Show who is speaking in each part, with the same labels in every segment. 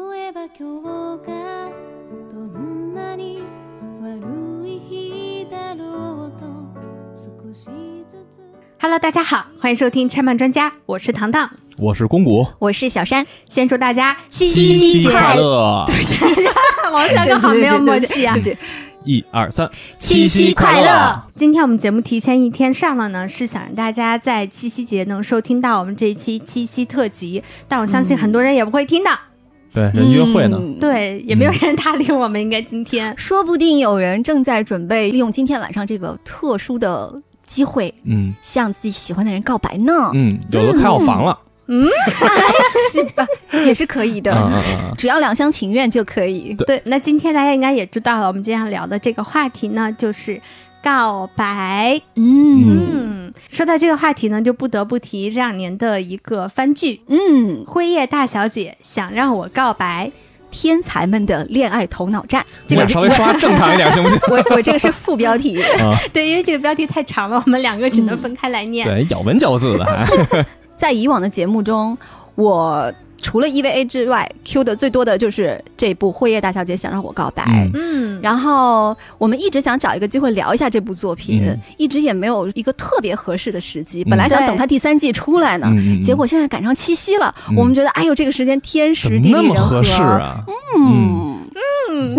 Speaker 1: 今日がどんなに悪い日だろうと少しずつ
Speaker 2: Hello，大家好，欢迎收听拆漫专家，我是糖糖，
Speaker 3: 我是公谷，
Speaker 2: 我是小山。先祝大家新
Speaker 3: 七夕快！乐！
Speaker 2: 王小哥好没有默契啊！
Speaker 3: 一二三，
Speaker 2: 七夕快！！今天我们节目提前一天上了呢，是想让大家在七夕节能收听到我们这一期七夕特辑，但我相信很多人也不会听到，
Speaker 3: 对，人约会呢，
Speaker 4: 嗯
Speaker 2: 对，也没有人搭理我们，应该今天。
Speaker 4: 说不定有人正在准备利用今天晚上这个特殊的机会
Speaker 3: 嗯
Speaker 4: 向自己喜欢的人告白呢，哎
Speaker 3: 嗯，有的开好房
Speaker 4: 嗯
Speaker 3: 了，
Speaker 4: 是吧？也是可以
Speaker 3: 嗯
Speaker 4: 的，
Speaker 3: 嗯嗯
Speaker 4: 只要两厢情愿就可以。
Speaker 2: 对，那今天大家应该也知道了，我们今天要聊的这个话题呢，就是告白。
Speaker 4: 嗯
Speaker 2: 嗯，说到这个话题呢，就不得不提这两年的一个番剧
Speaker 4: 嗯
Speaker 2: 《辉夜大小姐想让我告白
Speaker 4: 天才们的恋爱头脑战，
Speaker 3: 你俩稍微刷正常一点行 不行？
Speaker 4: 我我这个是副标题。
Speaker 3: 啊，》。
Speaker 2: 对，因为这个标题太长了，我们两个只
Speaker 4: 嗯
Speaker 2: 能分开来念。
Speaker 3: 对，咬文嚼字 的还，
Speaker 4: 在以往的节目中，我除了 EVA 之外，Q 的最多的就是这部《辉夜大小姐想让我告白》
Speaker 3: 嗯
Speaker 2: 嗯，
Speaker 4: 然后我们一直想找一个机会聊一下这部作品，
Speaker 3: 嗯
Speaker 4: 一直也没有一个特别合适的时机。
Speaker 3: 嗯
Speaker 4: 本来想
Speaker 2: 对
Speaker 4: 等它第三季出来呢，
Speaker 3: 嗯，嗯
Speaker 4: 结果现在赶上七夕了，
Speaker 3: 嗯
Speaker 4: 我们觉得哎呦这个时间天
Speaker 3: 怎
Speaker 4: 时
Speaker 3: 么
Speaker 4: 地
Speaker 3: 那
Speaker 4: 利
Speaker 3: 么
Speaker 4: 人和。
Speaker 3: 合适啊？
Speaker 4: 嗯，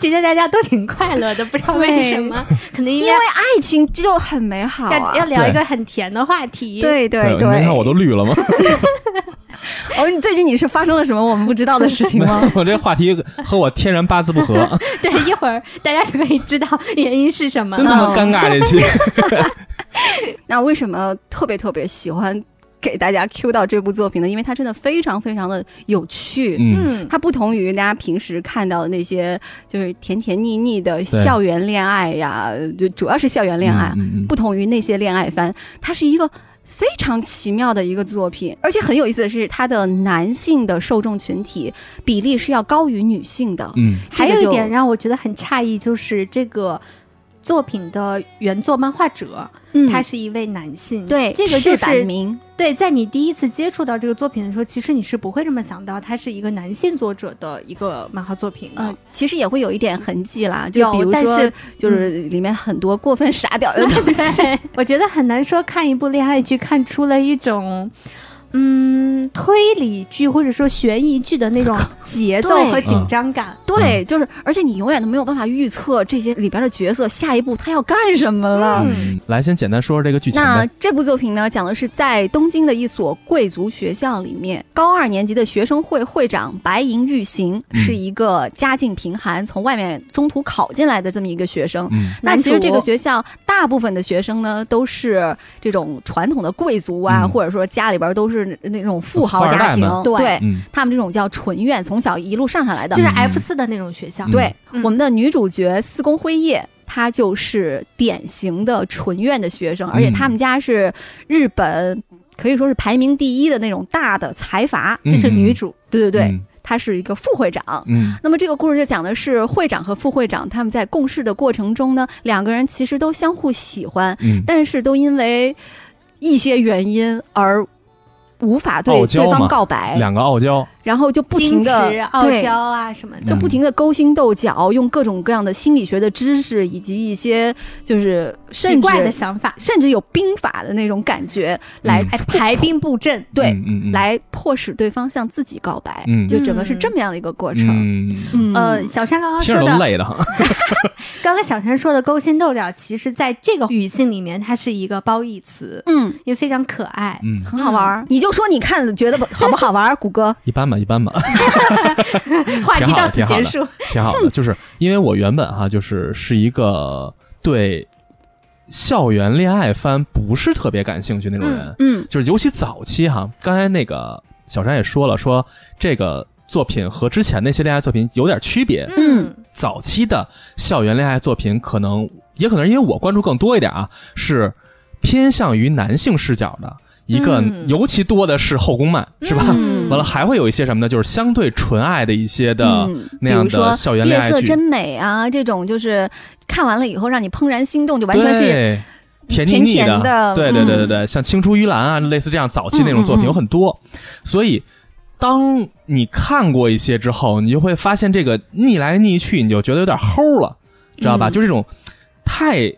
Speaker 2: 今天大家都挺快乐的，不知道为什 么，可能因
Speaker 4: 因
Speaker 2: 为
Speaker 4: 为爱情就很美好
Speaker 2: 要、要
Speaker 4: 啊。
Speaker 2: 聊一
Speaker 3: 对
Speaker 2: 个很甜的话题。，
Speaker 4: 对对
Speaker 3: 你没看我都 绿了吗？
Speaker 4: 哦，你最近你是发生了什么我们不知道的事情吗？
Speaker 3: 我这话题和我天然八字不合，
Speaker 2: 对，一会儿大家就可以知道原因是什么
Speaker 3: 真他
Speaker 4: 嗯
Speaker 2: 了。
Speaker 3: 妈尴尬这期。
Speaker 4: 那为什么特别特别喜欢给大家 Q 到这部作品呢？因为它真的非常非常的有趣。
Speaker 3: 嗯，
Speaker 2: 嗯，
Speaker 4: 它不同于大家平时看到的那些就是甜甜腻腻的校园恋爱呀，就主要是校园恋爱，
Speaker 3: 嗯嗯嗯
Speaker 4: 不同于那些恋爱番，它是一个。非常奇妙的一个作品，而且很有意思的是，它的男性的受众群体比例是要高于女性的。
Speaker 3: 嗯，
Speaker 2: 还
Speaker 4: 这
Speaker 2: 有
Speaker 4: 个
Speaker 2: 一
Speaker 4: 就
Speaker 2: 点让我觉得很诧异，就是这个作品的原作漫画者，
Speaker 4: 嗯
Speaker 2: 他是一位男性。
Speaker 4: 对
Speaker 2: 这个就
Speaker 4: 版
Speaker 2: 是
Speaker 4: 名，
Speaker 2: 对，在你第一次接触到这个作品的时候，其实你是不会这么想到它是一个男性作者的一个漫画作品的。
Speaker 4: 嗯、其实也会有一点痕迹啦，就
Speaker 2: 有
Speaker 4: 比如
Speaker 2: 但
Speaker 4: 说
Speaker 2: 是，
Speaker 4: 就是嗯里面很多过分傻屌的东西。
Speaker 2: 对，我觉得很难说看一部恋爱剧看出了一种，嗯，推理剧或者说悬疑剧的那 种节奏
Speaker 4: 对
Speaker 2: 和紧张感。
Speaker 4: 对，就是，而且你永远都没有办法预测这些里边的角色下一步他要干什么了。
Speaker 3: 嗯来先简单说说这个剧情
Speaker 4: 那
Speaker 3: 呗。
Speaker 4: 这部作品呢，讲的是在东京的一所贵族学校里面，高二年级的学生会会长白银玉行、
Speaker 3: 嗯
Speaker 4: 是一个家境贫寒，从外面中途考进来的这么一个学生。
Speaker 3: 嗯
Speaker 4: 那其实
Speaker 2: 男主
Speaker 4: 这个学校大部分的学生呢，都是这种传统的贵族啊，
Speaker 3: 嗯
Speaker 4: 或者说家里边都是那种富豪
Speaker 3: 富二
Speaker 4: 家
Speaker 3: 代
Speaker 4: 庭
Speaker 3: 们，
Speaker 2: 对
Speaker 3: 嗯
Speaker 4: 他们这种叫纯院，从小一路上上来的
Speaker 2: 就。是
Speaker 3: 嗯
Speaker 2: F 四的那种学校。
Speaker 3: 嗯
Speaker 4: 对，
Speaker 2: 嗯
Speaker 4: 我们的女主角四宫辉夜，她就是典型的纯院的学生，而
Speaker 3: 嗯
Speaker 4: 且他们家是日本可以说是排名第一的那种大的财阀。
Speaker 3: 嗯
Speaker 2: 这是女主。
Speaker 4: 对对对，
Speaker 3: 嗯
Speaker 4: 她是一个副会长。
Speaker 3: 嗯
Speaker 4: 那么这个故事就讲的是会长和副会长他们在共事的过程中呢，两个人其实都相互喜欢，
Speaker 3: 嗯，
Speaker 4: 但是都因为一些原因而无法对
Speaker 3: 傲娇
Speaker 4: 对方
Speaker 3: 嘛
Speaker 4: 告白，
Speaker 3: 两个傲娇，
Speaker 4: 然后就不停嗯
Speaker 2: 矜
Speaker 4: 的
Speaker 2: 持、傲娇啊什么
Speaker 3: 对
Speaker 2: 的
Speaker 4: 就。不停的勾心斗角，用各种各样的心理学的知识，以及一些就是
Speaker 2: 奇
Speaker 4: 甚
Speaker 2: 怪的
Speaker 4: 至
Speaker 2: 想法，
Speaker 4: 甚至有兵法的那种感觉来
Speaker 3: 嗯
Speaker 2: 哎，排兵布阵，
Speaker 4: 对
Speaker 3: 嗯嗯嗯
Speaker 4: 来迫使对方向自己告白，
Speaker 3: 嗯
Speaker 4: 就整个是这么样的一个过程。
Speaker 3: 嗯，
Speaker 4: 嗯
Speaker 2: 呃，小山刚刚
Speaker 3: 听
Speaker 2: 说
Speaker 3: 着都
Speaker 2: 的，
Speaker 3: 累的哈。
Speaker 2: 刚刚小山说的勾心斗角，其实在这个语境里面，它是一个褒义词，
Speaker 4: 嗯，
Speaker 2: 因为非常可爱。
Speaker 3: 嗯，
Speaker 4: 很好玩儿。你就说你看觉得不好不好玩儿，谷歌？
Speaker 3: 一般吧，一般吧，
Speaker 2: 话题到此
Speaker 3: 嗯挺好
Speaker 2: 结
Speaker 3: 的
Speaker 2: 束。
Speaker 3: 挺好的。就是因为我原本哈、就是是一个对校园恋爱番不是特别感兴趣那种人，
Speaker 4: 嗯
Speaker 3: 就是尤其早期哈、刚才那个小山也说了，说这个作品和之前那些恋爱作品有点区别。
Speaker 4: 嗯，
Speaker 3: 早期的校园恋爱作品，可能也可能是因为我关注更多一点啊，是偏向于男性视角的。一个
Speaker 2: 嗯
Speaker 3: 尤其多的是后宫漫，是吧？
Speaker 4: 嗯
Speaker 3: 完了还会有一些什么呢？就是相对纯爱的一些的、
Speaker 4: 嗯
Speaker 3: 那样
Speaker 4: 比如说
Speaker 3: 的校园恋爱
Speaker 4: 月色
Speaker 3: 剧，
Speaker 4: 真美啊，这种就是看完了以后让你怦然心动，就完全是
Speaker 3: 对甜腻腻
Speaker 4: 甜甜的
Speaker 3: 对对对对
Speaker 4: 嗯
Speaker 3: 对，像《青出于蓝》啊，类似这样早期那种作
Speaker 4: 嗯嗯
Speaker 3: 品
Speaker 4: 嗯
Speaker 3: 有很多，所以当你看过一些之后，你就会发现这个逆来逆去，你就觉得有点齁了，知道吧？
Speaker 4: 嗯
Speaker 3: 就这种太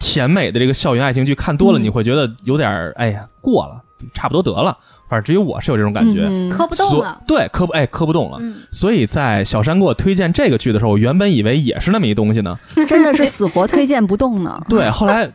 Speaker 3: 甜美的这个校园爱情剧看多了，
Speaker 4: 嗯
Speaker 3: 你会觉得有点儿哎呀过了，差不多得了。反正只有我是有这种感觉，
Speaker 4: 嗯
Speaker 2: 磕不动
Speaker 3: 所
Speaker 2: 了。
Speaker 3: 对，磕不哎磕不动了。
Speaker 2: 嗯，
Speaker 3: 所以在小山给我推荐这个剧的时候，我原本以为也是那么一东西呢。。
Speaker 4: 真的是死活推荐不动呢
Speaker 3: 对，后来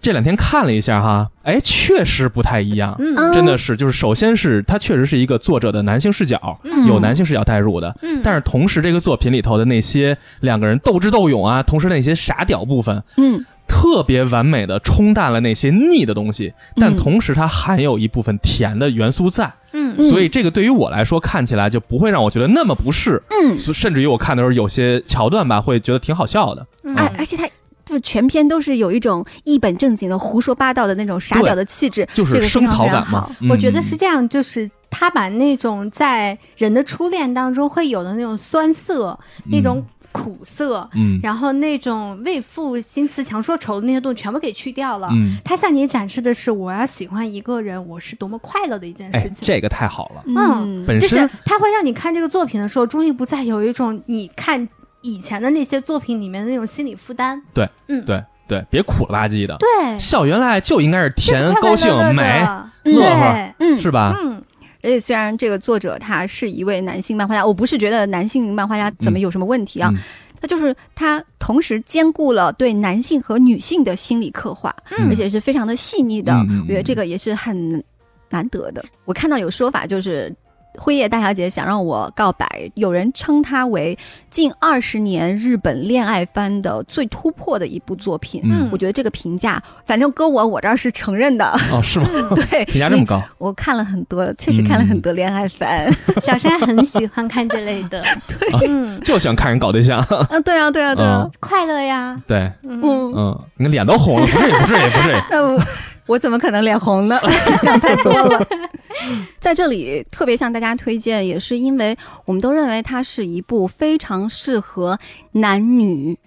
Speaker 3: 这两天看了一下哈，哎，确实不太一样。
Speaker 2: 嗯
Speaker 3: 真的是，就是首先是它确实是一个作者的男性视角，
Speaker 2: 嗯
Speaker 3: 有男性视角带入的，
Speaker 2: 嗯，
Speaker 3: 但是同时这个作品里头的那些两个人斗智斗勇啊，同时那些傻屌部分，
Speaker 4: 嗯，
Speaker 3: 特别完美的冲淡了那些腻的东西，但
Speaker 4: 嗯
Speaker 3: 同时它含有一部分甜的元素在，
Speaker 2: 嗯
Speaker 4: 嗯
Speaker 3: 所以这个对于我来说看起来就不会让我觉得那么不适，
Speaker 4: 嗯，
Speaker 3: 所甚至于我看的时候有些桥段吧，会觉得挺好笑的。
Speaker 2: 嗯
Speaker 4: 哎而而且他就全篇都是有一种一本正经的胡说八道的那种傻屌的气质，
Speaker 3: 就是
Speaker 4: 这个非
Speaker 3: 生
Speaker 4: 常
Speaker 3: 草
Speaker 4: 非常
Speaker 3: 感嘛
Speaker 4: 好。
Speaker 2: 我觉
Speaker 3: 嗯
Speaker 2: 得是这样，就是他把那种在人的初恋当中会有的那种酸涩、那种苦涩，
Speaker 3: 嗯
Speaker 2: 然后那种为赋新词强说愁的那些东西全部给去掉了。
Speaker 3: 嗯，
Speaker 2: 他向你展示的是，我要喜欢一个人，我是多么快乐的一件
Speaker 3: 哎
Speaker 2: 事，情。
Speaker 3: 这个太好了。
Speaker 4: 嗯，
Speaker 3: 本
Speaker 2: 就是
Speaker 3: 身
Speaker 2: 他会让你看这个作品的时候，终于不再有一种你看以前的那些作品里面的那种心理负担。
Speaker 3: 对，
Speaker 2: 嗯，
Speaker 3: 对对，别苦了吧唧的。
Speaker 2: 对，
Speaker 3: 校园恋爱就应该是
Speaker 2: 就是
Speaker 3: 甜、
Speaker 2: 快快
Speaker 3: 高
Speaker 2: 乐
Speaker 3: 兴
Speaker 2: 乐、的
Speaker 3: 美，
Speaker 2: 对
Speaker 3: 乐呵，啊
Speaker 4: 嗯，
Speaker 3: 是吧？
Speaker 2: 嗯，
Speaker 4: 而且虽然这个作者他是一位男性漫画家，我不是觉得男性漫画家怎么有什么问题啊，
Speaker 3: 嗯
Speaker 4: 他就是他同时兼顾了对男性和女性的心理刻画，
Speaker 3: 嗯
Speaker 4: 而且是非常的细腻的，
Speaker 3: 嗯嗯嗯
Speaker 4: 我觉得这个也是很难得的。我看到有说法就是。辉夜大小姐想让我告白，有人称它为近二十年日本恋爱番的最突破的一部作品。
Speaker 3: 嗯
Speaker 4: 我觉得这个评价，反正搁我我这儿是承认的。
Speaker 2: 嗯
Speaker 3: 哦，是吗？
Speaker 4: 对，
Speaker 3: 评价这么高，
Speaker 4: 我看了很多，确实看了很多恋爱番。
Speaker 2: 小山很喜欢看这类 的，对，嗯，
Speaker 3: 就想看人搞 对象。
Speaker 4: 啊，对啊，对啊，对啊
Speaker 3: 嗯。
Speaker 2: 快乐呀，
Speaker 3: 对，
Speaker 2: 嗯，
Speaker 4: 嗯，
Speaker 3: 嗯，你脸都红了，不至于，不至于，不 至于。
Speaker 4: 那我我怎么可能脸红呢？ 想太多了。 在这里特别向大家推荐，也是因为我们都认为它是一部非常适合男女。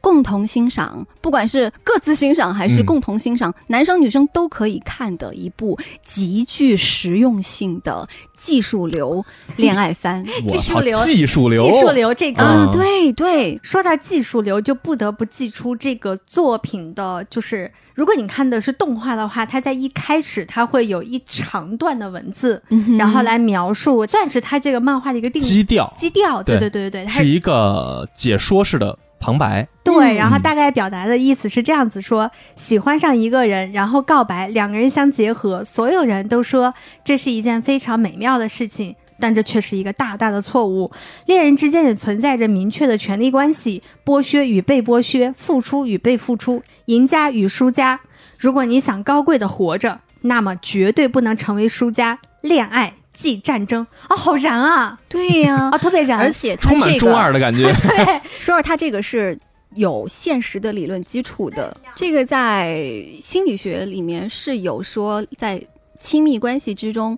Speaker 4: 共同欣赏，不管是各自欣赏还是
Speaker 3: 嗯
Speaker 4: 共同欣赏，男生女生都可以看的一部极具实用性的技术流恋爱番
Speaker 3: 我
Speaker 2: 技术
Speaker 3: 操，
Speaker 2: 流
Speaker 3: 技术流，
Speaker 2: 技术流这个。
Speaker 3: 啊
Speaker 4: 啊！对对，
Speaker 2: 说到技术流，就不得不记出这个作品的，就是如果你看的是动画的话，它在一开始它会有一长段的文字，
Speaker 4: 嗯
Speaker 2: 然后来描述，算是它这个漫画的一个定
Speaker 3: 嗯基调
Speaker 2: 基调。对
Speaker 3: 对
Speaker 2: 对对对对，它
Speaker 3: 是一个解说式的旁白。
Speaker 2: 对，
Speaker 4: 嗯
Speaker 2: 然后大概表达的意思是这样子说：喜欢上一个人，然后告白，两个人相结合，所有人都说这是一件非常美妙的事情。但这却是一个大大的错误。恋人之间也存在着明确的权利关系，剥削与被剥削，付出与被付出，赢家与输家。如果你想高贵的活着，那么绝对不能成为输家。恋爱即战争啊、好燃啊！
Speaker 4: 对呀、
Speaker 2: 啊、特别燃，
Speaker 4: 而且它
Speaker 3: 充满
Speaker 4: 这
Speaker 3: 中
Speaker 4: 个
Speaker 3: 二的感觉，
Speaker 4: 说说它这个是有现实的理论基础的，这个在心理学里面是有说，在亲密关系之中，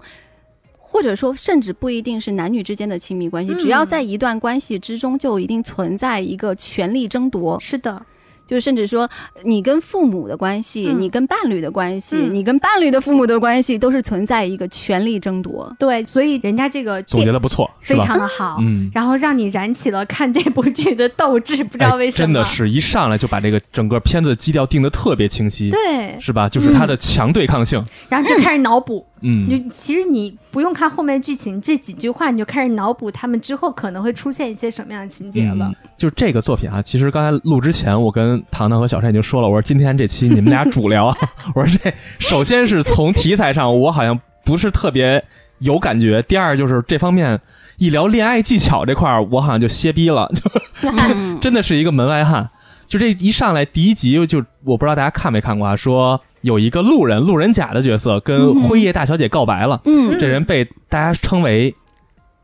Speaker 4: 或者说甚至不一定是男女之间的亲密关系，
Speaker 2: 嗯
Speaker 4: 只要在一段关系之中，就一定存在一个权力争夺，
Speaker 2: 是的，
Speaker 4: 就甚至说你跟父母的关系，
Speaker 2: 嗯
Speaker 4: 你跟伴侣的关系，
Speaker 2: 嗯
Speaker 4: 你跟伴侣的父母的关系，都是存在一个权力争夺。
Speaker 2: 对，所以人家这个
Speaker 3: 总
Speaker 2: 电
Speaker 3: 结的不 错，是
Speaker 2: 非
Speaker 3: 吧？
Speaker 2: 常的好，
Speaker 3: 嗯，
Speaker 2: 然后让你燃起了看这部剧的斗志，不知道
Speaker 3: 哎
Speaker 2: 为什么，
Speaker 3: 真的是一上来就把这个整个片子基调定的特别清晰，
Speaker 2: 对，嗯
Speaker 3: 是吧？就是它的强对抗性，
Speaker 2: 然后就开始脑补，
Speaker 3: 嗯，
Speaker 2: 你就其实你不用看后面剧情，这几句话你就开始脑补他们之后可能会出现一些什么样的情节了
Speaker 3: 嗯。就是这个作品啊，其实刚才录之前，我跟糖糖和小帅已经说了，我说今天这期你们俩主聊啊， 我说这首先是从题材上，我好像不是特别有感觉；第二就是这方面一聊恋爱技巧这块儿，我好像就歇逼了，就
Speaker 4: 嗯
Speaker 3: 真的是一个门外汉。就这一上来第一集就我不知道大家看没看过啊，说有一个路人路人甲的角色跟辉夜大小姐告白了，
Speaker 4: 嗯，
Speaker 3: 这人被大家称为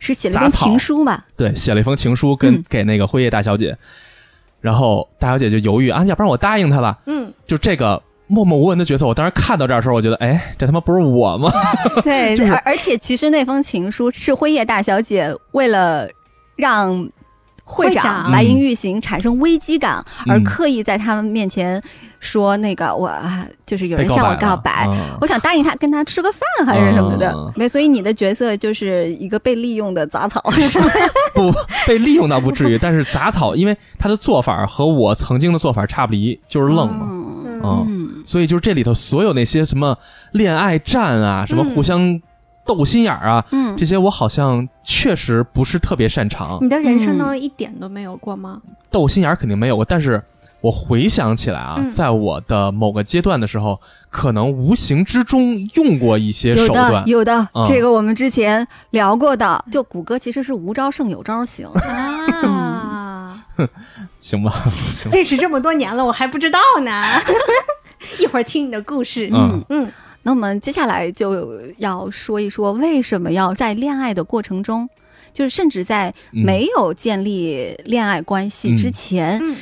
Speaker 4: 是写了
Speaker 3: 杂
Speaker 4: 封
Speaker 3: 草
Speaker 4: 情书吧？
Speaker 3: 对，写了一封情书跟、
Speaker 4: 嗯
Speaker 3: 给那个辉夜大小姐，然后大小姐就犹豫啊，要不然我答应他吧。
Speaker 2: 嗯，
Speaker 3: 就这个默默无闻的角色，我当时看到这儿的时候，我觉得，哎，这他妈不是我吗？
Speaker 4: 对，
Speaker 3: 就是
Speaker 4: 而而且其实那封情书是辉夜大小姐为了让。会长
Speaker 2: 长
Speaker 4: 来
Speaker 3: 嗯
Speaker 4: 英遇行产生危机感，而
Speaker 3: 嗯
Speaker 4: 刻意在他们面前说那个我啊就是有人向我告白，
Speaker 3: 嗯
Speaker 4: 我想答应他跟他吃个饭还是什么的
Speaker 3: 啊，
Speaker 4: 没，所以你的角色就是一个被利用的杂草，啊
Speaker 3: 不被利用倒不至于，但是杂草，因为他的做法和我曾经的做法差不离，就是愣嘛。
Speaker 4: 嗯
Speaker 2: 嗯
Speaker 3: 嗯
Speaker 4: 嗯，
Speaker 3: 所以就是这里头所有那些什么恋爱战啊，什么互相斗心眼儿啊，
Speaker 4: 嗯
Speaker 3: 这些我好像确实不是特别擅长。
Speaker 2: 你的人生当中一点都没有过吗？
Speaker 3: 斗心眼儿肯定没有过，但是我回想起来啊，
Speaker 2: 嗯
Speaker 3: 在我的某个阶段的时候，可能无形之中用过一些
Speaker 4: 有
Speaker 3: 手
Speaker 4: 的
Speaker 3: 段。
Speaker 4: 有的
Speaker 3: 嗯，
Speaker 4: 这个我们之前聊过的，就谷歌其实是无招胜有招型，
Speaker 2: 啊，
Speaker 3: 行吧，
Speaker 4: 嗯
Speaker 2: 认识这么多年了，我还不知道呢。 一会儿听你的故事。
Speaker 3: 嗯
Speaker 2: 嗯
Speaker 4: 那我们接下来就要说一说为什么要在恋爱的过程中，就是甚至在
Speaker 3: 嗯
Speaker 4: 没有建立恋爱关系之前，
Speaker 2: 嗯，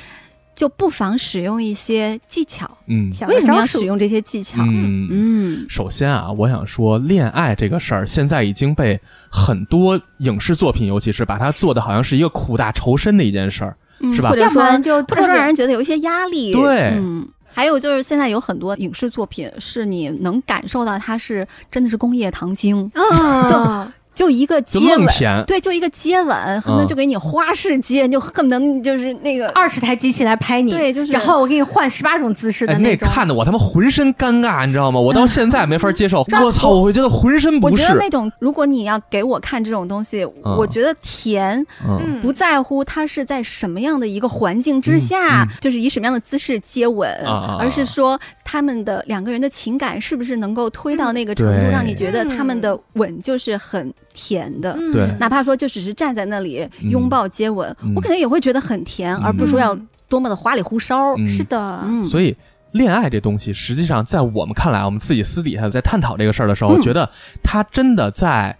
Speaker 4: 就不妨使用一些技巧。
Speaker 3: 嗯
Speaker 2: 小
Speaker 4: 为
Speaker 2: 的
Speaker 4: 什么
Speaker 2: 招
Speaker 4: 要使
Speaker 2: 数。
Speaker 4: 用这些技巧？
Speaker 3: 嗯
Speaker 4: 嗯
Speaker 3: 首先啊，我想说，恋爱这个事儿现在已经被很多影视作品，尤其是把它做的好像是一个苦大仇深的一件事儿。
Speaker 4: 嗯
Speaker 3: 是吧
Speaker 4: 或者
Speaker 2: 要不
Speaker 4: 说
Speaker 2: 然就
Speaker 4: 或者
Speaker 2: 特
Speaker 4: 说让
Speaker 2: 别
Speaker 4: 人觉得有一些压力。
Speaker 3: 对
Speaker 4: 嗯。还有就是现在有很多影视作品是你能感受到它是真的是工业糖精，
Speaker 2: 嗯，
Speaker 4: 就一个
Speaker 3: 就
Speaker 4: 接
Speaker 3: 愣嗯
Speaker 4: 吻，
Speaker 3: 甜，
Speaker 4: 对，就一个接吻，恨不得就给你花式接，就恨不得就是那个
Speaker 2: 二十台机器来拍你，
Speaker 4: 对就是
Speaker 2: 然后我给你换十八种姿势
Speaker 3: 哎，
Speaker 2: 的
Speaker 3: 那
Speaker 2: 种。
Speaker 3: 看的我他妈浑身尴尬，你知道吗？我到现在没法接受。我操，我会觉得浑身
Speaker 4: 我
Speaker 3: 不
Speaker 4: 觉得
Speaker 3: 适。
Speaker 4: 那种，如果你要给我看这种东西，
Speaker 3: 嗯
Speaker 4: 我觉得甜
Speaker 3: 嗯，
Speaker 2: 嗯
Speaker 4: 不在乎它是在什么样的一个环境之下，
Speaker 3: 嗯
Speaker 4: 就是以什么样的姿势接吻，
Speaker 3: 啊
Speaker 4: 而是说他们的两个人的情感是不是能够推到那个程度，
Speaker 3: 对
Speaker 4: 让你觉得他们的吻就是很甜的。
Speaker 2: 嗯
Speaker 3: 对
Speaker 4: 哪怕说就只是站在那里
Speaker 3: 嗯
Speaker 4: 拥抱接吻，
Speaker 3: 嗯
Speaker 4: 我可能也会觉得很甜，而不是说要多么的花里胡哨。
Speaker 3: 嗯
Speaker 2: 是的，
Speaker 4: 嗯，
Speaker 3: 所以恋爱这东西，实际上在我们看来，我们自己私底下在探讨这个事儿的时候，
Speaker 4: 嗯
Speaker 3: 觉得它真的在，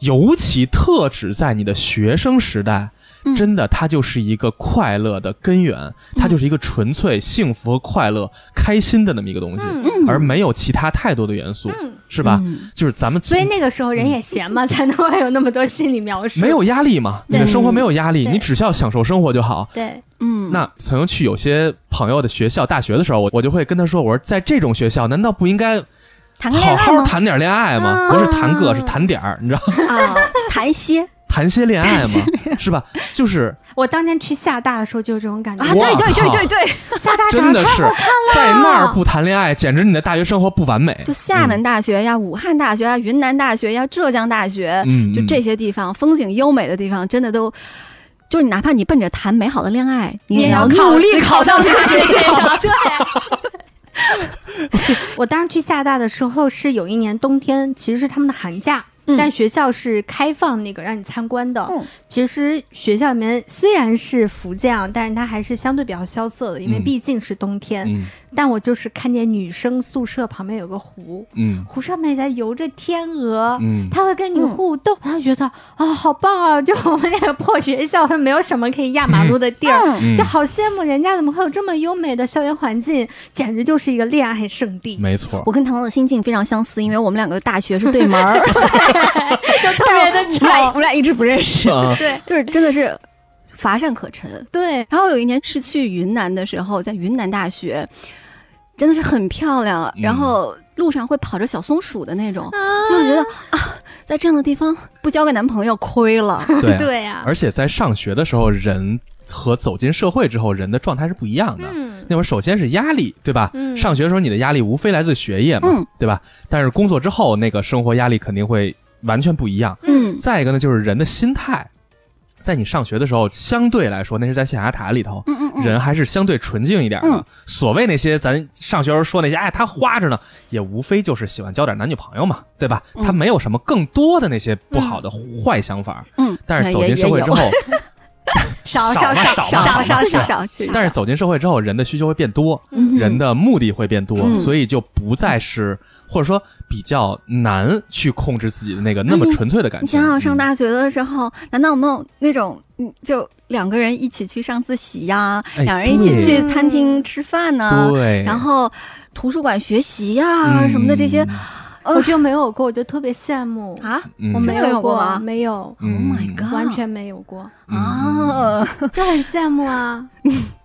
Speaker 3: 尤其特指在你的学生时代。
Speaker 4: 嗯
Speaker 3: 真的，它就是一个快乐的根源，它就是一个纯粹幸福和快乐、开心的那么一个东西，
Speaker 2: 嗯
Speaker 3: 而没有其他太多的元素，
Speaker 2: 嗯，
Speaker 3: 是吧？
Speaker 4: 嗯
Speaker 3: 就是咱们
Speaker 2: 所以那个时候人也闲 嘛，才能会有那么多心理描述。
Speaker 3: 没有压力嘛，你
Speaker 2: 对
Speaker 3: 的生活没有压力，
Speaker 2: 对
Speaker 3: 你只需要享受生活就好。
Speaker 2: 对，
Speaker 4: 嗯，
Speaker 3: 那曾经去有些朋友的学校、大学的时候，我我就会跟他说，我说在这种学校，难道不应该
Speaker 4: 谈个恋爱
Speaker 3: 好好
Speaker 4: 吗？
Speaker 3: 谈点恋爱吗？
Speaker 2: 啊
Speaker 3: 不是谈个，是谈点儿，你知道，
Speaker 4: 啊，谈一些
Speaker 3: 谈些恋爱嘛，是吧？就是
Speaker 2: 我当年去厦大的时候就有这种感觉
Speaker 4: 啊，，对
Speaker 3: 哇
Speaker 4: 对对
Speaker 3: 靠
Speaker 4: 对对。
Speaker 2: 厦大
Speaker 3: 真
Speaker 2: 长得
Speaker 3: 的
Speaker 2: 太
Speaker 3: 是在那儿不谈恋爱，简直你的大学生活不完美。
Speaker 4: 就厦
Speaker 3: 嗯
Speaker 4: 门大学呀、武汉大学呀、云南大学呀、浙江大学，
Speaker 3: 嗯，嗯
Speaker 4: 就这些地方风景优美的地方，真的都。就是哪怕你奔着谈美好的恋爱，你
Speaker 2: 也
Speaker 4: 要
Speaker 2: 要考
Speaker 4: 努力考上这个学校。
Speaker 2: 对。啊我当时去厦大的时候是有一年冬天，其实是他们的寒假，
Speaker 4: 嗯
Speaker 2: 但学校是开放那个让你参观的。
Speaker 4: 嗯
Speaker 2: 其实学校里面虽然是福建啊，但是它还是相对比较萧瑟的，因为
Speaker 3: 嗯
Speaker 2: 毕竟是冬天。
Speaker 3: 嗯
Speaker 2: 但我就是看见女生宿舍旁边有个湖，
Speaker 3: 嗯
Speaker 2: 湖上面在游着天鹅。
Speaker 3: 嗯，
Speaker 2: 他会跟你互动，他会觉得啊、好棒啊！就我们那个破学校，它没有什么可以压马路的地儿，
Speaker 4: 嗯
Speaker 3: 嗯
Speaker 2: 就好羡慕人家怎么会有这么优美的校园环境，简直就是一个恋爱圣地，
Speaker 3: 没错
Speaker 4: 我。跟唐唐的心境非常相似，因为我们两个大学是对门 儿，
Speaker 2: 就特别的
Speaker 4: 我们俩我
Speaker 2: 巧。
Speaker 4: 们俩一直不认识，
Speaker 3: 啊
Speaker 2: 对
Speaker 4: 就是真的是乏善可陈。
Speaker 2: 对，
Speaker 4: 然后有一年是去云南的时候，在云南大学，真的是很漂亮，
Speaker 3: 嗯
Speaker 4: 然后路上会跑着小松鼠的那种，就会觉得啊，在这样的地方不交个男朋友亏了。
Speaker 3: 对啊
Speaker 2: 对啊呀、
Speaker 3: 而且在上学的时候，人和走进社会之后，人的状态是不一样的。
Speaker 2: 嗯，
Speaker 3: 那会儿首先是压力，对吧？
Speaker 2: 嗯
Speaker 3: 上学的时候你的压力无非来自学业嘛，
Speaker 4: 嗯
Speaker 3: 对吧？但是工作之后那个生活压力肯定会完全不一样。
Speaker 4: 嗯
Speaker 3: 再一个呢，就是人的心态，在你上学的时候，相对来说那是在象牙塔里头，
Speaker 4: 嗯嗯嗯，
Speaker 3: 人还是相对纯净一点的。
Speaker 4: 嗯
Speaker 3: 所谓那些咱上学时候说那些，哎，他花着呢，也无非就是喜欢交点男女朋友嘛，对吧？
Speaker 4: 嗯
Speaker 3: 他没有什么更多的那些不好的坏想法。
Speaker 4: 嗯，
Speaker 3: 但是
Speaker 4: 也
Speaker 3: 走进社会之， 后，
Speaker 2: 少
Speaker 3: 少
Speaker 2: 少
Speaker 3: 嘛
Speaker 2: 少
Speaker 3: 少嘛
Speaker 2: 少
Speaker 4: 也有确
Speaker 2: 少
Speaker 4: 实
Speaker 2: 少，
Speaker 4: 少，确实
Speaker 3: 但是走进社会之后，人的需求会变多。
Speaker 4: 嗯
Speaker 3: 人的目的会变多，
Speaker 4: 嗯
Speaker 3: 所以就不再是或者说比较难去控制自己的那个那
Speaker 2: 哎
Speaker 3: 么纯粹的感觉。
Speaker 4: 你想想上大学的时候，难道没有那种嗯，就两个人一起去上自习呀、
Speaker 3: 哎
Speaker 4: 两人一起
Speaker 2: 对
Speaker 4: 去
Speaker 2: 呃
Speaker 4: 餐厅吃饭呢、
Speaker 3: 嗯
Speaker 4: 啊
Speaker 3: 对，
Speaker 4: 然后图书馆学习呀、
Speaker 3: 嗯
Speaker 2: 啊
Speaker 4: 什么的这些，
Speaker 2: 我就没有过，我就特别羡慕。
Speaker 4: 嗯啊
Speaker 3: 嗯
Speaker 2: 我没
Speaker 4: 真的没有过
Speaker 2: 过，
Speaker 4: 吗
Speaker 2: 没有，
Speaker 4: ！Oh
Speaker 3: 嗯
Speaker 4: my god！
Speaker 2: 完全没有过，
Speaker 3: 嗯
Speaker 4: 啊！
Speaker 2: 就很羡慕啊。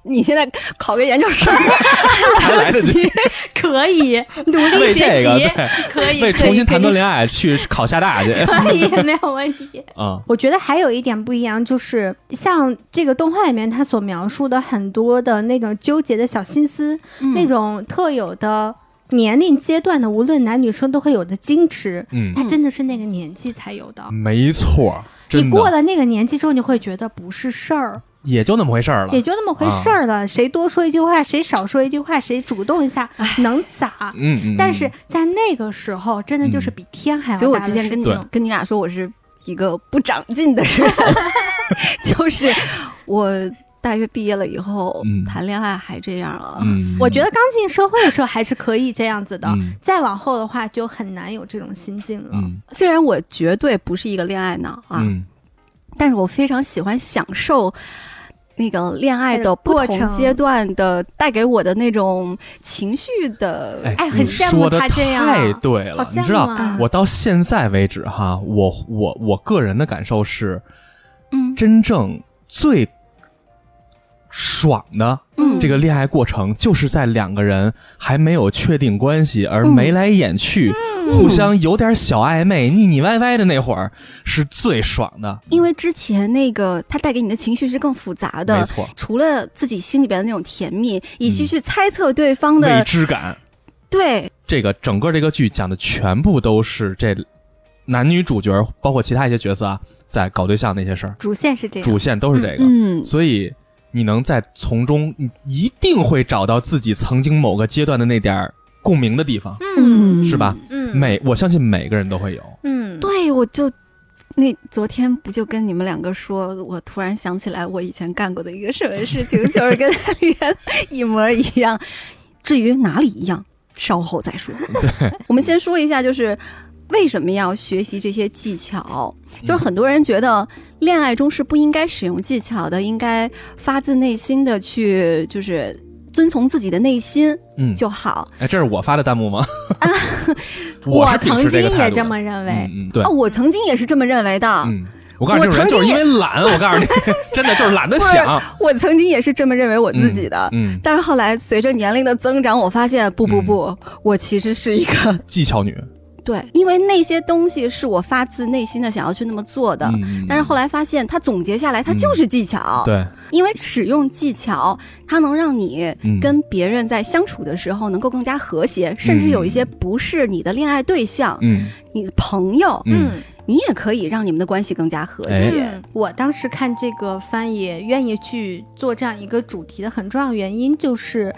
Speaker 4: 你现在考个研究生，
Speaker 3: 还 来 得及
Speaker 2: 可 以努力
Speaker 3: 为
Speaker 2: 啊学
Speaker 3: 这
Speaker 2: 习，
Speaker 3: 个对，
Speaker 2: 可以
Speaker 3: 为重新谈段
Speaker 2: 恋
Speaker 3: 恋爱去考厦大 去
Speaker 2: 可以 没有问题。
Speaker 3: 啊，
Speaker 2: 我觉得还有一点不一样，就是像这个动画里面它所描述的很多的那种纠结的小心思，
Speaker 4: 嗯
Speaker 2: 那种特有的年龄阶段的，无论男女生都会有的矜持，
Speaker 3: 嗯，
Speaker 2: 它真的是那个年纪才有的。
Speaker 3: 没错，
Speaker 2: 你
Speaker 3: 真
Speaker 2: 过
Speaker 3: 的
Speaker 2: 了那个年纪之后，你会觉得不是事儿，
Speaker 3: 也就那么回事儿了啊
Speaker 2: 也。就那么回事儿了。谁多说一句话，谁少说一句话，谁主动一下，能咋？
Speaker 3: 嗯嗯，
Speaker 2: 但是在那个时候，真的就是比天还要
Speaker 4: 所以我
Speaker 2: 哎大
Speaker 4: 之
Speaker 2: 的
Speaker 4: 前
Speaker 2: 事
Speaker 4: 跟你
Speaker 2: 情。
Speaker 3: 对
Speaker 4: 跟你俩说，我是一个不长进 的人，就是我大学毕业了以后、
Speaker 3: 嗯
Speaker 4: 谈恋爱还这样了。
Speaker 3: 嗯，嗯，
Speaker 2: 呃我觉得刚进社会的时候还是可以这样子的，
Speaker 3: 嗯
Speaker 2: 再往后的话就很难有这种心境了。
Speaker 3: 嗯
Speaker 4: 虽然我绝对不是一个恋爱脑啊，
Speaker 3: 嗯
Speaker 4: 但是我非常喜欢享受。那个恋爱的不
Speaker 2: 过
Speaker 4: 同
Speaker 2: 程
Speaker 4: 阶段的带给我的那种情绪的，
Speaker 3: 哎
Speaker 2: 哎，
Speaker 3: 你
Speaker 2: 很羡
Speaker 3: 说
Speaker 2: 慕
Speaker 3: 的
Speaker 2: 他这样啊，
Speaker 3: 太对了，
Speaker 2: 好
Speaker 3: 你
Speaker 2: 羡
Speaker 3: 知
Speaker 2: 慕
Speaker 3: 道，
Speaker 4: 嗯
Speaker 2: 啊！
Speaker 3: 我到现在为止哈，我我我个人的感受是，
Speaker 4: 嗯
Speaker 3: 真正最爽的
Speaker 4: 嗯
Speaker 3: 这个恋爱过程，就是在两个人还没有确定关系而
Speaker 4: 嗯
Speaker 3: 眉来眼去，互相有点小暧昧、腻腻歪歪的那会儿，是最爽的。
Speaker 4: 因为之前那个它带给你的情绪是更复杂
Speaker 3: 没
Speaker 4: 的，
Speaker 3: 错，
Speaker 4: 除了自己心里边的那种甜蜜，以及
Speaker 3: 嗯
Speaker 4: 去猜测对方的、
Speaker 3: 未知感。
Speaker 4: 对，
Speaker 3: 这个整个这个剧讲的全部都是这男女主角，包括其他一些角色啊，在搞对象那些事儿，
Speaker 2: 主线是这样，
Speaker 3: 主线都是这个。
Speaker 4: 嗯，
Speaker 3: 所以你能在从中，你一定会找到自己曾经某个阶段的那点儿共鸣的地方，
Speaker 4: 嗯
Speaker 3: 是吧？
Speaker 2: 嗯，
Speaker 3: 每我相信每个人都会有。
Speaker 2: 嗯，
Speaker 4: 对，我就那昨天不就跟你们两个说，我突然想起来我以前干过的一个什么事情，就是跟他连一模一样。至于哪里一样，稍后再 说。我们先说一下，就是为什么要学习这些技巧？
Speaker 3: 嗯
Speaker 4: 就是很多人觉得恋爱中是不应该使用技巧的，应该发自内心的去，就是遵从自己的内心
Speaker 3: 嗯，
Speaker 4: 就好。
Speaker 3: 哎，这是我发的弹幕吗？
Speaker 4: 啊
Speaker 2: 我
Speaker 3: 是
Speaker 2: 曾
Speaker 3: 秉持
Speaker 2: 经
Speaker 3: 这个态
Speaker 2: 也
Speaker 3: 度
Speaker 2: 这
Speaker 3: 的
Speaker 2: 么认为，
Speaker 3: 嗯嗯，对
Speaker 4: 啊，，我曾经也是这么认为的。
Speaker 3: 嗯，我告诉你，这
Speaker 4: 我曾
Speaker 3: 种人就
Speaker 4: 经
Speaker 3: 是因
Speaker 4: 也
Speaker 3: 为懒，我告诉你， 真的就是懒得想
Speaker 4: 我曾经也是这么认为我自己的，
Speaker 3: 嗯，
Speaker 4: 但是后来随着年龄的增长，我发现不不
Speaker 3: 嗯
Speaker 4: 不，我其实是一 个
Speaker 3: 技巧女
Speaker 4: 对，因为那些东西是我发自内心的想要去那么做的。
Speaker 3: 嗯
Speaker 4: 但是后来发现，它总结下来，它就是技巧。，
Speaker 3: 对，
Speaker 4: 因为使用技巧，它能让你
Speaker 3: 嗯
Speaker 4: 跟别人在相处的时候能够更加和谐，甚至有一些不是你的恋爱对象，
Speaker 3: 嗯
Speaker 4: 你的朋友，
Speaker 3: 嗯哎
Speaker 4: 你也可以让你们的关系更加和谐。
Speaker 2: 嗯，我当时看这个番也愿意去做这样一个主题的很重要原因就是，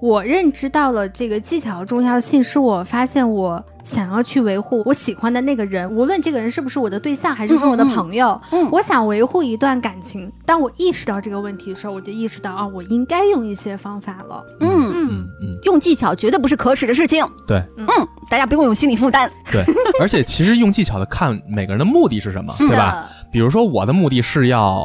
Speaker 2: 我认知到了这个技巧的重要性，是我发现我想要去维护我喜欢的那个人，无论这个人是不是我的对象，还是说我的
Speaker 4: 嗯嗯嗯
Speaker 2: 朋友，
Speaker 4: 嗯
Speaker 2: 我想维护一段感情。当我意识到这个问题的时候，我就意识到啊，我应该用一些方法了。
Speaker 4: 嗯，
Speaker 2: 嗯
Speaker 3: 嗯嗯，
Speaker 4: 用技巧绝对不是可耻的事情。
Speaker 3: 对
Speaker 4: 嗯，大家不用有心理负担。
Speaker 3: 对，而且其实用技巧的看每个人的目的是什么，
Speaker 4: 是
Speaker 3: 对
Speaker 2: 是
Speaker 3: 吧？比如说我的目的是要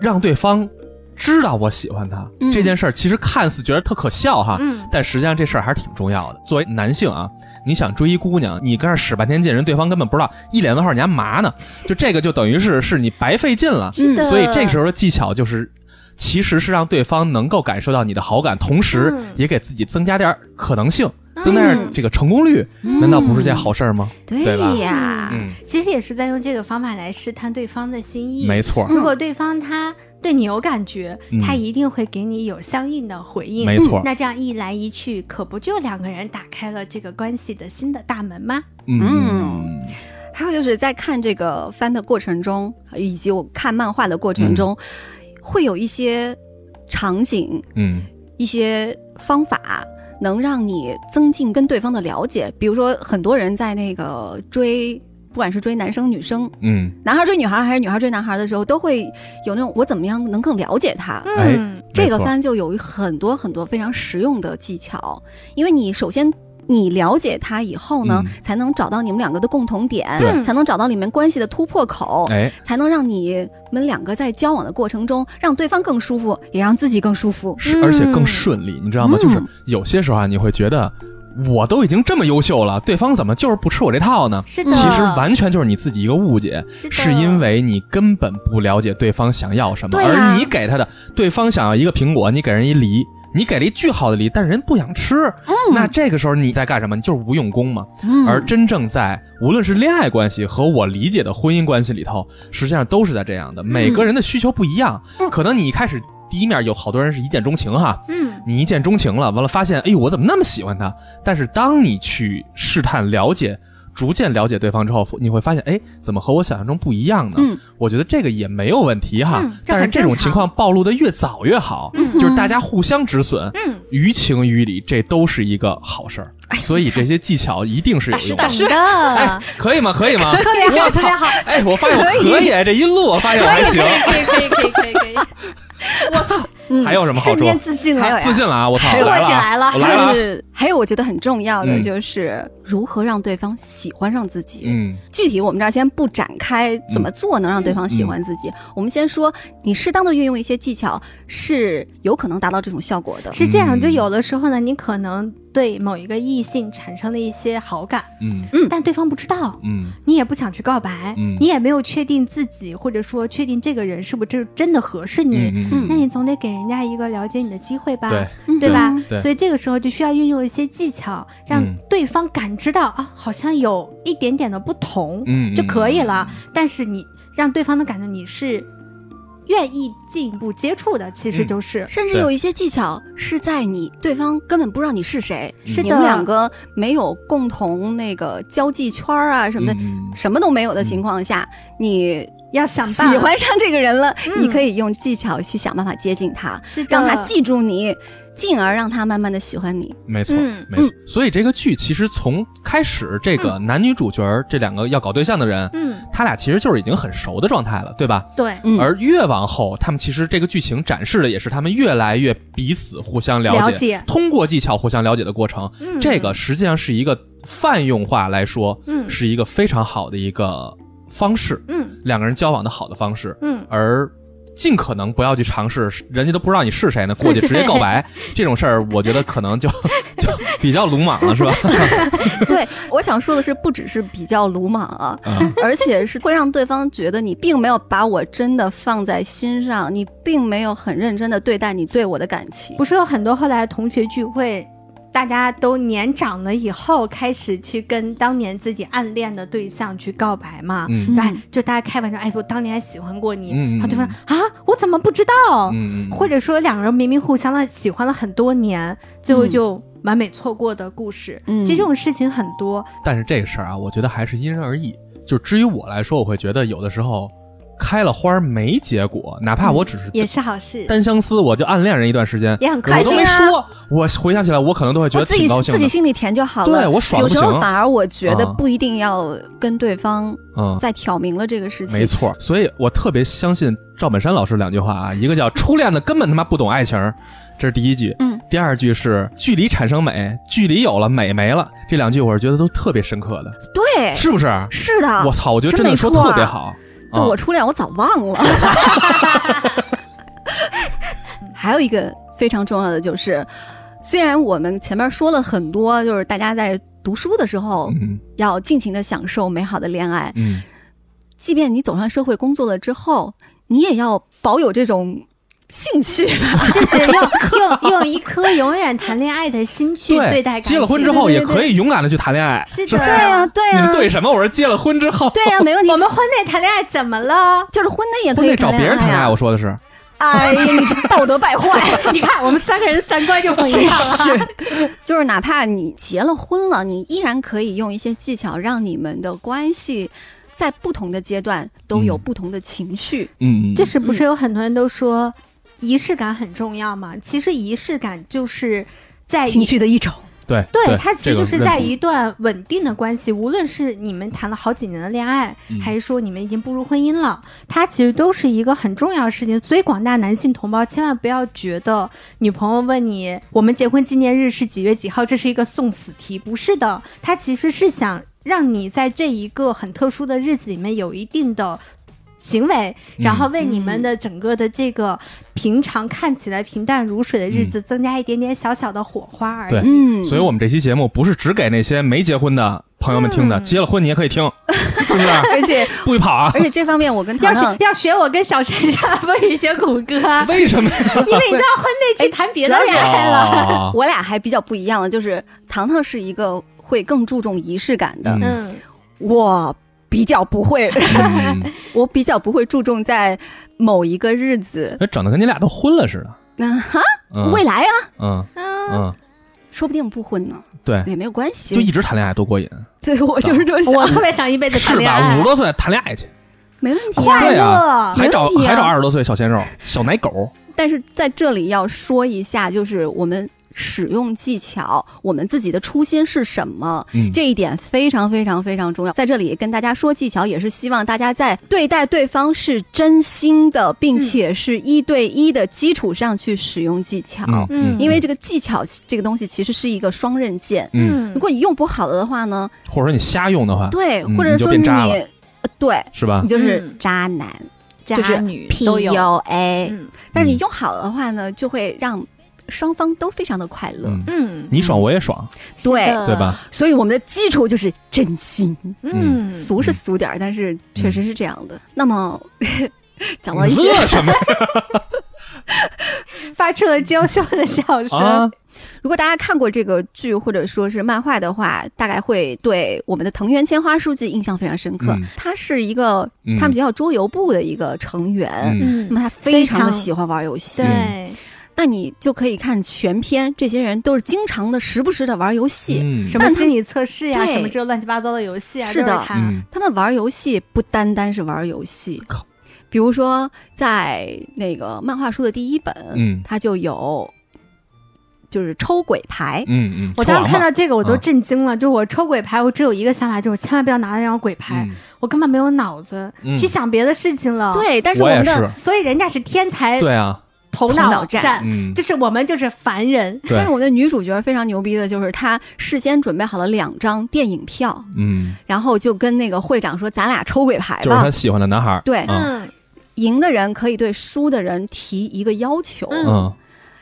Speaker 3: 让对方知道我喜欢他、
Speaker 4: 嗯
Speaker 3: 这件事儿，其实看似觉得特可笑哈。
Speaker 2: 嗯，
Speaker 3: 但实际上这事儿还是挺重要的。作为男性啊，你想追一姑娘，你跟那儿使半天劲，人对方根本不知道，一脸问号，你还 嘛呢？就这个就等于是是你白费劲了。
Speaker 2: 是的。
Speaker 3: 嗯所以这时候的技巧就是，其实是让对方能够感受到你的好感，同时
Speaker 2: 嗯
Speaker 3: 也给自己增加点儿可能性，
Speaker 2: 嗯
Speaker 3: 增加点儿这个成功率，难道不是件好事儿吗？对吧
Speaker 4: 对哎呀，
Speaker 3: 嗯，
Speaker 2: 其实也是在用这个方法来试探对方的心意。
Speaker 3: 没错儿，
Speaker 2: 如果对方他对你有感觉，
Speaker 3: 嗯
Speaker 2: 他一定会给你有相应的回应。
Speaker 3: 没错儿，
Speaker 2: 那这样一来一去，可不就两个人打开了这个关系的新的大门吗？
Speaker 3: 嗯嗯
Speaker 4: 还有就是在看这个番的过程中，以及我看漫画的过程中，会有一些场景、
Speaker 3: 嗯。
Speaker 4: 一些方法。能让你增进跟对方的了解，比如说很多人在那个追，不管是追男生女生，
Speaker 3: 嗯，
Speaker 4: 男孩追女孩还是女孩追男孩的时候，都会有那种我怎么样能更了解他，
Speaker 3: 哎
Speaker 2: 嗯，
Speaker 4: 这个
Speaker 3: 没错
Speaker 4: 番就有很多很多非常实用的技巧，因为你首先你了解他以后呢，
Speaker 3: 嗯
Speaker 4: 才能找到你们两个的共同点
Speaker 3: 对，
Speaker 4: 才能找到里面关系的突破口，
Speaker 3: 哎，
Speaker 4: 才能让你们两个在交往的过程中，让对方更舒服，也让自己更舒服。
Speaker 3: 是
Speaker 2: 嗯
Speaker 4: 嗯
Speaker 3: 而且更顺利，你知道吗？就是有些时候啊，你会觉得我都已经这么优秀了，对方怎么就是不吃我这套呢？
Speaker 4: 嗯
Speaker 2: 是的，
Speaker 3: 其实完全就是你自己一个误解，
Speaker 2: 是的
Speaker 3: 是因为你根本不了解对方想要什么，
Speaker 2: 对
Speaker 4: 啊
Speaker 2: 呀
Speaker 3: 而你给他的，对方想要一个苹果，你给人一梨，你给了一巨好的梨，但是人不想吃，那这个时候你在干什么？你就是无用功嘛。
Speaker 4: 嗯
Speaker 3: 而真正在无论是恋爱关系和我理解的婚姻关系里头，实际上都是在这样的，每个人的需求不一样，
Speaker 1: 嗯
Speaker 3: 可能你一开始第一面有好多人是一见钟情哈，
Speaker 2: 嗯，
Speaker 3: 你一见钟情了，完了发现，哎呦，我怎么那么喜欢他？但是当你去试探了解。逐渐了解对方之后，你会发现，哎，怎么和我想象中不一样呢？
Speaker 4: 嗯，
Speaker 3: 我觉得这个也没有问题哈。
Speaker 2: 嗯这
Speaker 3: 但是
Speaker 2: 很
Speaker 3: 这
Speaker 2: 正
Speaker 3: 种情况暴露的越早越好，
Speaker 2: 嗯
Speaker 3: 就是大家互相止损，
Speaker 2: 嗯，
Speaker 3: 于情于理，这都是一个好事儿。所以这些技巧一定是有用的。
Speaker 2: 懂的啊
Speaker 3: 哎，，可以吗？可以吗？
Speaker 2: 特别好，
Speaker 3: 我
Speaker 2: 特
Speaker 3: 操
Speaker 2: 别！好，
Speaker 3: 哎，我发现我可以，这一录我发现我还行。
Speaker 2: 可以，可以，可以， 可以，
Speaker 4: 嗯
Speaker 3: 还有什么好
Speaker 2: 瞬
Speaker 3: 处？
Speaker 2: 间自信
Speaker 4: 还有
Speaker 2: 了，
Speaker 4: 呀
Speaker 3: 自信了啊！我操，
Speaker 2: 自我
Speaker 3: 我来了
Speaker 2: 起来
Speaker 3: 啊，
Speaker 2: 了
Speaker 3: 我来了啊。
Speaker 4: 是还有我觉得很重要的
Speaker 3: 嗯
Speaker 4: 就是如何让对方喜欢上自己。
Speaker 3: 嗯
Speaker 4: 具体我们这儿先不展开怎么做能让对方喜欢自己，我们先说你适当的运用一些技巧是有可能达到这种效果的。
Speaker 2: 是这样，
Speaker 3: 嗯
Speaker 2: 就有的时候呢，你可能对某一个异性产生了一些好感，
Speaker 3: 嗯
Speaker 2: 但对方不知道，
Speaker 3: 嗯
Speaker 2: 你也不想去告白，
Speaker 3: 嗯
Speaker 2: 你也没有确定自己，或者说确定这个人是不是真真的合适你，
Speaker 3: 嗯
Speaker 4: 嗯
Speaker 2: 那你总得给人家一个了解你的机会吧，
Speaker 3: 对，
Speaker 2: 对吧
Speaker 4: 嗯？
Speaker 3: 对
Speaker 2: 所以这个时候就需要运用一些技巧，让
Speaker 3: 嗯
Speaker 2: 对方感知到、啊，好像有一点点的不同、
Speaker 3: 嗯
Speaker 2: 就可以了。但是你让对方的感觉你是愿意进一步接触的，其实
Speaker 3: 嗯
Speaker 2: 就是、
Speaker 4: 甚至有一些技巧是在你对方根本不知道你是谁，
Speaker 2: 是
Speaker 4: 你
Speaker 2: 的
Speaker 4: 们两个没有共同那个交际圈儿啊什么的，
Speaker 3: 嗯
Speaker 4: 什么都没有的情况下，你
Speaker 2: 要想
Speaker 4: 嗯喜
Speaker 2: 办法
Speaker 4: 欢上这个人了，
Speaker 2: 嗯
Speaker 4: 你可以用技巧去想办法接近他，
Speaker 2: 是的
Speaker 4: 让他记住你，进而让他慢慢的喜欢你。
Speaker 3: 没错，
Speaker 2: 嗯
Speaker 3: 没错。所以这个剧其实从开始，这个男女主角儿这两个要搞对象的人，
Speaker 2: 嗯，
Speaker 3: 他俩其实就是已经很熟的状态了，对吧？
Speaker 2: 对，
Speaker 4: 嗯，
Speaker 3: 而越往后，他们其实这个剧情展示的也是他们越来越彼此互相了解，
Speaker 2: 了解
Speaker 3: 通过技巧互相了解的过程。
Speaker 2: 嗯
Speaker 3: 这个实际上是一个泛用化来说，
Speaker 2: 嗯
Speaker 3: 是一个非常好的一个方式，
Speaker 2: 嗯
Speaker 3: 两个人交往的好的方式。
Speaker 2: 嗯，
Speaker 3: 而尽可能不要去尝试，人家都不知道你是谁呢，过 去直接告白这种事儿，我觉得可能就 就比较鲁莽 了，是吧？
Speaker 4: 对，我想说的是，不只是比较鲁莽啊，
Speaker 3: 嗯
Speaker 4: 而且是会让对方觉得你并没有把我真的放在心上，你并没有很认真的对待你对我的感情。
Speaker 2: 不是有很多后来同学聚会。大家都年长了以后，开始去跟当年自己暗恋的对象去告白嘛？
Speaker 3: 嗯
Speaker 4: 嗯
Speaker 2: 哎，就大家开玩笑，哎，我当年还喜欢过你，
Speaker 3: 嗯嗯
Speaker 2: 然后对方
Speaker 3: 嗯
Speaker 2: 啊，我怎么不知道？
Speaker 3: 嗯，
Speaker 2: 或者说两个人明明互相的喜欢了很多年，最后
Speaker 4: 嗯
Speaker 2: 就完美错过的故事，
Speaker 4: 嗯
Speaker 2: 其实这种事情很多。
Speaker 3: 但是这个事儿啊，我觉得还是因人而异。就至于我来说，我会觉得有的时候开了花儿没结果，哪怕我只是
Speaker 2: 也是好事，
Speaker 3: 单相思，我就暗恋人一段时间，
Speaker 2: 也很
Speaker 3: 我
Speaker 2: 开
Speaker 3: 都
Speaker 2: 心
Speaker 3: 没
Speaker 2: 啊
Speaker 3: 说，我回想起来，我可能都会觉
Speaker 4: 我
Speaker 3: 得
Speaker 4: 自己
Speaker 3: 挺高兴
Speaker 4: 自
Speaker 3: 的
Speaker 4: 己。心里甜就好了。
Speaker 3: 对我爽
Speaker 4: 有
Speaker 3: 的不
Speaker 4: 时候反
Speaker 3: 行，
Speaker 4: 而我觉得
Speaker 3: 啊
Speaker 4: 不一定要跟对方
Speaker 3: 嗯，
Speaker 4: 再挑明了这个事情。
Speaker 3: 没错，所以我特别相信赵本山老师两句话啊，一个叫“初恋的根本他妈不懂爱情”，这是第一句。
Speaker 4: 嗯，
Speaker 3: 第二句是“距离产生美，距离有了美没了”，这两句我是觉得都特别深刻的，
Speaker 2: 哎
Speaker 4: 对，
Speaker 3: 是不是？
Speaker 2: 啊
Speaker 4: 是的，
Speaker 3: 我操，我觉得真的说
Speaker 4: 真没错啊
Speaker 3: 特别好。
Speaker 4: 对
Speaker 3: 啊
Speaker 4: 我初恋我早忘了。 还有一个非常重要的就是，虽然我们前面说了很多，就是大家在读书的时候
Speaker 3: 嗯
Speaker 4: 要尽情的享受美好的恋爱，
Speaker 3: 嗯，
Speaker 4: 即便你走上社会工作了之后，你也要保有这种兴趣吧。
Speaker 2: 就是 用用用一颗永远谈恋爱的心去对待感情。
Speaker 3: 结了婚之后
Speaker 2: 对
Speaker 3: 也可，以勇敢的去谈恋爱。
Speaker 2: 对对对是啊
Speaker 3: 是
Speaker 2: 的，
Speaker 3: 吧
Speaker 4: 对呀、对
Speaker 3: 你
Speaker 4: 呀、
Speaker 3: 们对什么？我说结了婚之后，
Speaker 4: 对 呀、没问题
Speaker 2: 我。们婚内谈恋爱怎么了？
Speaker 4: 就是婚内也
Speaker 3: 婚
Speaker 4: 可以
Speaker 3: 内找别人谈
Speaker 4: 谈
Speaker 3: 恋
Speaker 4: 恋
Speaker 3: 爱，
Speaker 4: 爱
Speaker 3: 我
Speaker 4: 啊。
Speaker 3: 说的是，
Speaker 4: 哎呀，你这道德败坏。
Speaker 2: 你看我们三个人三观就 不一样了。
Speaker 4: 就是哪怕你结了婚了，你依然可以用一些技巧，让你们的关系在不同的阶段都有
Speaker 3: 嗯
Speaker 4: 不同的情绪。
Speaker 3: 嗯，嗯
Speaker 2: 就是不是有很多人都说仪式感很重要嘛？其实仪式感就是在一
Speaker 4: 绪的一种，
Speaker 3: 对
Speaker 2: 对，它其
Speaker 3: 这
Speaker 2: 实
Speaker 3: 个
Speaker 2: 就是
Speaker 3: 认
Speaker 2: 在
Speaker 3: 同
Speaker 2: 一段稳定的关系，无论是你们谈了好几年的恋爱，
Speaker 3: 嗯
Speaker 2: 还是说你们已经步入婚姻了，它其实都是一个很重要的事情。所以，广大男性同胞千万不要觉得女朋友问你我们结婚纪念日是几月几号，这是一个送死题，不是的，它其实是想让你在这一个很特殊的日子里面有一定的。行为，
Speaker 3: 嗯
Speaker 2: 然后为你们的整个的这个平常看起来平淡如水的日子增加一点点小小的火花而已。
Speaker 3: 嗯对
Speaker 4: 嗯，
Speaker 3: 所以我们这期节目不是只给那些没结婚的朋友们听的，结了婚你也可以听，是不是？
Speaker 4: 嗯而 且
Speaker 3: 不许跑啊！
Speaker 4: 而且这方面我跟
Speaker 2: 要
Speaker 4: 糖
Speaker 2: 是
Speaker 4: 糖。
Speaker 2: 要学我跟小陈家，不许学谷歌，啊 因
Speaker 3: 为什么呀？
Speaker 2: 为你到婚内去谈别的恋爱了。
Speaker 3: 啊
Speaker 4: 我俩还比较不一样的，就是糖糖是一个会更注重仪式感的，
Speaker 3: 嗯
Speaker 2: 嗯，
Speaker 4: 我比较不 会，
Speaker 3: 嗯，
Speaker 4: 我比较不会注重在某一个日子。
Speaker 3: 那哎整的跟你俩都婚了似的。
Speaker 4: 那哈，
Speaker 3: 嗯
Speaker 4: 未来啊，
Speaker 3: 嗯嗯，
Speaker 4: 说不定不婚呢，
Speaker 3: 对，
Speaker 4: 也没有关系。
Speaker 3: 哎就一直啊谈恋爱多过瘾，
Speaker 4: 对我就是这么想
Speaker 2: 嗯我，特别想一辈子谈
Speaker 3: 哦嗯是
Speaker 2: 恋爱啊
Speaker 3: 吧？五十，多岁谈恋爱去，
Speaker 4: 没问题啊。
Speaker 2: 快
Speaker 3: 对啊
Speaker 2: 乐。
Speaker 3: 还找
Speaker 4: 没问题啊
Speaker 3: 还找二十多岁小鲜肉、小奶狗，
Speaker 4: 但是在这里要说一下，就是我们使用技巧，我们自己的初心是什么，
Speaker 3: 嗯，
Speaker 4: 这一点非常非常非常重要。在这里跟大家说技巧，也是希望大家在对待对方是真心的，并且是一对一的基础上去使用技巧。
Speaker 3: 嗯
Speaker 2: 嗯
Speaker 4: 因为这个技巧这个东西其实是一个双刃剑。
Speaker 3: 嗯，
Speaker 4: 如果你用不好了的话呢，
Speaker 3: 或者说你瞎用的话，
Speaker 4: 对，
Speaker 3: 嗯
Speaker 4: 或者说
Speaker 3: 你就变
Speaker 4: 你，
Speaker 3: 渣了
Speaker 4: 呃对，
Speaker 3: 是吧
Speaker 4: 你？就是
Speaker 2: 嗯
Speaker 4: 渣男、
Speaker 2: 渣女
Speaker 4: PUA、
Speaker 2: 嗯
Speaker 4: 但是你用好了的话呢，就会让双方都非常的快乐。
Speaker 3: 嗯，
Speaker 2: 嗯，
Speaker 3: 你爽我也爽，
Speaker 2: 是
Speaker 4: 对
Speaker 2: 的
Speaker 3: 对？吧？
Speaker 4: 所以我们的基础就是真心，
Speaker 2: 嗯，
Speaker 4: 俗是俗点儿，但是确实是这样
Speaker 3: 嗯
Speaker 4: 的。那么 讲啊到一些
Speaker 3: 乐什么
Speaker 2: 发出了娇羞的笑声。
Speaker 3: 啊？
Speaker 4: 如果大家看过这个剧或者说是漫画的话，大概会对我们的藤原千花书记印象非常深刻。
Speaker 3: 嗯
Speaker 4: 他是一个
Speaker 3: 嗯
Speaker 4: 他们学校桌游部的一个成员，
Speaker 3: 嗯
Speaker 2: 嗯
Speaker 4: 那，么他非常的喜欢玩游戏。
Speaker 2: 对，
Speaker 4: 那你就可以看全篇，这些人都是经常的、时不时的玩游戏。
Speaker 3: 嗯
Speaker 2: 什么心理测试呀，
Speaker 4: 对
Speaker 2: 什么这乱七八糟的游戏啊，
Speaker 4: 是的
Speaker 2: 都他
Speaker 3: 嗯
Speaker 4: 他们玩游戏不单单是玩游戏，比如说在那个漫画书的第一本，
Speaker 3: 嗯
Speaker 4: 它就有就是抽鬼牌，
Speaker 3: 嗯嗯，
Speaker 2: 我当时看
Speaker 3: 到
Speaker 2: 到这个我都
Speaker 3: 嗯
Speaker 2: 震惊了，就我抽鬼牌，我只有一个想法，就是我千万不要拿那张鬼牌，我根本没有脑子
Speaker 3: 嗯
Speaker 2: 去想别的事情了。，
Speaker 4: 对，但是
Speaker 3: 我
Speaker 4: 我
Speaker 3: 也
Speaker 4: 们的
Speaker 3: 是，
Speaker 2: 所以人家是天才
Speaker 3: 对啊，
Speaker 2: 头
Speaker 4: 头
Speaker 2: 脑
Speaker 4: 脑战
Speaker 2: 战，
Speaker 3: 嗯，
Speaker 2: 就是我们就是凡人。
Speaker 3: 对
Speaker 4: 但是我们的女主角非常牛逼的，就是她事先准备好了两张电影票，
Speaker 3: 嗯，
Speaker 4: 然后就跟那个会长说：“咱俩抽鬼牌
Speaker 3: 就是
Speaker 4: 吧。
Speaker 3: 他喜欢的男孩儿，
Speaker 4: 对，
Speaker 3: 嗯
Speaker 2: 嗯
Speaker 4: 赢的人可以对输的人提一个要求，
Speaker 2: 嗯
Speaker 3: 嗯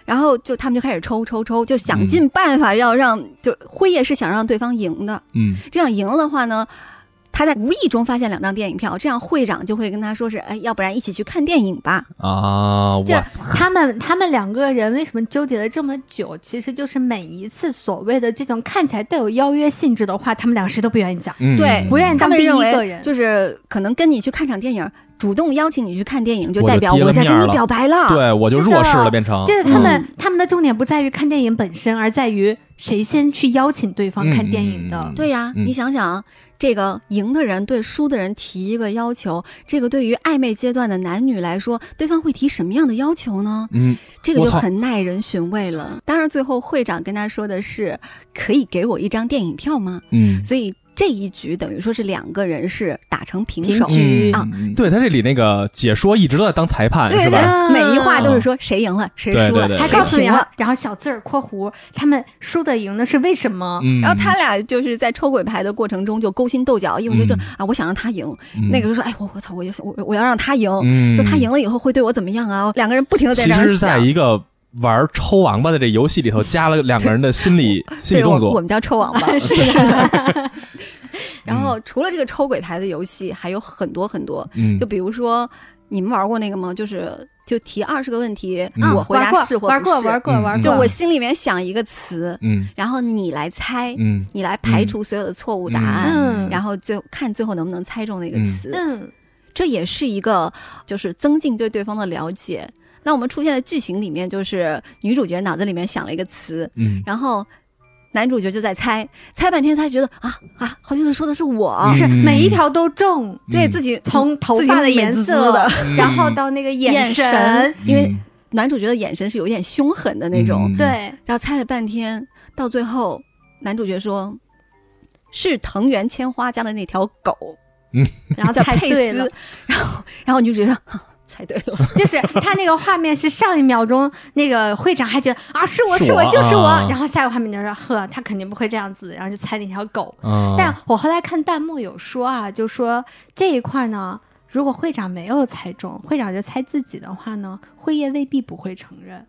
Speaker 4: 然后就他们就开始抽抽抽，就想
Speaker 3: 嗯
Speaker 4: 尽办法要让，就辉夜是想让对方赢的。
Speaker 3: 嗯
Speaker 4: 这样赢了的话呢，他在无意中发现两张电影票，这样会长就会跟他说是，哎，要不然一起去看电影吧。
Speaker 3: 啊，我
Speaker 2: 这他们他们两个人为什么纠结了这么久？其实就是每一次所谓的这种看起来带有邀约性质的话，他们俩谁都不愿意讲。
Speaker 3: 嗯
Speaker 4: 对
Speaker 2: 不愿意
Speaker 4: 他
Speaker 2: 当
Speaker 4: 们
Speaker 2: 第一
Speaker 4: 认
Speaker 2: 个
Speaker 4: 为
Speaker 2: 人，
Speaker 4: 就是可能跟你去看场电影，主动邀请你去看电影，就
Speaker 3: 我就
Speaker 4: 代表
Speaker 3: 跌了
Speaker 4: 我在
Speaker 3: 面
Speaker 4: 跟
Speaker 3: 儿
Speaker 4: 你
Speaker 3: 了
Speaker 4: 表白了。
Speaker 3: 对我就是弱势
Speaker 2: 的
Speaker 3: 了，变成
Speaker 2: 就是他们、他们的重点不在于看电影本身，而在于谁先去邀请对方看电影的
Speaker 3: 嗯。
Speaker 4: 对呀，
Speaker 3: 嗯
Speaker 4: 你想想，这个赢的人对输的人提一个要求，这个对于暧昧阶段的男女来说，对方会提什么样的要求呢？
Speaker 3: 嗯
Speaker 4: 这个就
Speaker 3: 我操
Speaker 4: 很耐人寻味了。当然，最后会长跟他说的是，可以给我一张电影票吗？
Speaker 3: 嗯
Speaker 4: 所以这一局等于说是两个人是打成平
Speaker 2: 平
Speaker 4: 手。
Speaker 2: 局
Speaker 3: 嗯
Speaker 4: 啊
Speaker 3: 嗯对他这里那个解说一直都在当裁判
Speaker 4: 对
Speaker 3: 是
Speaker 4: 对
Speaker 3: 吧？
Speaker 4: 对，每一话都是说谁赢了，谁输
Speaker 3: 嗯对对
Speaker 4: 了，
Speaker 2: 还
Speaker 4: 谁
Speaker 2: 告诉你
Speaker 4: 啊平了
Speaker 2: 啊。，然后小字儿（括弧）他们输的赢的是为什么？
Speaker 3: 嗯，
Speaker 4: 然后他俩就是在抽鬼牌的过程中就勾心斗角，因为就这
Speaker 3: 嗯
Speaker 4: 啊，我想让他赢，
Speaker 3: 嗯
Speaker 4: 那个就说，哎，我我操，我要我我要让他赢，
Speaker 3: 嗯，
Speaker 4: 就他赢了以后会对我怎么样啊？两个人不停的在
Speaker 3: 其
Speaker 4: 这
Speaker 3: 实
Speaker 4: 样
Speaker 3: 是在
Speaker 4: 想。
Speaker 3: 一个玩抽王八的这游戏里头加了两个人的心理 心理
Speaker 4: 对，我
Speaker 3: 动
Speaker 4: 我
Speaker 3: 作
Speaker 4: 们，叫抽网 吧。
Speaker 2: 是的，
Speaker 4: 然后除了这个抽鬼牌的游戏，还有很多很多，
Speaker 3: 嗯
Speaker 4: 就比如说你们玩过那个吗？就是就提二十个问题，
Speaker 3: 嗯
Speaker 4: 我回
Speaker 2: 玩
Speaker 4: 答
Speaker 2: 过
Speaker 4: 是或
Speaker 2: 玩
Speaker 4: 不
Speaker 2: 过
Speaker 4: 是
Speaker 2: 玩。过
Speaker 3: 嗯
Speaker 2: 玩
Speaker 3: 嗯
Speaker 2: 过，
Speaker 4: 就我心里面想一个词，
Speaker 3: 嗯
Speaker 4: 然后你来猜，
Speaker 3: 嗯
Speaker 4: 你来排除哎所有的错误答案，
Speaker 2: 嗯
Speaker 4: 然后最后看最后能不能猜中那个
Speaker 3: 嗯
Speaker 4: 词。
Speaker 2: 嗯
Speaker 4: 这也是一个就是增进对对方的了解。那我们出现在剧情里面，就是女主角脑子里面想了一个词，
Speaker 3: 嗯
Speaker 4: 然后男主角就在猜，猜半天，他觉得啊啊，好像是说的是我，
Speaker 3: 嗯
Speaker 2: 哦是每一条都中，
Speaker 4: 对
Speaker 3: 嗯
Speaker 4: 自己
Speaker 2: 从头发的颜
Speaker 4: 自己美滋滋
Speaker 2: 色
Speaker 4: 的，
Speaker 3: 嗯
Speaker 2: 然后到那个
Speaker 4: 眼神
Speaker 2: 神，
Speaker 4: 因为男主角的眼神是有点凶狠的那种，
Speaker 3: 嗯
Speaker 2: 对，
Speaker 4: 然后猜了半天，到最后男主角说。是藤原千花家的那条狗，
Speaker 3: 嗯
Speaker 2: 然 后
Speaker 4: 叫
Speaker 2: 猜
Speaker 4: 佩
Speaker 2: 对了
Speaker 4: 斯。，然后然后女主角说、 啊、猜对
Speaker 3: 嗯
Speaker 4: 了，
Speaker 2: 就是他那个画面是上一秒钟那个会长还觉得啊是我
Speaker 3: 是
Speaker 2: 是
Speaker 3: 我
Speaker 2: 我就是我
Speaker 3: 啊，
Speaker 2: 然后下一个画面就说呵他肯定不会这样子，然后就猜那条狗。
Speaker 3: 啊
Speaker 2: 但我后来看弹幕有说啊，就说这一块呢。如果会长没有猜中，会长就猜自己的话呢，辉夜未必不会承认。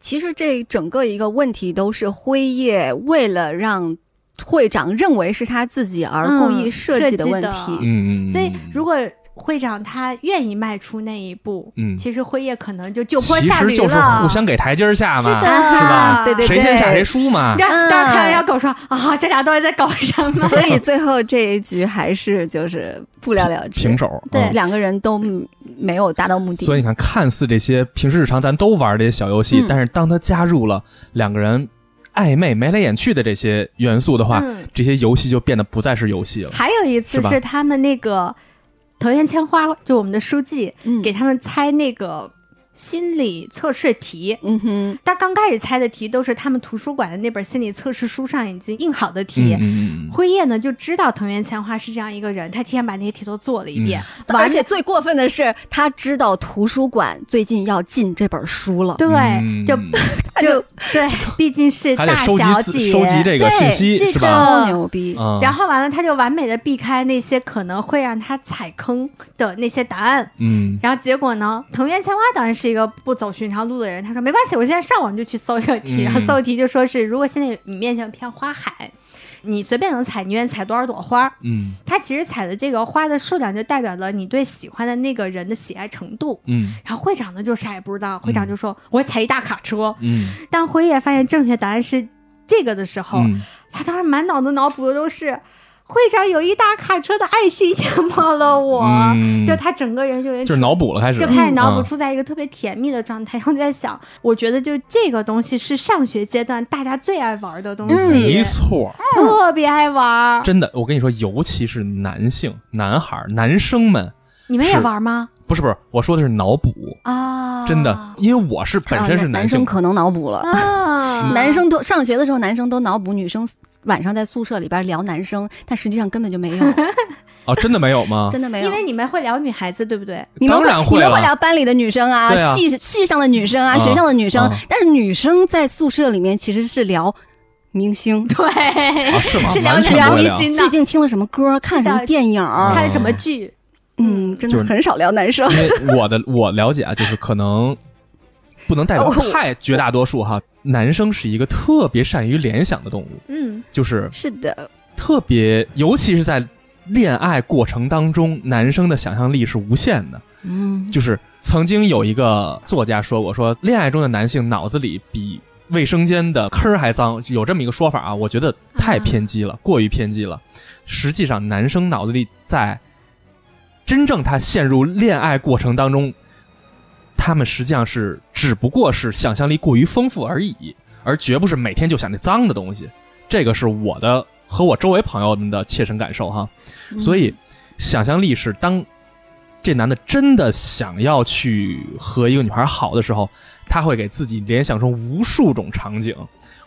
Speaker 4: 其实这整个一个问题都是辉夜为了让会长认为是他自己而故意
Speaker 2: 嗯
Speaker 4: 设计的问题。
Speaker 2: 设计的
Speaker 3: 嗯嗯，
Speaker 2: 所以，如
Speaker 3: 果
Speaker 2: 果会长他愿意迈出那一步，
Speaker 3: 嗯
Speaker 2: 其实辉夜可能就就
Speaker 3: 其
Speaker 2: 坡下驴了。
Speaker 3: 实就是互相给台阶下嘛，
Speaker 2: 是的
Speaker 4: 啊
Speaker 3: 嗯是吧
Speaker 4: 对对对，
Speaker 3: 谁先下谁输嘛。
Speaker 2: 然后
Speaker 4: 嗯
Speaker 2: 当时看到小狗说：“啊，这俩东西在搞什 么
Speaker 4: 所以最后这一局还是就是不了了之
Speaker 3: 平，手，
Speaker 2: 对
Speaker 3: 嗯
Speaker 4: 两个人都没有达到目的。
Speaker 3: 所以你看，看似这些平时日常咱都玩这些小游戏，
Speaker 4: 嗯
Speaker 3: 但是当它加入了两个人暧昧、眉来眼去的这些元素的？”话，
Speaker 2: 嗯，
Speaker 3: 这些游戏就变得不再是游戏了。
Speaker 2: 还有一次
Speaker 3: 是吧
Speaker 2: 是他们那个藤原千花，就我们的书记
Speaker 4: 嗯
Speaker 2: 给他们猜那个心理测试题。
Speaker 4: 嗯哼，
Speaker 2: 他刚开始猜的题都是他们图书馆的那本心理测试书上已经印好的题。
Speaker 3: 嗯嗯嗯
Speaker 2: 辉夜呢就知道藤原千花是这样一个人，他提前把那些题都做了一遍，
Speaker 3: 嗯
Speaker 2: 完
Speaker 4: 而且最过分的是，他知道图书馆最近要进这本书了，
Speaker 2: 对、
Speaker 3: 嗯，
Speaker 2: 就就对，毕竟是
Speaker 3: 还得
Speaker 2: 大
Speaker 3: 收
Speaker 2: 小
Speaker 3: 集资
Speaker 2: 姐，
Speaker 3: 收集这个信息
Speaker 2: 对
Speaker 3: 是
Speaker 2: 是
Speaker 3: 吧？
Speaker 2: 的
Speaker 4: 超牛逼。
Speaker 3: 嗯，
Speaker 2: 然后完了他就完美的避开那些可能会让他踩坑的那些答案。
Speaker 3: 嗯，
Speaker 2: 然后结果呢？藤原千花当然是一个不走寻常路的人，他说没关系，我现在上网就去搜一个题，
Speaker 3: 嗯
Speaker 2: 然后搜题就说是如果现在你面前有片花海，你随便能采，你愿意采多少朵花？
Speaker 3: 嗯
Speaker 2: 他其实采的这个花的数量就代表了你对喜欢的那个人的喜爱程度。
Speaker 3: 嗯
Speaker 2: 然后会长呢就啥也不知道，会长就说、我采一大卡车。
Speaker 3: 嗯
Speaker 2: 当辉夜发现正确答案是这个的时候，
Speaker 3: 嗯，
Speaker 2: 他当时满脑子脑补的都是会长有一大卡车的爱心淹没了我，
Speaker 3: 嗯
Speaker 2: 就他整个人就有点
Speaker 3: 就是脑补了，开始
Speaker 2: 就开始脑
Speaker 3: 嗯
Speaker 2: 补出在一个特别甜蜜的状态，然后就在想，我觉得就是这个东西是上学阶段大家最爱玩的东西，
Speaker 3: 嗯没错，
Speaker 2: 特别爱玩。
Speaker 3: 真的，我跟你说，尤其是男性、男孩儿、男生们，
Speaker 2: 你们也玩吗？
Speaker 3: 不是不是，我说的是脑补，
Speaker 2: 啊，
Speaker 3: 真的，因为我是本身
Speaker 4: 啊
Speaker 3: 是
Speaker 4: 男
Speaker 3: 男性
Speaker 4: 生，可能脑补了。
Speaker 2: 啊，
Speaker 4: 男生都上学的时候，男生都脑补女生晚上在宿舍里边聊男生，但实际上根本就没有，
Speaker 3: 哦，真的没有 吗？
Speaker 4: 真的没有。
Speaker 2: 因为你们会聊女孩子，对不对？
Speaker 4: 你们
Speaker 3: 当然会
Speaker 4: 你
Speaker 3: 了
Speaker 4: 们会聊班里的女生啊，
Speaker 3: 对啊
Speaker 4: 系系上的女生啊，
Speaker 3: 啊
Speaker 4: 学校的女生、
Speaker 3: 啊
Speaker 4: 但是女生在宿舍里面其实是聊明星，
Speaker 2: 对，
Speaker 3: 啊，是吗？
Speaker 2: 是聊
Speaker 3: 完全
Speaker 2: 聊
Speaker 3: 不
Speaker 2: 明
Speaker 3: 会聊。
Speaker 2: 星的
Speaker 4: 最，近听了什么歌，看什么电影，
Speaker 2: 看了什么剧？
Speaker 4: 嗯，真的
Speaker 3: 就是
Speaker 4: 很少聊男生。
Speaker 3: 因为我的我了解啊，就是可能不能代表
Speaker 4: 我
Speaker 3: 太绝大多数哈。男生是一个特别善于联想的动物，
Speaker 2: 嗯，
Speaker 3: 就是
Speaker 4: 是的，
Speaker 3: 特别，尤其是在恋爱过程当中，男生的想象力是无限的。
Speaker 4: 嗯，
Speaker 3: 就是曾经有一个作家说过，说恋爱中的男性脑子里比卫生间的坑儿还脏，有这么一个说法啊，我觉得太偏激了，过于偏激了。实际上，男生脑子里在真正他陷入恋爱过程当中，他们实际上是只不过是想象力过于丰富而已，而绝不是每天就想那脏的东西。这个是我的和我周围朋友们的切身感受哈。所以，
Speaker 4: 嗯
Speaker 3: 想象力是当这男的真的想要去和一个女孩好的时候，他会给自己联想出无数种场景。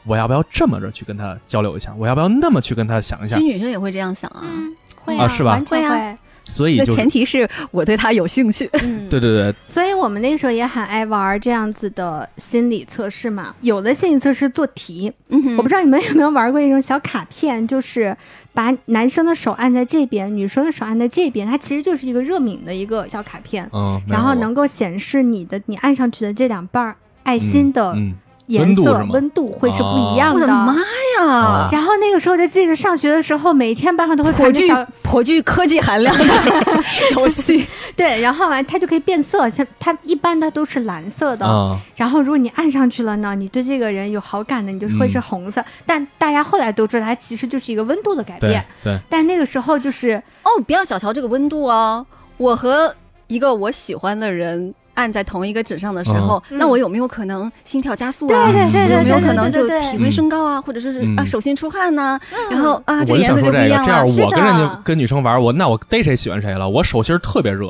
Speaker 3: 我要不要这么着去跟他交流一下？我要不要那么去跟他想一
Speaker 4: 其
Speaker 3: 下
Speaker 4: 实？女生也会这样想啊。
Speaker 2: 嗯，会
Speaker 3: 啊是吧
Speaker 2: 完全
Speaker 4: 会
Speaker 2: 会
Speaker 4: 啊，
Speaker 3: 所以
Speaker 4: 那
Speaker 3: 就是
Speaker 4: 前提是我对他有兴趣，
Speaker 2: 嗯，
Speaker 3: 对对对，
Speaker 2: 所以我们那个时候也很爱玩这样子的心理测试嘛。有的心理测试做题，
Speaker 4: 嗯哼
Speaker 2: 我不知道你们有没有玩过一种小卡片，就是把男生的手按在这边，女生的手按在这边，它其实就是一个热敏的一个小卡片，
Speaker 3: 嗯，
Speaker 2: 然后
Speaker 3: 没有
Speaker 2: 能够显示你的你按上去的这两瓣儿爱心的
Speaker 3: 嗯
Speaker 2: 颜色、
Speaker 3: 温度是吗
Speaker 2: 温度会是不一样
Speaker 4: 我
Speaker 2: 的。
Speaker 4: 的妈
Speaker 3: 啊
Speaker 4: 呀！
Speaker 2: 然后那个时候就记得上学的时候，每天班上都会
Speaker 4: 颇
Speaker 2: 看那
Speaker 4: 具
Speaker 2: 小
Speaker 4: 颇具科技含 量的游戏，
Speaker 2: 对，然后完它就可以变色，像它一般的都是蓝色的，
Speaker 3: 啊，
Speaker 2: 然后如果你按上去了呢，你对这个人有好感的，你就是会是
Speaker 3: 嗯
Speaker 2: 红色。但大家后来都知道，它其实就是一个温度的改
Speaker 3: 对
Speaker 2: 变。
Speaker 3: 对，
Speaker 4: 啊
Speaker 2: 但那个时候就是
Speaker 4: 哦，不要小瞧这个温度哦。我和一个我喜欢的人按在同一个纸上的时候，
Speaker 2: 嗯
Speaker 4: 那我有没有可能心跳加速
Speaker 2: 对
Speaker 4: 啊？
Speaker 2: 对对对，
Speaker 4: 有没有
Speaker 2: 对
Speaker 4: 可能
Speaker 2: 对
Speaker 4: 就
Speaker 2: 对对
Speaker 4: 体温升高啊，或者说是
Speaker 3: 嗯
Speaker 4: 啊手心出汗呐、然后啊这个
Speaker 3: 我就
Speaker 4: 颜
Speaker 3: 想
Speaker 4: 色
Speaker 3: 说
Speaker 4: 就不
Speaker 3: 这
Speaker 4: 一
Speaker 3: 个，
Speaker 4: 样
Speaker 3: 这样
Speaker 4: 了。
Speaker 2: 是
Speaker 3: 我跟人家
Speaker 2: 的
Speaker 3: 跟女生玩，我那我逮谁喜欢谁了？我手心儿 特别热，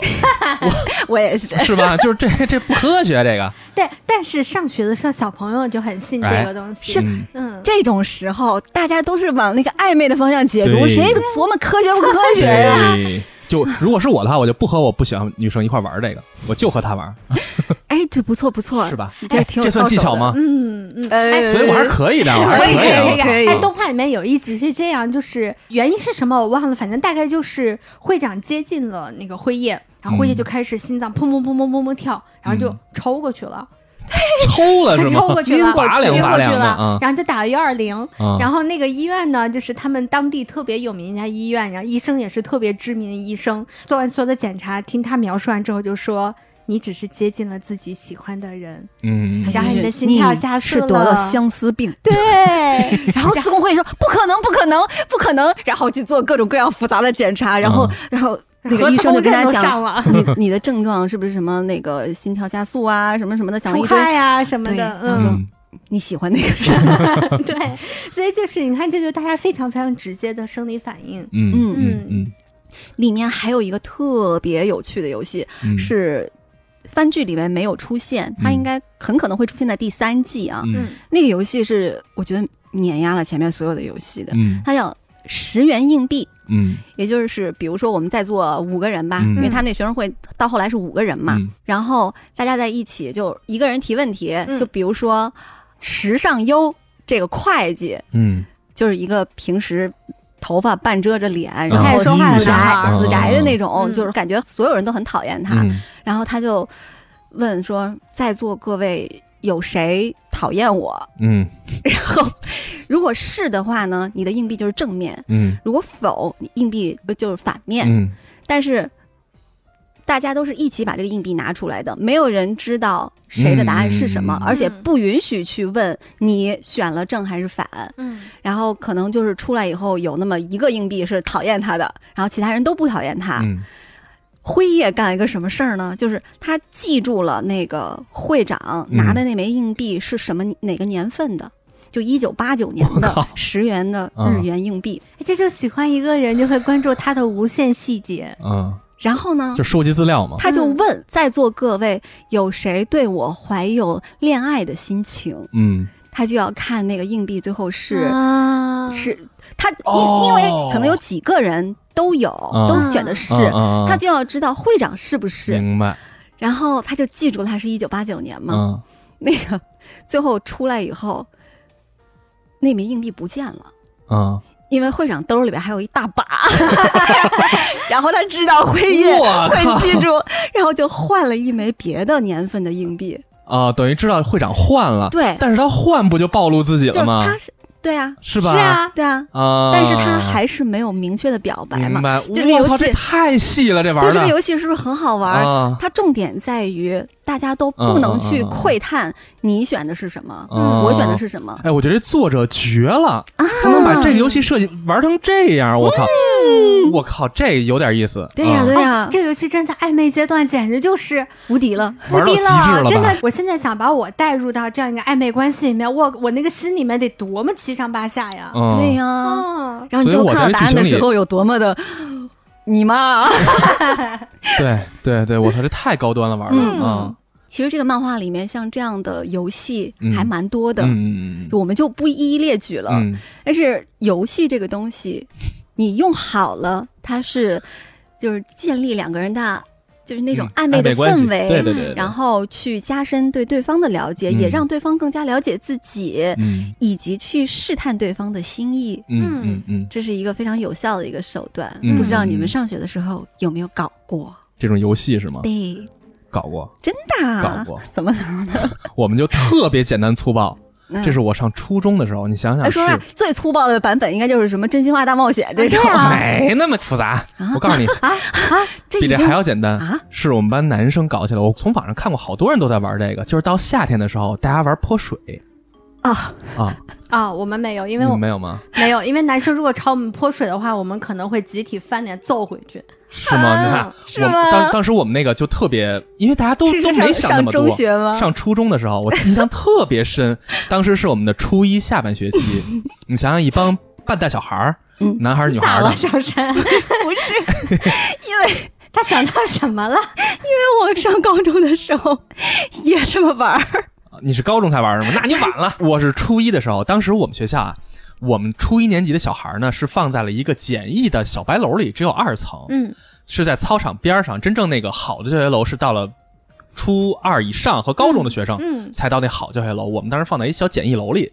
Speaker 4: 我也是，
Speaker 3: 是吧？就是这这不科学，这个
Speaker 2: 对，但是上学的时候，小朋友就很信这个东西。
Speaker 4: 哎是
Speaker 3: 嗯
Speaker 2: 嗯，
Speaker 4: 这种时候大家都是往那个暧昧的方向解读，
Speaker 3: 对
Speaker 4: 谁琢磨科学不科学啊呀、
Speaker 3: 对，就如果是我的话，我就不和我不喜欢女生一块玩这个，我就和她玩，
Speaker 4: 哎，这不错不错，
Speaker 3: 是？吧？哎
Speaker 4: 你这挺有
Speaker 3: 这算
Speaker 4: 操守
Speaker 3: 技巧
Speaker 4: 的？
Speaker 3: 吗？
Speaker 2: 嗯嗯，
Speaker 4: 哎，
Speaker 3: 所以我还是可以的，我还
Speaker 4: 可
Speaker 3: 是
Speaker 4: 以
Speaker 3: 以的。
Speaker 4: 可以
Speaker 3: 我操
Speaker 4: 可以
Speaker 2: 哎，动画里面有一集是这样，就是原因是什么我忘了，反正大概就是会长接近了那个辉夜，然后辉夜
Speaker 3: 嗯
Speaker 2: 就开始心脏砰砰砰砰砰砰跳，然后就
Speaker 3: 嗯
Speaker 2: 抽过去了，
Speaker 3: 抽了
Speaker 2: 他
Speaker 3: 是
Speaker 2: 抽
Speaker 3: 吗
Speaker 2: 过？去了，
Speaker 3: 晕过去拔凉
Speaker 2: 晕
Speaker 3: 拔
Speaker 2: 过去
Speaker 3: 凉的
Speaker 2: 了
Speaker 3: 啊，
Speaker 2: 然后就打了幺二零，
Speaker 3: 啊，
Speaker 2: 然后那个医院呢，就是他们当地特别有名一家医院，然后医生也是特别知名的医生。做完所有的检查，听他描述完之后，就说你只是接近了自己喜欢的人。
Speaker 3: 嗯，
Speaker 4: 哎
Speaker 2: 然后你的心跳加速
Speaker 4: 是得
Speaker 2: 了
Speaker 4: 了相思病。
Speaker 2: 对，
Speaker 4: 然后四公会说不可能，不可能，不可能，然后去做各种各样复杂的检查，然
Speaker 3: 嗯
Speaker 4: 后，然后那个医生就跟他
Speaker 2: 都
Speaker 4: 讲
Speaker 2: 上，了，
Speaker 4: 你 你的症状是不是什么那个心跳加速啊，什么什么的，讲了
Speaker 2: 出
Speaker 4: 一堆
Speaker 2: 汗呀什么的，
Speaker 4: 对然后
Speaker 2: 嗯，
Speaker 3: 嗯
Speaker 4: 你喜欢那个人，
Speaker 2: 对，所以就是你看，这就是大家非常非常直接的生理反应。
Speaker 3: 嗯
Speaker 4: 嗯
Speaker 3: 嗯嗯
Speaker 4: 里面还有一个特别有趣的游戏，
Speaker 3: 嗯，
Speaker 4: 是番剧里面没有出现，它
Speaker 3: 嗯
Speaker 4: 应该很可能会出现在第三季啊。
Speaker 3: 嗯
Speaker 4: 那个游戏是我觉得碾压了前面所有的游戏的，
Speaker 3: 嗯
Speaker 4: 它叫十元硬币。
Speaker 3: 嗯
Speaker 4: 也就是比如说我们在座五个人吧，
Speaker 3: 嗯
Speaker 4: 因为他们那学生会到后来是五个人嘛，
Speaker 3: 嗯
Speaker 4: 然后大家在一起就一个人提问题，
Speaker 2: 嗯
Speaker 4: 就比如说时尚优这个会计
Speaker 3: 嗯
Speaker 4: 就是一个平时。头发半遮着脸，然
Speaker 2: 开
Speaker 3: 啊
Speaker 4: 后
Speaker 2: 始说话的
Speaker 4: 死
Speaker 2: 男
Speaker 4: 宅
Speaker 2: 孩
Speaker 3: 儿
Speaker 4: 死宅的那种，
Speaker 2: 嗯
Speaker 4: 就是感觉所有人都很讨厌他。
Speaker 3: 嗯
Speaker 4: 然后他就问说：“在座各位有谁讨厌我
Speaker 3: 嗯？”
Speaker 4: 然后如果是的话呢，你的硬币就是正面；
Speaker 3: 嗯
Speaker 4: 如果否，你硬币不就是反面？
Speaker 3: 嗯
Speaker 4: 但是大家都是一起把这个硬币拿出来的，没有人知道谁的答案是什么，
Speaker 3: 嗯
Speaker 4: 而且不允许去问你选了正还是反。
Speaker 2: 嗯，
Speaker 4: 然后可能就是出来以后有那么一个硬币是讨厌他的，然后其他人都不讨厌他。
Speaker 3: 嗯
Speaker 4: 辉夜干了一个什么事儿呢？就是他记住了那个会长
Speaker 3: 嗯
Speaker 4: 拿的那枚硬币是什么、哪个年份的。就一九八九年
Speaker 3: 我靠
Speaker 4: 的十元的日元硬币，
Speaker 2: 哎这就喜欢一个人就会关注他的无限细节。
Speaker 3: 嗯，
Speaker 4: 然后呢，
Speaker 3: 就收集资料嘛。
Speaker 4: 他就问在座各位有谁对我怀有恋爱的心情？
Speaker 3: 嗯
Speaker 4: 他就要看那个硬币最后是、
Speaker 2: 啊，
Speaker 4: 是，他因、
Speaker 3: 哦
Speaker 4: 因为可能有几个人都有、
Speaker 3: 嗯
Speaker 4: 都选的是，
Speaker 3: 嗯
Speaker 4: 他就要知道会长是不是，
Speaker 3: 明白。
Speaker 4: 然后他就记住了他是一九八九年嘛。
Speaker 3: 嗯
Speaker 4: 那个最后出来以后，那枚硬币不见了。
Speaker 3: 嗯，
Speaker 4: 因为会长兜里边还有一大把， 然后他知道辉夜
Speaker 3: 我靠
Speaker 4: 会 记住，然后就换了一枚别的年份的硬币。
Speaker 3: 啊，等于知道会长换了，
Speaker 4: 对，
Speaker 3: 但是他换不就暴露自己
Speaker 4: 就
Speaker 3: 了
Speaker 4: 是
Speaker 3: 吗？
Speaker 4: 他是对啊，
Speaker 3: 是吧？
Speaker 2: 是啊，
Speaker 4: 对啊，
Speaker 3: 啊，
Speaker 4: 但是他还是没有明确的表白
Speaker 3: 明
Speaker 4: 嘛。
Speaker 3: 白。
Speaker 4: 就这个
Speaker 3: 我操，
Speaker 4: 游戏
Speaker 3: 这太细了，这玩
Speaker 4: 对
Speaker 3: 儿
Speaker 4: 这个
Speaker 3: 的
Speaker 4: 游戏是不是很好玩？
Speaker 3: 啊
Speaker 4: 它重点在于大家都不能去
Speaker 3: 嗯嗯嗯嗯
Speaker 4: 窥探你选的是什么，
Speaker 3: 嗯
Speaker 4: 我选的是什么。
Speaker 3: 哎，我觉得这作者绝了，
Speaker 4: 啊
Speaker 3: 他能把这个游戏设计玩成这样，我靠，我靠，这有点意思。
Speaker 4: 嗯对呀、
Speaker 3: 啊
Speaker 4: 对呀、
Speaker 2: 这个游戏真的在暧昧阶段简直就是
Speaker 4: 哦无敌了。
Speaker 2: 无
Speaker 3: 玩到
Speaker 2: 敌
Speaker 3: 极致了吧？
Speaker 2: 真的，我现在想把我带入到这样一个暧昧关系里面，我我那个心里面得多么七上八下呀！
Speaker 3: 嗯，
Speaker 4: 对呀、
Speaker 2: 哦，
Speaker 4: 然后你
Speaker 3: 所以
Speaker 4: 就
Speaker 3: 我
Speaker 4: 看
Speaker 3: 在
Speaker 4: 到答
Speaker 3: 剧
Speaker 4: 案
Speaker 3: 情
Speaker 4: 的时
Speaker 3: 里
Speaker 4: 候有多么的，你 妈！
Speaker 3: 对对对，我操，这太高端了玩儿
Speaker 4: 嗯
Speaker 3: 了啊！
Speaker 4: 其实这个漫画里面像这样的游戏
Speaker 3: 嗯
Speaker 4: 还蛮多的，
Speaker 3: 嗯嗯嗯
Speaker 4: 我们就不一一列举了。
Speaker 3: 嗯
Speaker 4: 但是游戏这个东西，你用好了，它是就是建立两个人的，就是那种
Speaker 3: 嗯
Speaker 4: 暧昧的
Speaker 3: 关系
Speaker 4: 氛围，
Speaker 3: 对对对对，
Speaker 4: 然后去加深对对方的了解，
Speaker 3: 嗯
Speaker 4: 也让对方更加了解自己，
Speaker 3: 嗯
Speaker 4: 以及去试探对方的心意。
Speaker 3: 嗯嗯嗯，
Speaker 4: 这是一个非常有效的一个手段，
Speaker 3: 嗯
Speaker 4: 不知道你们上学的时候有没有搞过？
Speaker 3: 这种游戏是吗？
Speaker 4: 对，
Speaker 3: 搞过，
Speaker 4: 真的啊
Speaker 3: 搞过，
Speaker 4: 怎么搞的？
Speaker 3: 我们就特别简单粗暴。
Speaker 4: 嗯
Speaker 3: 这是我上初中的时候，你想
Speaker 4: 哎，
Speaker 3: 想是
Speaker 4: 说实话，最粗暴的版本应该就是什么真心话大冒险这种，
Speaker 2: 对啊
Speaker 3: 没那么复杂
Speaker 4: 啊。
Speaker 3: 我告 诉你，
Speaker 4: 这
Speaker 3: 比
Speaker 4: 已
Speaker 3: 这
Speaker 4: 经
Speaker 3: 还要简单
Speaker 4: 啊！
Speaker 3: 是我们班男生搞起来，我从网上看过好多人都在玩这个，就是到夏天的时候，大家玩泼水
Speaker 4: 啊，
Speaker 3: 啊，
Speaker 2: 啊、我们没有，因
Speaker 3: 你
Speaker 2: 为我
Speaker 3: 们
Speaker 2: 们
Speaker 3: 没有吗？
Speaker 2: 没有，因为男生如果朝我们泼水的话，我们可能会集体翻脸揍回去。
Speaker 3: 是吗？你看，
Speaker 4: 啊是
Speaker 3: 我们
Speaker 4: 吗
Speaker 3: 当当时我们那个就特别，因为大家都
Speaker 4: 是
Speaker 3: 都
Speaker 4: 上
Speaker 3: 没想那
Speaker 4: 上
Speaker 3: 么多。
Speaker 4: 中学吗？
Speaker 3: 上初中的时候，我印象特别深， 当时是我们的初一下半学期，你想想一帮半大小孩儿，
Speaker 4: 嗯
Speaker 3: 男孩儿女孩
Speaker 2: 咋
Speaker 3: 儿的
Speaker 2: 了，，小 山？
Speaker 4: 不是，因为因
Speaker 2: 他想到什么了？
Speaker 4: 为我上高中的时候 也这么玩儿，
Speaker 3: 你是高中才玩儿是吗？ 那你晚了。我是初一的时候，当时我们学校啊，我们初一年级的小孩儿呢是放在了一个简易的小白楼里，只有二层，
Speaker 2: 嗯
Speaker 3: 是在操场边儿上。真正那个好的教学楼是到了初二以上和高中的学生、
Speaker 2: 嗯
Speaker 3: 才到那好教学楼，我们当时放在一小简易楼里。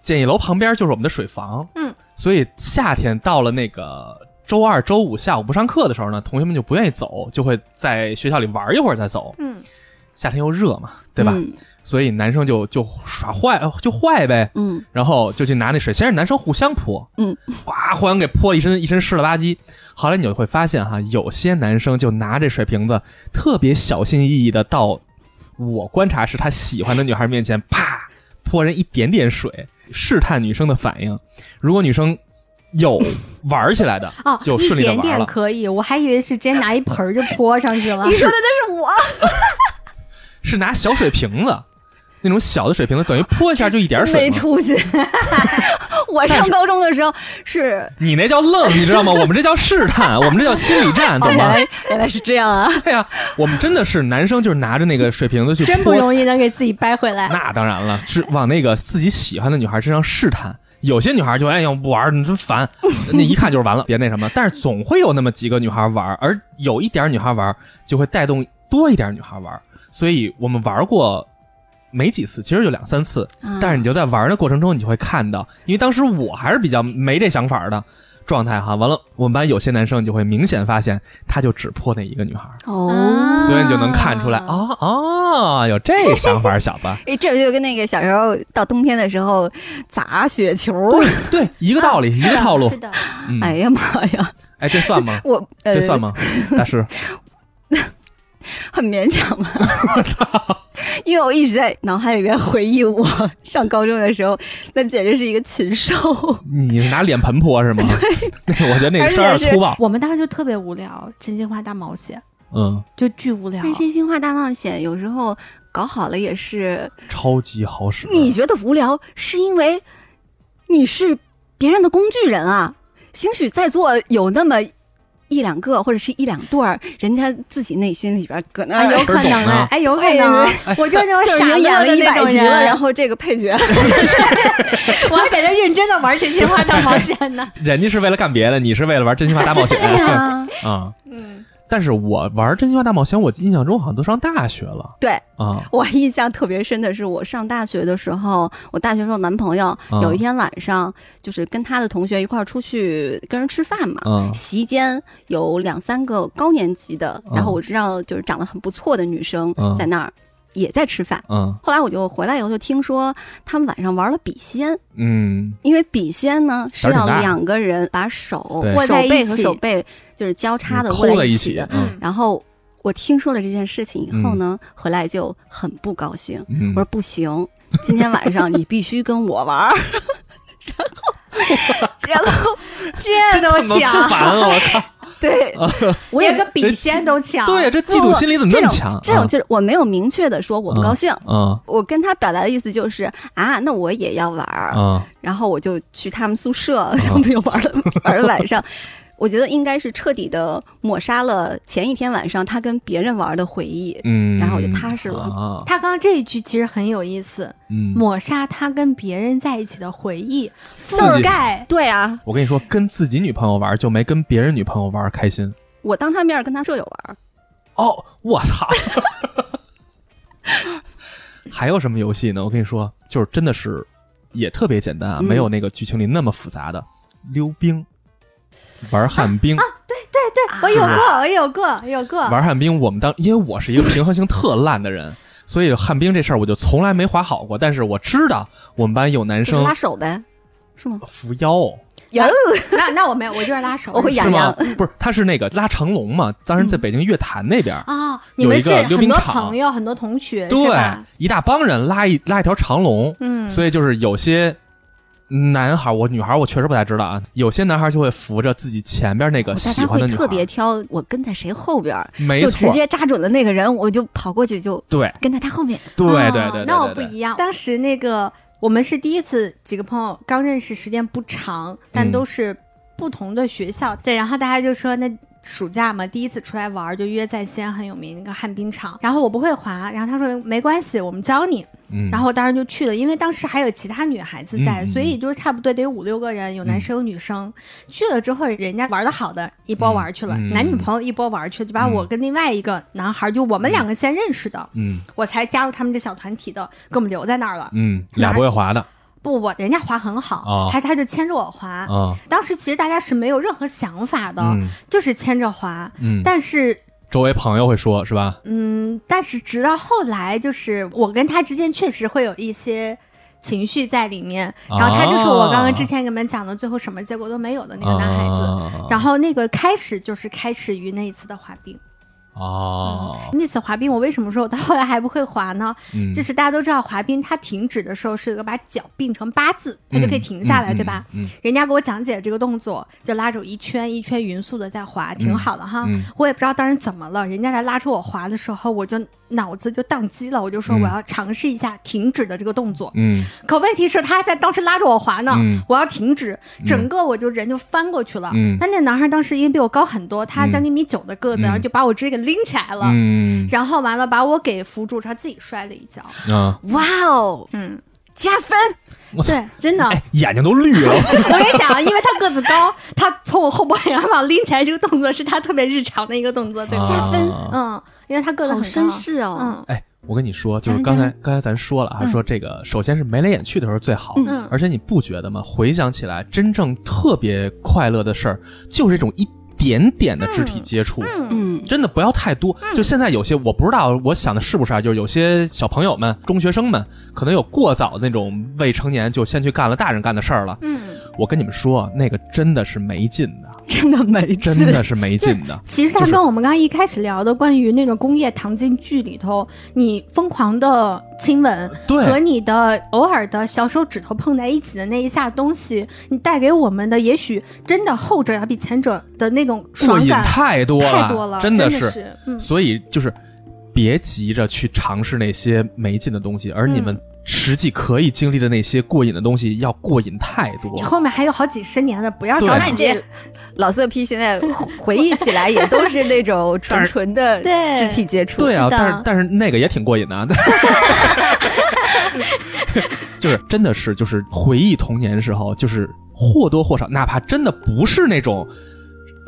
Speaker 3: 简易楼旁边就是我们的水房，
Speaker 2: 嗯，
Speaker 3: 所以夏天到了那个周二、周五下午不上课的时候呢，同学们就不愿意走，就会在学校里玩一会儿再走。
Speaker 2: 嗯，
Speaker 3: 夏天又热嘛，对吧？
Speaker 4: 嗯
Speaker 3: 所以男生就就耍坏就坏呗，
Speaker 4: 嗯
Speaker 3: 然后就去拿那水，先是男生互相泼，
Speaker 4: 嗯，
Speaker 3: 呱，互相给泼一身一身湿了吧唧。后来你就会发现哈，有些男生就拿这水瓶子特别小心翼翼的到我观察是他喜欢的女孩面前，啪泼人一点点水，试探女生的反应。如果女生有玩起来的，
Speaker 2: 哦，
Speaker 3: 就
Speaker 2: 一
Speaker 3: 顺利的
Speaker 2: 点
Speaker 3: 玩
Speaker 2: 点
Speaker 3: 了。
Speaker 2: 可以，我还以为是直接拿一盆儿就泼上去了。
Speaker 4: 你说的那是我，
Speaker 3: 是拿小水瓶子，那种小的水瓶子，等于泼一下就一点 水
Speaker 4: 没
Speaker 3: 嘛。
Speaker 4: 出息。 我上高中的 时候是，
Speaker 3: 你那叫愣，你知 道吗？我们这叫试探，我们这叫心理战，懂
Speaker 4: 原
Speaker 2: 哎
Speaker 3: 吗？哎
Speaker 4: 来原来是这样啊！
Speaker 3: 对呀、我们真的是男生，就是拿着那个水瓶子去
Speaker 2: 真不容
Speaker 3: 易。
Speaker 2: 易能给自己掰回 来。
Speaker 3: 那当然了，是往那个自己喜欢的女孩身上试探。有些女孩就哎呀不玩儿，你真烦，那一看就是完了，别那什么。但是总会有那么几个女孩玩儿，而有一点儿女孩玩儿就会带动多一点儿女孩玩儿。所以我们玩过没几次，其实就两三次，但是你就在玩的过程中，你就会看到，因为当时我还是比较没这想法的状态哈。完了，我们班有些男生你就会明显发现，他就只泼那一个女孩。
Speaker 4: 哦，？
Speaker 3: 所以你就能看出来啊啊，有这想法，小吧
Speaker 4: 哎，这不就跟那个小时候到冬天的时候砸雪球？
Speaker 3: 对对，一个道理，一个套路
Speaker 2: 是。的，
Speaker 3: 嗯，
Speaker 4: 啊哎呀妈呀，？
Speaker 3: 哎，这算吗
Speaker 4: 我 呃
Speaker 3: 这算吗？大师，
Speaker 4: 很勉强 吧。因为我一直在脑海里边回忆我上高中的时候，那简直是一个禽兽。
Speaker 3: 你是拿脸盆泼是吗？ 那个我觉得那个事儿有点粗暴。
Speaker 2: 我们当时就特别无聊，真心话大冒险
Speaker 3: 嗯，
Speaker 2: 就巨无聊。
Speaker 4: 但真心话大冒险有时候搞好了也是，
Speaker 3: 超级好使。
Speaker 4: 你觉得无聊是因为你是别人的工具人啊。兴许在座有那么一两个或者是一两对儿，人家自己内心里边搁那
Speaker 2: 啊，
Speaker 4: 儿
Speaker 2: 有可
Speaker 3: 懂
Speaker 2: 能哎
Speaker 3: 呢，
Speaker 2: 哎，有可能
Speaker 4: 哎，
Speaker 2: 我就是那
Speaker 4: 就
Speaker 2: 种
Speaker 4: 是已经
Speaker 2: 傻乐
Speaker 4: 演了
Speaker 2: 的
Speaker 4: 一
Speaker 2: 那
Speaker 4: 百
Speaker 2: 种
Speaker 4: 集了，
Speaker 2: 人
Speaker 4: 然后这个配角
Speaker 2: 我还在这认真的玩真心话大 冒险呢。
Speaker 3: 人家是为了干别的，你是为了玩真心话大冒险。
Speaker 4: 啊，
Speaker 3: 啊，
Speaker 2: 嗯，
Speaker 3: 但是我玩真心话大冒险，我印象中好像都上大学了
Speaker 4: 对
Speaker 3: 啊。
Speaker 4: 我印象特别深的是，我上大学的时候，我大学时候男朋友
Speaker 3: 嗯
Speaker 4: 有一天晚上，就是跟他的同学一块儿出去跟人吃饭嘛。
Speaker 3: 嗯
Speaker 4: 席间有两三个高年级的，
Speaker 3: 嗯
Speaker 4: 然后我知道就是长得很不错的女生
Speaker 3: 嗯
Speaker 4: 在那儿也在吃饭。
Speaker 3: 嗯
Speaker 4: 后来我就回来以后就听说他们晚上玩了笔仙，
Speaker 3: 嗯，
Speaker 4: 因为笔仙呢是
Speaker 3: 胆儿
Speaker 4: 要
Speaker 3: 挺大
Speaker 4: 两个人把手
Speaker 3: 对
Speaker 2: 握
Speaker 4: 手
Speaker 2: 在一
Speaker 4: 背和
Speaker 2: 起
Speaker 4: 手背就是交叉的
Speaker 3: 抠
Speaker 4: 握
Speaker 3: 在
Speaker 4: 在
Speaker 3: 一
Speaker 4: 一
Speaker 3: 起
Speaker 4: 起的，
Speaker 3: 嗯
Speaker 2: 啊
Speaker 4: 然后我听说了这件事情以后呢，回来就很不高兴。
Speaker 3: 嗯
Speaker 4: 我说不行，今天晚上你必须跟我玩儿。 然后，然后
Speaker 2: 这都
Speaker 3: 这 么
Speaker 2: 抢，
Speaker 3: 烦啊我操！
Speaker 4: 对，
Speaker 3: 啊
Speaker 4: 我也
Speaker 2: 连个笔仙都抢。
Speaker 3: 对啊呀，这嫉妒心理怎么
Speaker 4: 这
Speaker 3: 那么
Speaker 4: 种
Speaker 3: 强？
Speaker 4: 这种就是我没有明确的说我不高兴，
Speaker 3: 啊
Speaker 4: 我跟他表达的意思就是啊，那我也要玩儿。
Speaker 3: 啊
Speaker 4: 然后我就去他们宿舍， 他们又玩了、玩了晚上。 我觉得应该是彻底的抹杀了前一天晚上他跟别人玩的回忆。
Speaker 3: 嗯，
Speaker 4: 然后我就踏实了
Speaker 3: 啊，
Speaker 2: 他刚刚这一句其实很有意思，
Speaker 3: 嗯，
Speaker 2: 抹杀他跟别人在一起的回忆，
Speaker 3: 己
Speaker 2: 覆盖。
Speaker 4: 对啊，
Speaker 3: 我跟你说，跟自己女朋友玩就没跟别人女朋友玩开心。
Speaker 4: 我当他面跟他舍友玩，
Speaker 3: 哦，我操！ 还有什么游戏呢？我跟你说，就是真的是也特别简单啊，
Speaker 4: 嗯
Speaker 3: 没有那个剧情里那么复杂的溜冰。玩旱
Speaker 4: 啊
Speaker 3: 冰，
Speaker 2: 对对，我有过，我有过，有过。
Speaker 3: 玩旱冰，我们当因为我是一个平衡性特烂的人，所以旱冰这事儿我就从来没滑好过。但是我知道我们班有男
Speaker 4: 就是
Speaker 3: 生
Speaker 4: 拉手呗，是吗？
Speaker 3: 扶腰，
Speaker 4: 有，
Speaker 2: 那那我没有，我就是拉手。
Speaker 4: 我会痒
Speaker 3: 是吗
Speaker 4: 痒？嗯
Speaker 3: 不是，他是那个拉长龙嘛，当时在北京乐坛那边儿，
Speaker 2: 哦，
Speaker 3: 有
Speaker 2: 你们
Speaker 3: 一
Speaker 2: 是
Speaker 3: 个
Speaker 2: 很
Speaker 3: 溜冰
Speaker 2: 多
Speaker 3: 场
Speaker 2: 朋友、很多同学，是
Speaker 3: 对
Speaker 2: 吧？，
Speaker 3: 一大帮人拉一拉一条长龙，
Speaker 2: 嗯，
Speaker 3: 所以就是有些男孩儿，我女孩儿我确实不太知道啊，有些男孩儿就会扶着自己前边那个
Speaker 4: 我大
Speaker 3: 喜
Speaker 4: 家
Speaker 3: 欢
Speaker 4: 会
Speaker 3: 的女孩
Speaker 4: 特
Speaker 3: 儿，哎
Speaker 4: 别挑，我跟在谁后边儿，
Speaker 3: 没
Speaker 4: 就直
Speaker 3: 错，
Speaker 4: 接扎准了那个人，我就跑过去就
Speaker 3: 对
Speaker 4: 跟在他后面。
Speaker 3: 对
Speaker 2: 哦
Speaker 3: 对对对，
Speaker 2: 那我
Speaker 3: 对
Speaker 2: 不
Speaker 3: 对
Speaker 2: 一样。当时那个我们是第一次，几个朋友刚认识，时间不长，
Speaker 3: 嗯
Speaker 2: 但都是不同的学校。对，然后大家就说那。暑假嘛，第一次出来玩儿就约在西安很有名那个旱冰场，然后我不会滑，然后他说没关系，我们教你，
Speaker 3: 嗯，
Speaker 2: 然后我当时就去了，因为当时还有其他女孩子在，
Speaker 3: 嗯嗯嗯
Speaker 2: 所以就是差不多得有五六个人，有男生有女生。去了之后，人家玩的好的一波玩去了，
Speaker 3: 嗯嗯
Speaker 2: 男女朋友一波玩去，就把
Speaker 3: 嗯
Speaker 2: 我跟另外一个男孩，就我们两个先认识的，
Speaker 3: 嗯
Speaker 2: 我才加入他们这小团体的，给我们留在那儿了。
Speaker 3: 嗯，俩不会滑的，
Speaker 2: 不，我人家滑很好，
Speaker 3: 啊
Speaker 2: 还他就牵着我滑。
Speaker 3: 啊，
Speaker 2: 当时其实大家是没有任何想法的，
Speaker 3: 嗯
Speaker 2: 就是牵着滑。
Speaker 3: 嗯，
Speaker 2: 但是，
Speaker 3: 周围朋友会说是吧？
Speaker 2: 嗯，但是直到后来，就是我跟他之间确实会有一些情绪在里面。
Speaker 3: 哦
Speaker 2: 然后他就是我刚刚之前给你们讲的，最后什么结果都没有的那个男孩子。
Speaker 3: 子
Speaker 2: 然后那个开始就是开始于那一次的滑冰。
Speaker 3: 后哦，
Speaker 2: 那次滑冰，我为什么说我到后来还不会滑呢？
Speaker 3: 嗯
Speaker 2: 就是大家都知道，滑冰它停止的时候是有个把脚并成八字，它就可以停下来，
Speaker 3: 嗯
Speaker 2: 对吧？？
Speaker 3: 嗯
Speaker 2: 人家给我讲解这个动作，就拉着我一圈一圈匀速的在滑，挺好的哈。
Speaker 3: 嗯
Speaker 2: 我也不知道当时怎么了，人家在拉着我滑的时候，我就脑子就宕机了，我就说
Speaker 3: 嗯
Speaker 2: 我要尝试一下停止的这个动作。
Speaker 3: 嗯
Speaker 2: 可问题是，他还在当时拉着我滑呢，
Speaker 3: 嗯
Speaker 2: 我要停止，整个我就人就翻过去了。
Speaker 3: 嗯
Speaker 2: 但那男孩当时因为比我高很多，他
Speaker 3: 嗯
Speaker 2: 将近一米九的个子，
Speaker 3: 嗯
Speaker 2: 然后就把我直接给拎起来了，
Speaker 3: 嗯
Speaker 2: 然后完了把我给扶住，他自己摔了一跤。
Speaker 3: 嗯啊，
Speaker 4: 哇哦，
Speaker 2: 嗯，
Speaker 4: 加分！
Speaker 3: 我操，
Speaker 2: 对，真的，
Speaker 3: 哎，眼睛都绿了，
Speaker 2: 我跟你讲啊，因为他个子高，他从我后脖梁把我拎起来这个动作是他特别日常的一个动作，对吧？
Speaker 4: 加分
Speaker 3: 啊
Speaker 2: 嗯，因为他个子
Speaker 4: 好
Speaker 2: 很
Speaker 4: 绅
Speaker 2: 高，
Speaker 4: 士哦，
Speaker 2: 嗯
Speaker 3: 哎，我跟你说，就是
Speaker 4: 咱
Speaker 3: 刚才
Speaker 4: 咱
Speaker 3: 刚才咱说了啊，
Speaker 4: 嗯
Speaker 3: 说这个首先是眉来眼去的时候最好，
Speaker 4: 嗯
Speaker 2: 嗯
Speaker 3: 而且你不觉得吗？回想起来，真正特别快乐的事儿，就是这种一点点的肢体接触。
Speaker 2: 嗯
Speaker 4: 嗯，
Speaker 3: 真的不要太多，就现在有些我不知道，我想的是不是啊？就是有些小朋友们、中学生们，可能有过早那种未成年就先去干了大人干的事儿了。
Speaker 2: 嗯，
Speaker 3: 我跟你们说，那个真的是没劲的，
Speaker 4: 真的没劲，
Speaker 3: 真的是没劲 的。
Speaker 2: 其实它
Speaker 3: 就是
Speaker 2: 跟我们刚刚一开始聊的关于那个工业糖精剧里头，你疯狂的亲吻和
Speaker 3: 对，
Speaker 2: 你的偶尔的小手指头碰在一起的那一下东西，你带给我们的也许真的后者要比前者的那种
Speaker 3: 过
Speaker 2: 爽
Speaker 3: 瘾
Speaker 2: 感
Speaker 3: 太多
Speaker 2: 太
Speaker 3: 了，
Speaker 2: 多了，
Speaker 3: 真
Speaker 2: 的
Speaker 3: 是。
Speaker 2: 嗯
Speaker 3: 所以就是别急着去尝试那些没劲的东西，
Speaker 2: 嗯
Speaker 3: 而你们实际可以经历的那些过瘾的东西要过瘾太多。
Speaker 2: 你后面还有好几十年的，不要着
Speaker 3: 对
Speaker 4: 那
Speaker 2: 急。
Speaker 4: 你这老色批现在回忆起来也都是那种 纯纯的
Speaker 2: 对
Speaker 4: 肢体接触，
Speaker 3: 对啊，
Speaker 2: 是的
Speaker 3: 但是但是那个也挺过瘾的啊。 就是真的是就是回忆童年的时候，就是或多或少，哪怕真的不是那种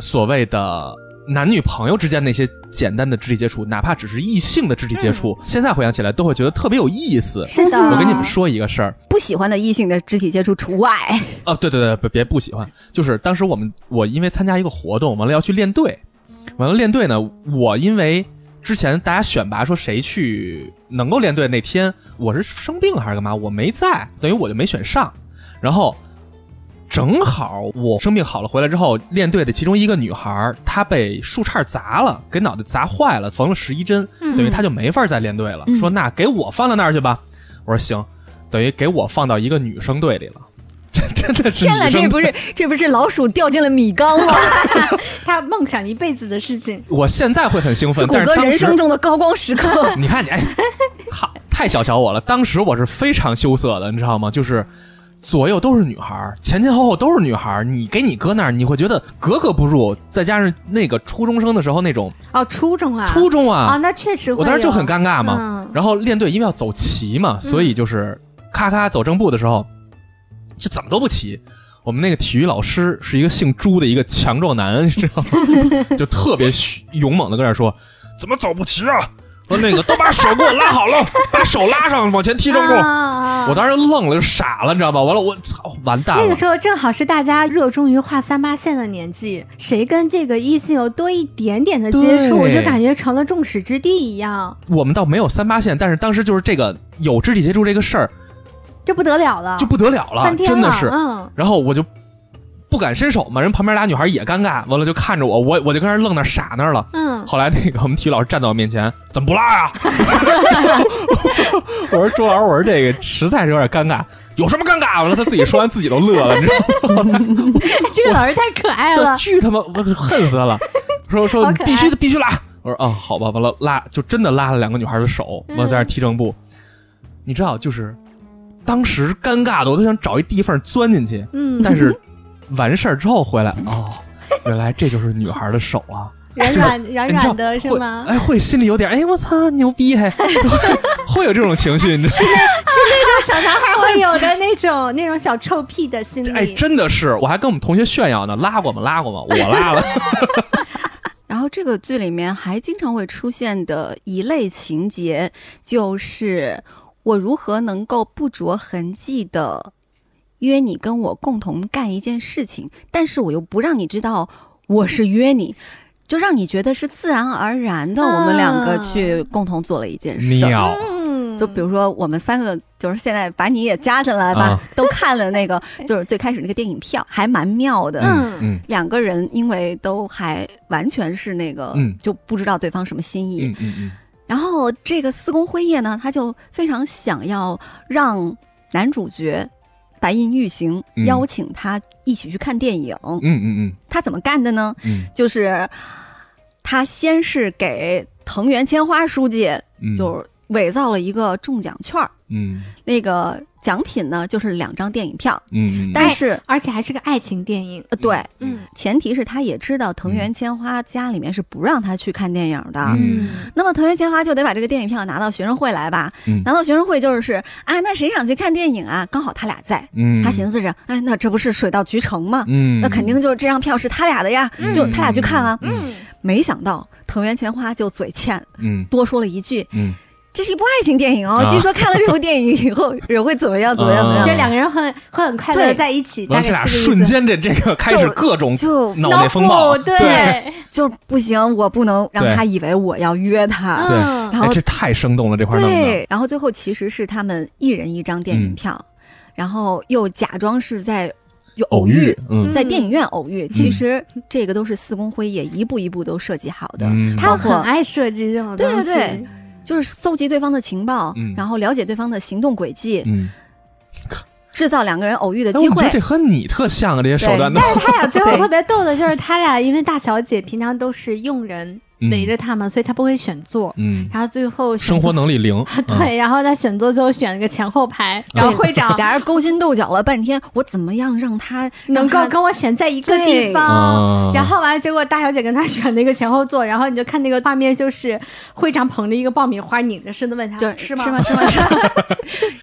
Speaker 3: 所谓的。男女朋友之间那些简单的肢体接触，哪怕只是异性的肢体接触，现在回想起来都会觉得特别有意思。
Speaker 2: 嗯是啊的，
Speaker 4: 嗯
Speaker 3: 我跟你们说一个事儿，
Speaker 4: 不喜欢的异性的肢体接触除外。
Speaker 3: 哦，对对对，别别不喜欢，就是当时我们我因为参加一个活动，完了要去练队，完了练队呢，我因为之前大家选拔说谁去能够练队那天，我是生病了还是干嘛，我没在，等于我就没选上，然后。正好我生病好了回来之后，练队的其中一个女孩儿，她被树杈砸了，给脑袋砸坏了，缝了十一针，
Speaker 2: 嗯
Speaker 3: 等于她就没法再练队了。
Speaker 4: 嗯
Speaker 3: 说那给我放到那儿去吧，我说行，等于给我放到一个女生队里了， 真真的是
Speaker 4: 天哪，
Speaker 3: 女生
Speaker 4: 这不是这不是老鼠掉进了米缸 吗？
Speaker 2: 他梦想一辈子的事情，
Speaker 3: 我现在会很兴
Speaker 4: 是
Speaker 3: 奋，
Speaker 4: 谷
Speaker 3: 但是
Speaker 4: 歌
Speaker 3: 当
Speaker 4: 人生
Speaker 3: 时。
Speaker 4: 中的高光时刻
Speaker 3: 你看你， 哎，操，太小瞧我了。当时我是非常羞涩的，你知道吗？就是左右都是女孩儿，前前后后都是女孩儿，你给你搁那儿，你会觉得格格不入。再加上那个初中生的时候那种
Speaker 2: 哦，初中啊，
Speaker 3: 初中啊，
Speaker 2: 啊，那确实会有，
Speaker 3: 我当时就很尴尬嘛。
Speaker 2: 嗯
Speaker 3: 然后练队因为要走齐嘛，所以就是咔咔走正步的时候，就怎么都不齐。我们那个体育老师是一个姓朱的一个强壮男， 你知道吗？就特别勇猛的跟那儿说：“怎么走不齐啊？”说那个都把手给我拉好了，把手拉上，往前踢正步。
Speaker 2: 啊
Speaker 3: 哦我当时愣了，就傻了，你知道吧？完了，我操，完蛋了。
Speaker 2: 那个时候正好是大家热衷于画三八线的年纪，谁跟这个异性有多一点点的接触，
Speaker 3: 对
Speaker 2: 就感觉成了众矢之的一样，
Speaker 3: 我们倒没有三八线，但是当时就是这个有肢体接触这个事儿
Speaker 2: 这不得了了，
Speaker 3: 就不得了了，
Speaker 2: 啊翻天了，
Speaker 3: 真的是。
Speaker 2: 嗯，
Speaker 3: 然后我就不敢伸手嘛，人旁边俩女孩也尴尬，完了就看着我，我我就跟那儿愣那儿傻那儿了。
Speaker 2: 嗯，
Speaker 3: 后来那个我们体育老师站到我面前，怎么不拉呀、 我说周老师，我说这个实在是有点尴尬，有什么尴尬？完了他自己说完自己都乐了，你知
Speaker 2: 哎这个老师太可爱
Speaker 3: 道吗？
Speaker 2: 了，
Speaker 3: 巨他妈，我恨死他了。说说
Speaker 2: 好
Speaker 3: 你
Speaker 2: 可爱
Speaker 3: 必须得必须拉，我说啊、好吧，完了拉就真的拉了两个女孩的手，完了在那儿踢正步。你知道就是当时尴尬的，我都想找一地缝钻进去。
Speaker 2: 嗯，
Speaker 3: 但是完事儿之后回来，哦，原来这就是女孩的手啊，
Speaker 2: 软软软
Speaker 3: 你知道
Speaker 2: 软的是
Speaker 3: 会
Speaker 2: 吗？
Speaker 3: 哎，会心里有点，哎，我操，牛逼，还 会有这种情绪，你知道吗？
Speaker 2: 小男孩会有的那种那种小臭屁的心理，
Speaker 3: 哎，真的是，我还跟我们同学炫耀呢，拉过吗？拉过吗？我拉了，
Speaker 4: 然后这个剧里面还经常会出现的一类情节，就是我如何能够不着痕迹的约你跟我共同干一件事情，但是我又不让你知道我是约你，
Speaker 3: 嗯
Speaker 4: 就让你觉得是自然而然的，
Speaker 2: 啊
Speaker 4: 我们两个
Speaker 3: 嗯
Speaker 4: 去共同做了一件事。
Speaker 3: 鸟
Speaker 2: 嗯
Speaker 4: 就比如说我们三个，就是现在把你也加进来吧，
Speaker 3: 啊
Speaker 4: 都看了那个，就是最开始那个电影票，还蛮妙的。
Speaker 3: 嗯嗯
Speaker 4: 两个人因为都还完全是那个，
Speaker 3: 嗯
Speaker 4: 就不知道对方什么心意，
Speaker 3: 嗯嗯嗯，
Speaker 4: 然后这个四宫辉夜呢，他就非常想要让男主角白银玉行
Speaker 3: 嗯
Speaker 4: 邀请他一起去看电影。
Speaker 3: 嗯嗯
Speaker 4: 他怎么干的呢？
Speaker 3: 嗯
Speaker 4: 就是他先是给藤原千花书记
Speaker 3: 嗯，
Speaker 4: 就伪造了一个中奖券儿，
Speaker 3: 嗯
Speaker 4: 那个奖品呢就是两张电影票，
Speaker 3: 嗯，
Speaker 4: 但是、
Speaker 2: 而且还是个爱情电影，
Speaker 4: 呃对。
Speaker 2: 嗯
Speaker 4: 前提是他也知道藤原千花家里面是不让他去看电影的，
Speaker 3: 嗯
Speaker 4: 那么藤原千花就得把这个电影票拿到学生会来吧，
Speaker 3: 嗯
Speaker 4: 拿到学生会就是啊，那谁想去看电影啊？刚好他俩在，
Speaker 3: 嗯，
Speaker 4: 他寻思着，哎，那这不是水到渠成吗？
Speaker 3: 嗯，
Speaker 4: 那肯定就是这张票是他俩的呀，
Speaker 3: 嗯
Speaker 4: 就他俩去看啊。
Speaker 2: 嗯
Speaker 4: 没想到藤原千花就嘴欠，
Speaker 3: 嗯
Speaker 4: 多说了一句
Speaker 3: 嗯：“
Speaker 4: 这是一部爱情电影哦，
Speaker 3: 啊
Speaker 4: 据说看了这部电影以后人会怎么 样怎么样怎么
Speaker 3: 啊
Speaker 2: 就
Speaker 4: 样。
Speaker 2: 两个人很会很快乐地
Speaker 4: 对
Speaker 2: 在一起，大
Speaker 3: 完了，
Speaker 2: 概
Speaker 3: 嗯这俩
Speaker 2: 是这个
Speaker 3: 瞬
Speaker 2: 意思
Speaker 3: 间这这个开始各种
Speaker 4: 就
Speaker 3: 脑内风暴，
Speaker 2: 脑补对，
Speaker 4: 就不行，我不能让
Speaker 3: 对
Speaker 4: 他以为我要约他。
Speaker 3: 对
Speaker 2: 嗯
Speaker 4: 然后
Speaker 3: 哎这太生动了，这块弄的，
Speaker 4: 对，然后最后其实是他们一人一张电影
Speaker 3: 嗯
Speaker 4: 票，然后又假装是在就
Speaker 3: 偶
Speaker 4: 遇
Speaker 3: 遇，，嗯
Speaker 4: 在电影院偶遇。其实这个都是四宫辉也一步一步都设计好的，
Speaker 3: 嗯，
Speaker 2: 他
Speaker 4: 包
Speaker 2: 很
Speaker 4: 括
Speaker 2: 爱设计这种东
Speaker 4: 对
Speaker 2: 西，
Speaker 4: 对对，就是搜集对方的情报，
Speaker 3: 嗯
Speaker 4: 然后了解对方的行动轨迹，
Speaker 3: 嗯，
Speaker 4: 制造两个人偶遇的
Speaker 3: 哎我
Speaker 4: 机
Speaker 3: 觉得
Speaker 4: 会。
Speaker 3: 这和你特像啊，这些手段都，
Speaker 2: 但 是他俩最后
Speaker 4: 对
Speaker 2: 特别逗的就是，他俩因为大小姐平常都是佣人
Speaker 3: 嗯
Speaker 2: 围着他嘛，所以他不会选座，
Speaker 3: 嗯，
Speaker 2: 然后最后选
Speaker 3: 生
Speaker 2: 座
Speaker 3: 活嗯能力零，
Speaker 2: 对，然后他选座最后选了个前后排，
Speaker 3: 嗯对
Speaker 2: 然后 会长
Speaker 4: 俩人勾心斗角了半天，我怎么样让他
Speaker 2: 能够
Speaker 4: 让他
Speaker 2: 跟我选在一个地
Speaker 4: 对
Speaker 2: 方。
Speaker 3: 啊，
Speaker 2: 然后完了，结果大小姐跟他选那个前后座，然后你就看那个画面，就是会长捧着一个爆米花，拧着身子问他
Speaker 4: 就
Speaker 2: 啊吃
Speaker 4: 吗？
Speaker 2: 吗？
Speaker 4: 吃吗？吃吗？吃吗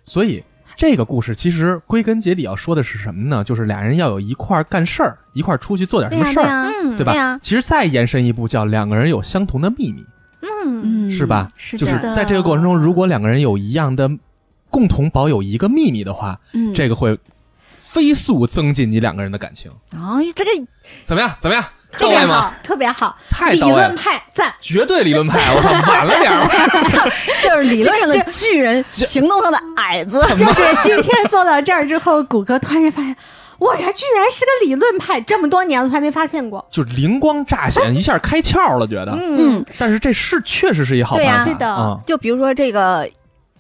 Speaker 3: 所以这个故事其实归根结底要说的是什么呢？就是俩人要有一块儿干事儿，一块儿出去做点
Speaker 4: 对
Speaker 3: 什么
Speaker 4: 呀，对呀，
Speaker 3: 事儿，
Speaker 2: 嗯，
Speaker 3: 对吧？
Speaker 4: 对呀
Speaker 3: 其实再延伸一步，叫两个人有相同的秘密，
Speaker 2: 嗯
Speaker 4: 嗯，
Speaker 3: 是吧？
Speaker 4: 是
Speaker 3: 就是
Speaker 4: 的，
Speaker 3: 在这个过程中，如果两个人有一样的，共同保有一个秘密的话，
Speaker 4: 嗯，
Speaker 3: 这个会飞速增进你两个人的感情。
Speaker 4: 哦，这个
Speaker 3: 怎么样？怎么样？
Speaker 2: 这
Speaker 3: 到
Speaker 2: 个
Speaker 3: 位吗？哎
Speaker 2: 好，特别好，
Speaker 3: 太
Speaker 2: 理
Speaker 3: 到位
Speaker 2: 论
Speaker 3: 了，
Speaker 2: 派赞。
Speaker 3: 绝对理论派！我操，晚了点儿。
Speaker 4: 就是理论上的
Speaker 2: 这
Speaker 4: 巨人，行动上的矮子。
Speaker 2: 就是 今天做到这儿之后，谷歌突然间发现，我呀，居然是个理论派，这么多年了从来没发现过。
Speaker 3: 就灵光乍现，一下开窍了，觉得。
Speaker 2: 嗯
Speaker 4: 嗯，
Speaker 3: 但是这是确实是一好
Speaker 4: 对
Speaker 3: 办
Speaker 4: 呀
Speaker 3: 法，
Speaker 2: 是的
Speaker 3: 啊
Speaker 4: 就比如说这个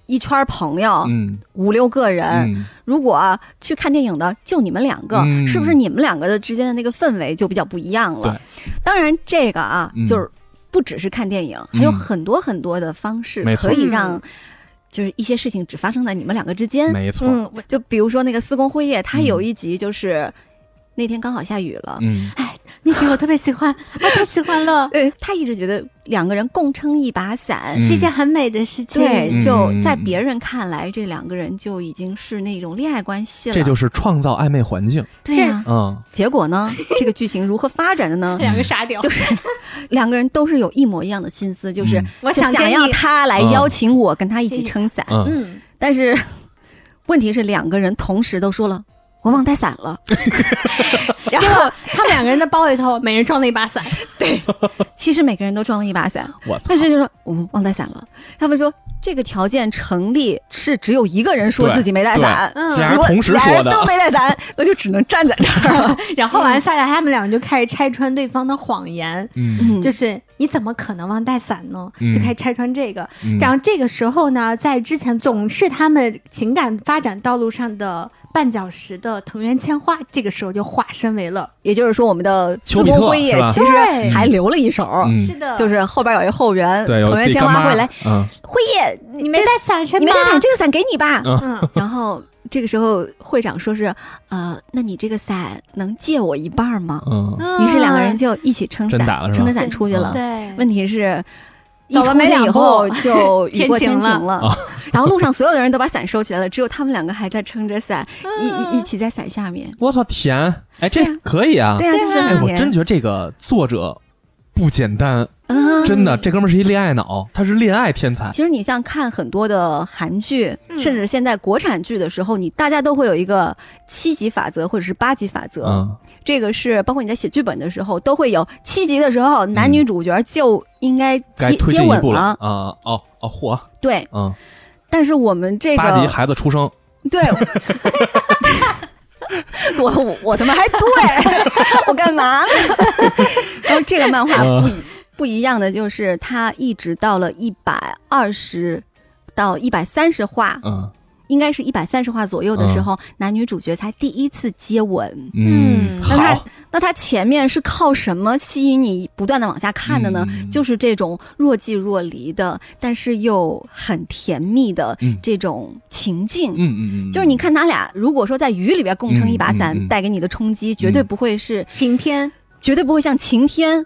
Speaker 4: 一圈朋友、
Speaker 3: 嗯
Speaker 4: 五六个人，
Speaker 3: 嗯
Speaker 4: 如果啊去看电影的就你们两个，
Speaker 3: 嗯
Speaker 4: 是不是你们两个的之间的那个氛围就比较不一样了？当然，这个啊，
Speaker 3: 嗯
Speaker 4: 就是不只是看电影，
Speaker 3: 嗯
Speaker 4: 还有很多很多的方式
Speaker 3: 没错
Speaker 4: 可以让，就是一些事情只发生在你们两个之间。
Speaker 3: 没错，
Speaker 2: 嗯，我
Speaker 4: 就比如说那个《四宫辉夜》，它
Speaker 3: 嗯
Speaker 4: 有一集就是、那天刚好下雨了。
Speaker 3: 嗯
Speaker 2: 那集我特别喜欢，我太喜欢了，
Speaker 4: 对呃他一直觉得两个人共撑一把伞，
Speaker 3: 嗯
Speaker 2: 是一件很美的事情。
Speaker 4: 对，
Speaker 3: 嗯
Speaker 4: 就在别人看来，这两个人就已经是那种恋爱关系了。
Speaker 3: 这就是创造暧昧环境，
Speaker 4: 对呀、
Speaker 3: 嗯，
Speaker 4: 结果呢，这个剧情如何发展的 呢？
Speaker 2: 两个傻
Speaker 3: 啊
Speaker 2: 屌，
Speaker 4: 就是 两个人都是有一模一样的心思，就是
Speaker 3: 嗯
Speaker 2: 我
Speaker 4: 就
Speaker 2: 想
Speaker 4: 想
Speaker 2: 跟
Speaker 4: 要
Speaker 2: 你
Speaker 4: 他来
Speaker 3: 嗯
Speaker 4: 邀请我跟他一起撑伞，
Speaker 3: 嗯
Speaker 2: 嗯，
Speaker 4: 但是问题是两个人同时都说了。我忘带伞了，然
Speaker 2: 结
Speaker 4: 后
Speaker 2: 果 他们两个人的包里头，每人装了一 把伞。
Speaker 4: 其实每个人都装了一把伞，
Speaker 3: 我操
Speaker 4: 但，是就说我们忘带伞了。他们说这个条件成立是只有一个人说
Speaker 3: 对
Speaker 4: 自己没带伞，
Speaker 2: 嗯，
Speaker 3: 俩
Speaker 4: 如
Speaker 3: 人
Speaker 4: 果
Speaker 3: 同时
Speaker 4: 俩
Speaker 3: 说
Speaker 4: 人
Speaker 3: 的
Speaker 4: 都没带伞，那就只能站在这儿了。
Speaker 2: 然后完下来，他们两个就开始拆穿对方的谎言，
Speaker 3: 嗯
Speaker 2: 就是你怎么可能忘带伞呢？
Speaker 3: 嗯
Speaker 2: 就开始拆穿这个。
Speaker 3: 嗯
Speaker 2: 然后这个时候呢，在之前总是他们情感发展道路上的绊脚石的藤原千花，这个时候就化身为了，
Speaker 4: 也就是说，我们的
Speaker 3: 丘
Speaker 4: 四
Speaker 3: 比特
Speaker 4: 宫辉夜
Speaker 3: 是吧
Speaker 4: 其实
Speaker 2: 对
Speaker 4: 还留了一手，
Speaker 3: 嗯
Speaker 2: 是的，
Speaker 4: 就是后边有一后援，
Speaker 3: 对，有
Speaker 4: 藤
Speaker 3: 自
Speaker 4: 原
Speaker 3: 己
Speaker 4: 千
Speaker 3: 干
Speaker 4: 花
Speaker 3: 妈
Speaker 4: 会来，，
Speaker 3: 嗯
Speaker 4: 辉夜，
Speaker 2: 你没带伞是
Speaker 4: 你
Speaker 2: 吧
Speaker 4: 没？带伞，这个伞给你吧。
Speaker 2: 嗯，
Speaker 4: 然后这个时候会长说是，呃，那你这个伞能借我一半吗？
Speaker 3: 嗯，
Speaker 4: 于是两个人就一起撑伞
Speaker 3: 真打了，是
Speaker 4: 撑
Speaker 3: 吧
Speaker 4: 着伞出去了。
Speaker 2: 对，
Speaker 3: 嗯
Speaker 4: 问题是。一
Speaker 2: 走了
Speaker 4: 出
Speaker 2: 没
Speaker 4: 去
Speaker 2: 两
Speaker 4: 以
Speaker 2: 步
Speaker 4: 后就雨
Speaker 2: 天
Speaker 4: 过
Speaker 2: 晴
Speaker 4: 天晴了，
Speaker 2: 了
Speaker 3: 哦
Speaker 4: 然后路上所有的人都把伞收起来了，只有他们两个还在撑着伞，
Speaker 2: 嗯
Speaker 4: 一一一起在伞下面。
Speaker 3: 我操，甜，哎，这
Speaker 4: 对呀
Speaker 3: 可以啊，
Speaker 4: 对呀、
Speaker 2: 对
Speaker 4: 就
Speaker 2: 啊
Speaker 4: 是
Speaker 3: 哎，
Speaker 4: 很
Speaker 3: 我
Speaker 4: 甜
Speaker 3: 真觉得这个作者不简单，
Speaker 4: 啊
Speaker 3: 真的，这哥们儿是一恋爱脑，他是恋爱天才。
Speaker 4: 其实你像看很多的韩剧，
Speaker 2: 嗯
Speaker 4: 甚至现在国产剧的时候，你大家都会有一个七级法则或者是八级法则。
Speaker 3: 嗯，
Speaker 4: 这个是包括你在写剧本的时候都会有七级的时候，男女主角就应该
Speaker 3: 该
Speaker 4: 接
Speaker 3: 推
Speaker 4: 接
Speaker 3: 进一
Speaker 4: 吻
Speaker 3: 步
Speaker 4: 了。
Speaker 3: 了啊！哦哦，嚯，
Speaker 4: 对，
Speaker 3: 嗯，
Speaker 4: 但是我们这
Speaker 3: 八级
Speaker 4: 个
Speaker 3: 孩子出生，
Speaker 4: 对。 我我我他妈还对，我干嘛 呢？然后这个漫画不
Speaker 3: 嗯
Speaker 4: 一不一样的就是，它一直到了一百二十到一百三十话，
Speaker 3: 嗯
Speaker 4: 应该是一百三十话左右的时候，男女主角才第一次接吻。
Speaker 2: 嗯
Speaker 4: 那他
Speaker 3: 好，
Speaker 4: 那他前面是靠什么吸引你不断的往下看的呢？
Speaker 3: 嗯
Speaker 4: 就是这种若即若离的，但是又很甜蜜的
Speaker 3: 嗯
Speaker 4: 这种情境。
Speaker 3: 嗯嗯嗯，
Speaker 4: 就是你看他俩，如果说在雨里边共撑一把伞，
Speaker 3: 嗯嗯嗯
Speaker 4: 带给你的冲击，绝对不会是，
Speaker 2: 晴天，
Speaker 4: 绝对不会像晴天，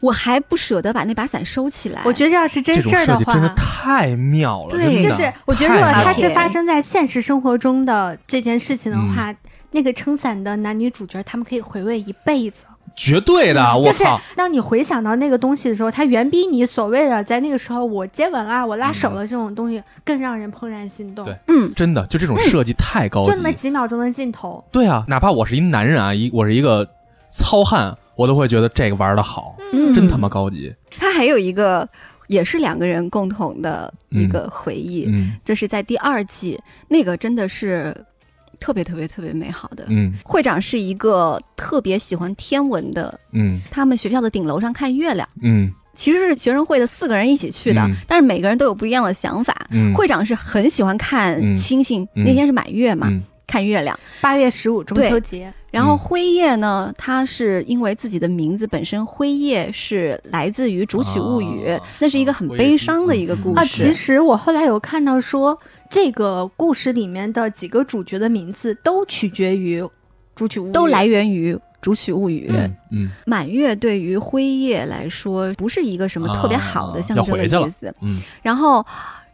Speaker 4: 我还不舍得把那把伞收起来。
Speaker 2: 我觉得要是真
Speaker 3: 这种
Speaker 2: 事儿
Speaker 3: 设
Speaker 2: 的
Speaker 3: 计
Speaker 2: 话，
Speaker 3: 真是太妙了，
Speaker 4: 对
Speaker 3: 真的
Speaker 2: 就是我觉得，如果
Speaker 3: 太妙
Speaker 2: 它
Speaker 3: 了
Speaker 2: 是发生在现实生活中的这件事情的
Speaker 3: 嗯
Speaker 2: 话，那个撑伞的男女主角他们可以回味一辈子。
Speaker 3: 绝对
Speaker 4: 嗯
Speaker 3: 的，我
Speaker 2: 就是
Speaker 3: 靠，
Speaker 2: 当你回想到那个东西的时候，它远比你所谓的在那个时候我接吻啦、我拉手了这种东西更让人怦然心动。
Speaker 3: 对
Speaker 4: 嗯，
Speaker 3: 真的，就这种设计太高级
Speaker 2: 就那么。几秒钟的镜头，
Speaker 3: 对啊，哪怕我是一男人啊，一我是一个糙汉，我都会觉得这个玩的好，
Speaker 4: 嗯
Speaker 3: 真他妈高级。
Speaker 4: 他还有一个也是两个人共同的一个回忆，
Speaker 3: 嗯
Speaker 4: 这是在第二季，那个真的是特别特别特别美好的。
Speaker 3: 嗯
Speaker 4: 会长是一个特别喜欢天文的，
Speaker 3: 嗯
Speaker 4: 他们学校的顶楼上看月亮，
Speaker 3: 嗯
Speaker 4: 其实是学生会的四个人一起去的，
Speaker 3: 嗯
Speaker 4: 但是每个人都有不一样的想法。
Speaker 3: 嗯，
Speaker 4: 会长是很喜欢看
Speaker 3: 嗯
Speaker 4: 星星，
Speaker 3: 嗯
Speaker 4: 那天是满月嘛，
Speaker 3: 嗯
Speaker 4: 看月亮。
Speaker 2: 八月十五中秋节，
Speaker 4: 然后
Speaker 3: 嗯
Speaker 4: 辉夜呢，他是因为自己的名字本身，辉夜是来自于《竹取物语》
Speaker 3: 啊
Speaker 4: 那是一个很悲伤的一个故
Speaker 3: 嗯
Speaker 4: 事。
Speaker 2: 啊，其实我后来有看到说，这个故事里面的几个主角的名字都取决于主曲屋，
Speaker 4: 都来源于《竹取物语》
Speaker 3: 嗯嗯
Speaker 4: 满月对于辉夜来说，不是一个什么特别好的
Speaker 3: 啊
Speaker 4: 象征的
Speaker 3: 要回去了
Speaker 4: 意思。
Speaker 3: 嗯
Speaker 4: 然后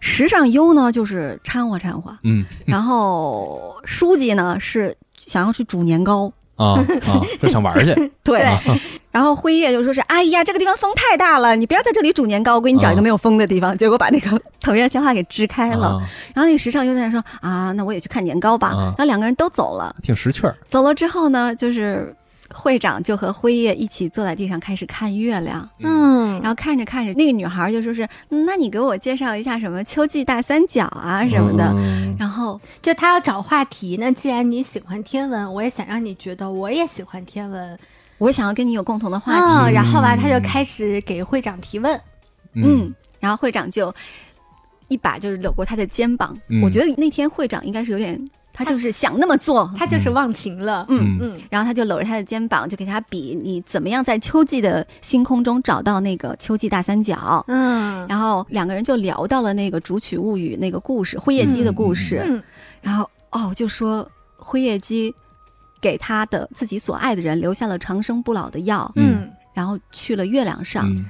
Speaker 4: 时尚优呢，就是掺和掺和。
Speaker 3: 嗯
Speaker 4: 然 后书记呢是想要去煮年糕。
Speaker 3: 啊 啊，就想玩去，啊
Speaker 4: 对
Speaker 2: 对
Speaker 4: 然后辉夜就说是：“哎呀，这个地方风太大了，你不要在这里煮年糕，我给你找一个
Speaker 3: 啊
Speaker 4: 没有风的地方。结果把那个藤原千花给支开了。
Speaker 3: 啊
Speaker 4: 然后那个时尚优在那说：“啊，那我也去看年糕吧。
Speaker 3: 啊
Speaker 4: 然后两个人都走了。
Speaker 3: 挺识趣儿。
Speaker 4: 走了之后呢，就是会长就和辉夜一起坐在地上开始看月亮。
Speaker 2: 嗯，
Speaker 4: 然后看着看着，那个女孩就说是：“嗯那你给我介绍一下什么秋季大三角啊什么的。
Speaker 3: 嗯
Speaker 4: 然后
Speaker 2: 就他要找话题。那既然你喜欢天文，我也想让你觉得我也喜欢天文
Speaker 4: 我想要跟你有共同的话题。
Speaker 2: 啊、
Speaker 3: 嗯
Speaker 2: 然后吧，他就开始给会长提问。
Speaker 4: 嗯，然后会长就一把就是搂过他的肩膀。
Speaker 3: 嗯
Speaker 4: 我觉得那天会长应该是有点，他就是想那么做，
Speaker 2: 他就是忘情了。
Speaker 4: 嗯。
Speaker 2: 嗯，
Speaker 4: 然后他就搂着他的肩膀，就给他比你怎么样在秋季的星空中找到那个秋季大三角。
Speaker 2: 嗯，
Speaker 4: 然后两个人就聊到了那个《竹取物语》那个故事，辉夜姬的故事。
Speaker 2: 嗯
Speaker 4: 然后哦，就说辉夜姬给他的自己所爱的人留下了长生不老的药，
Speaker 2: 嗯，
Speaker 4: 然后去了月亮上。
Speaker 3: 嗯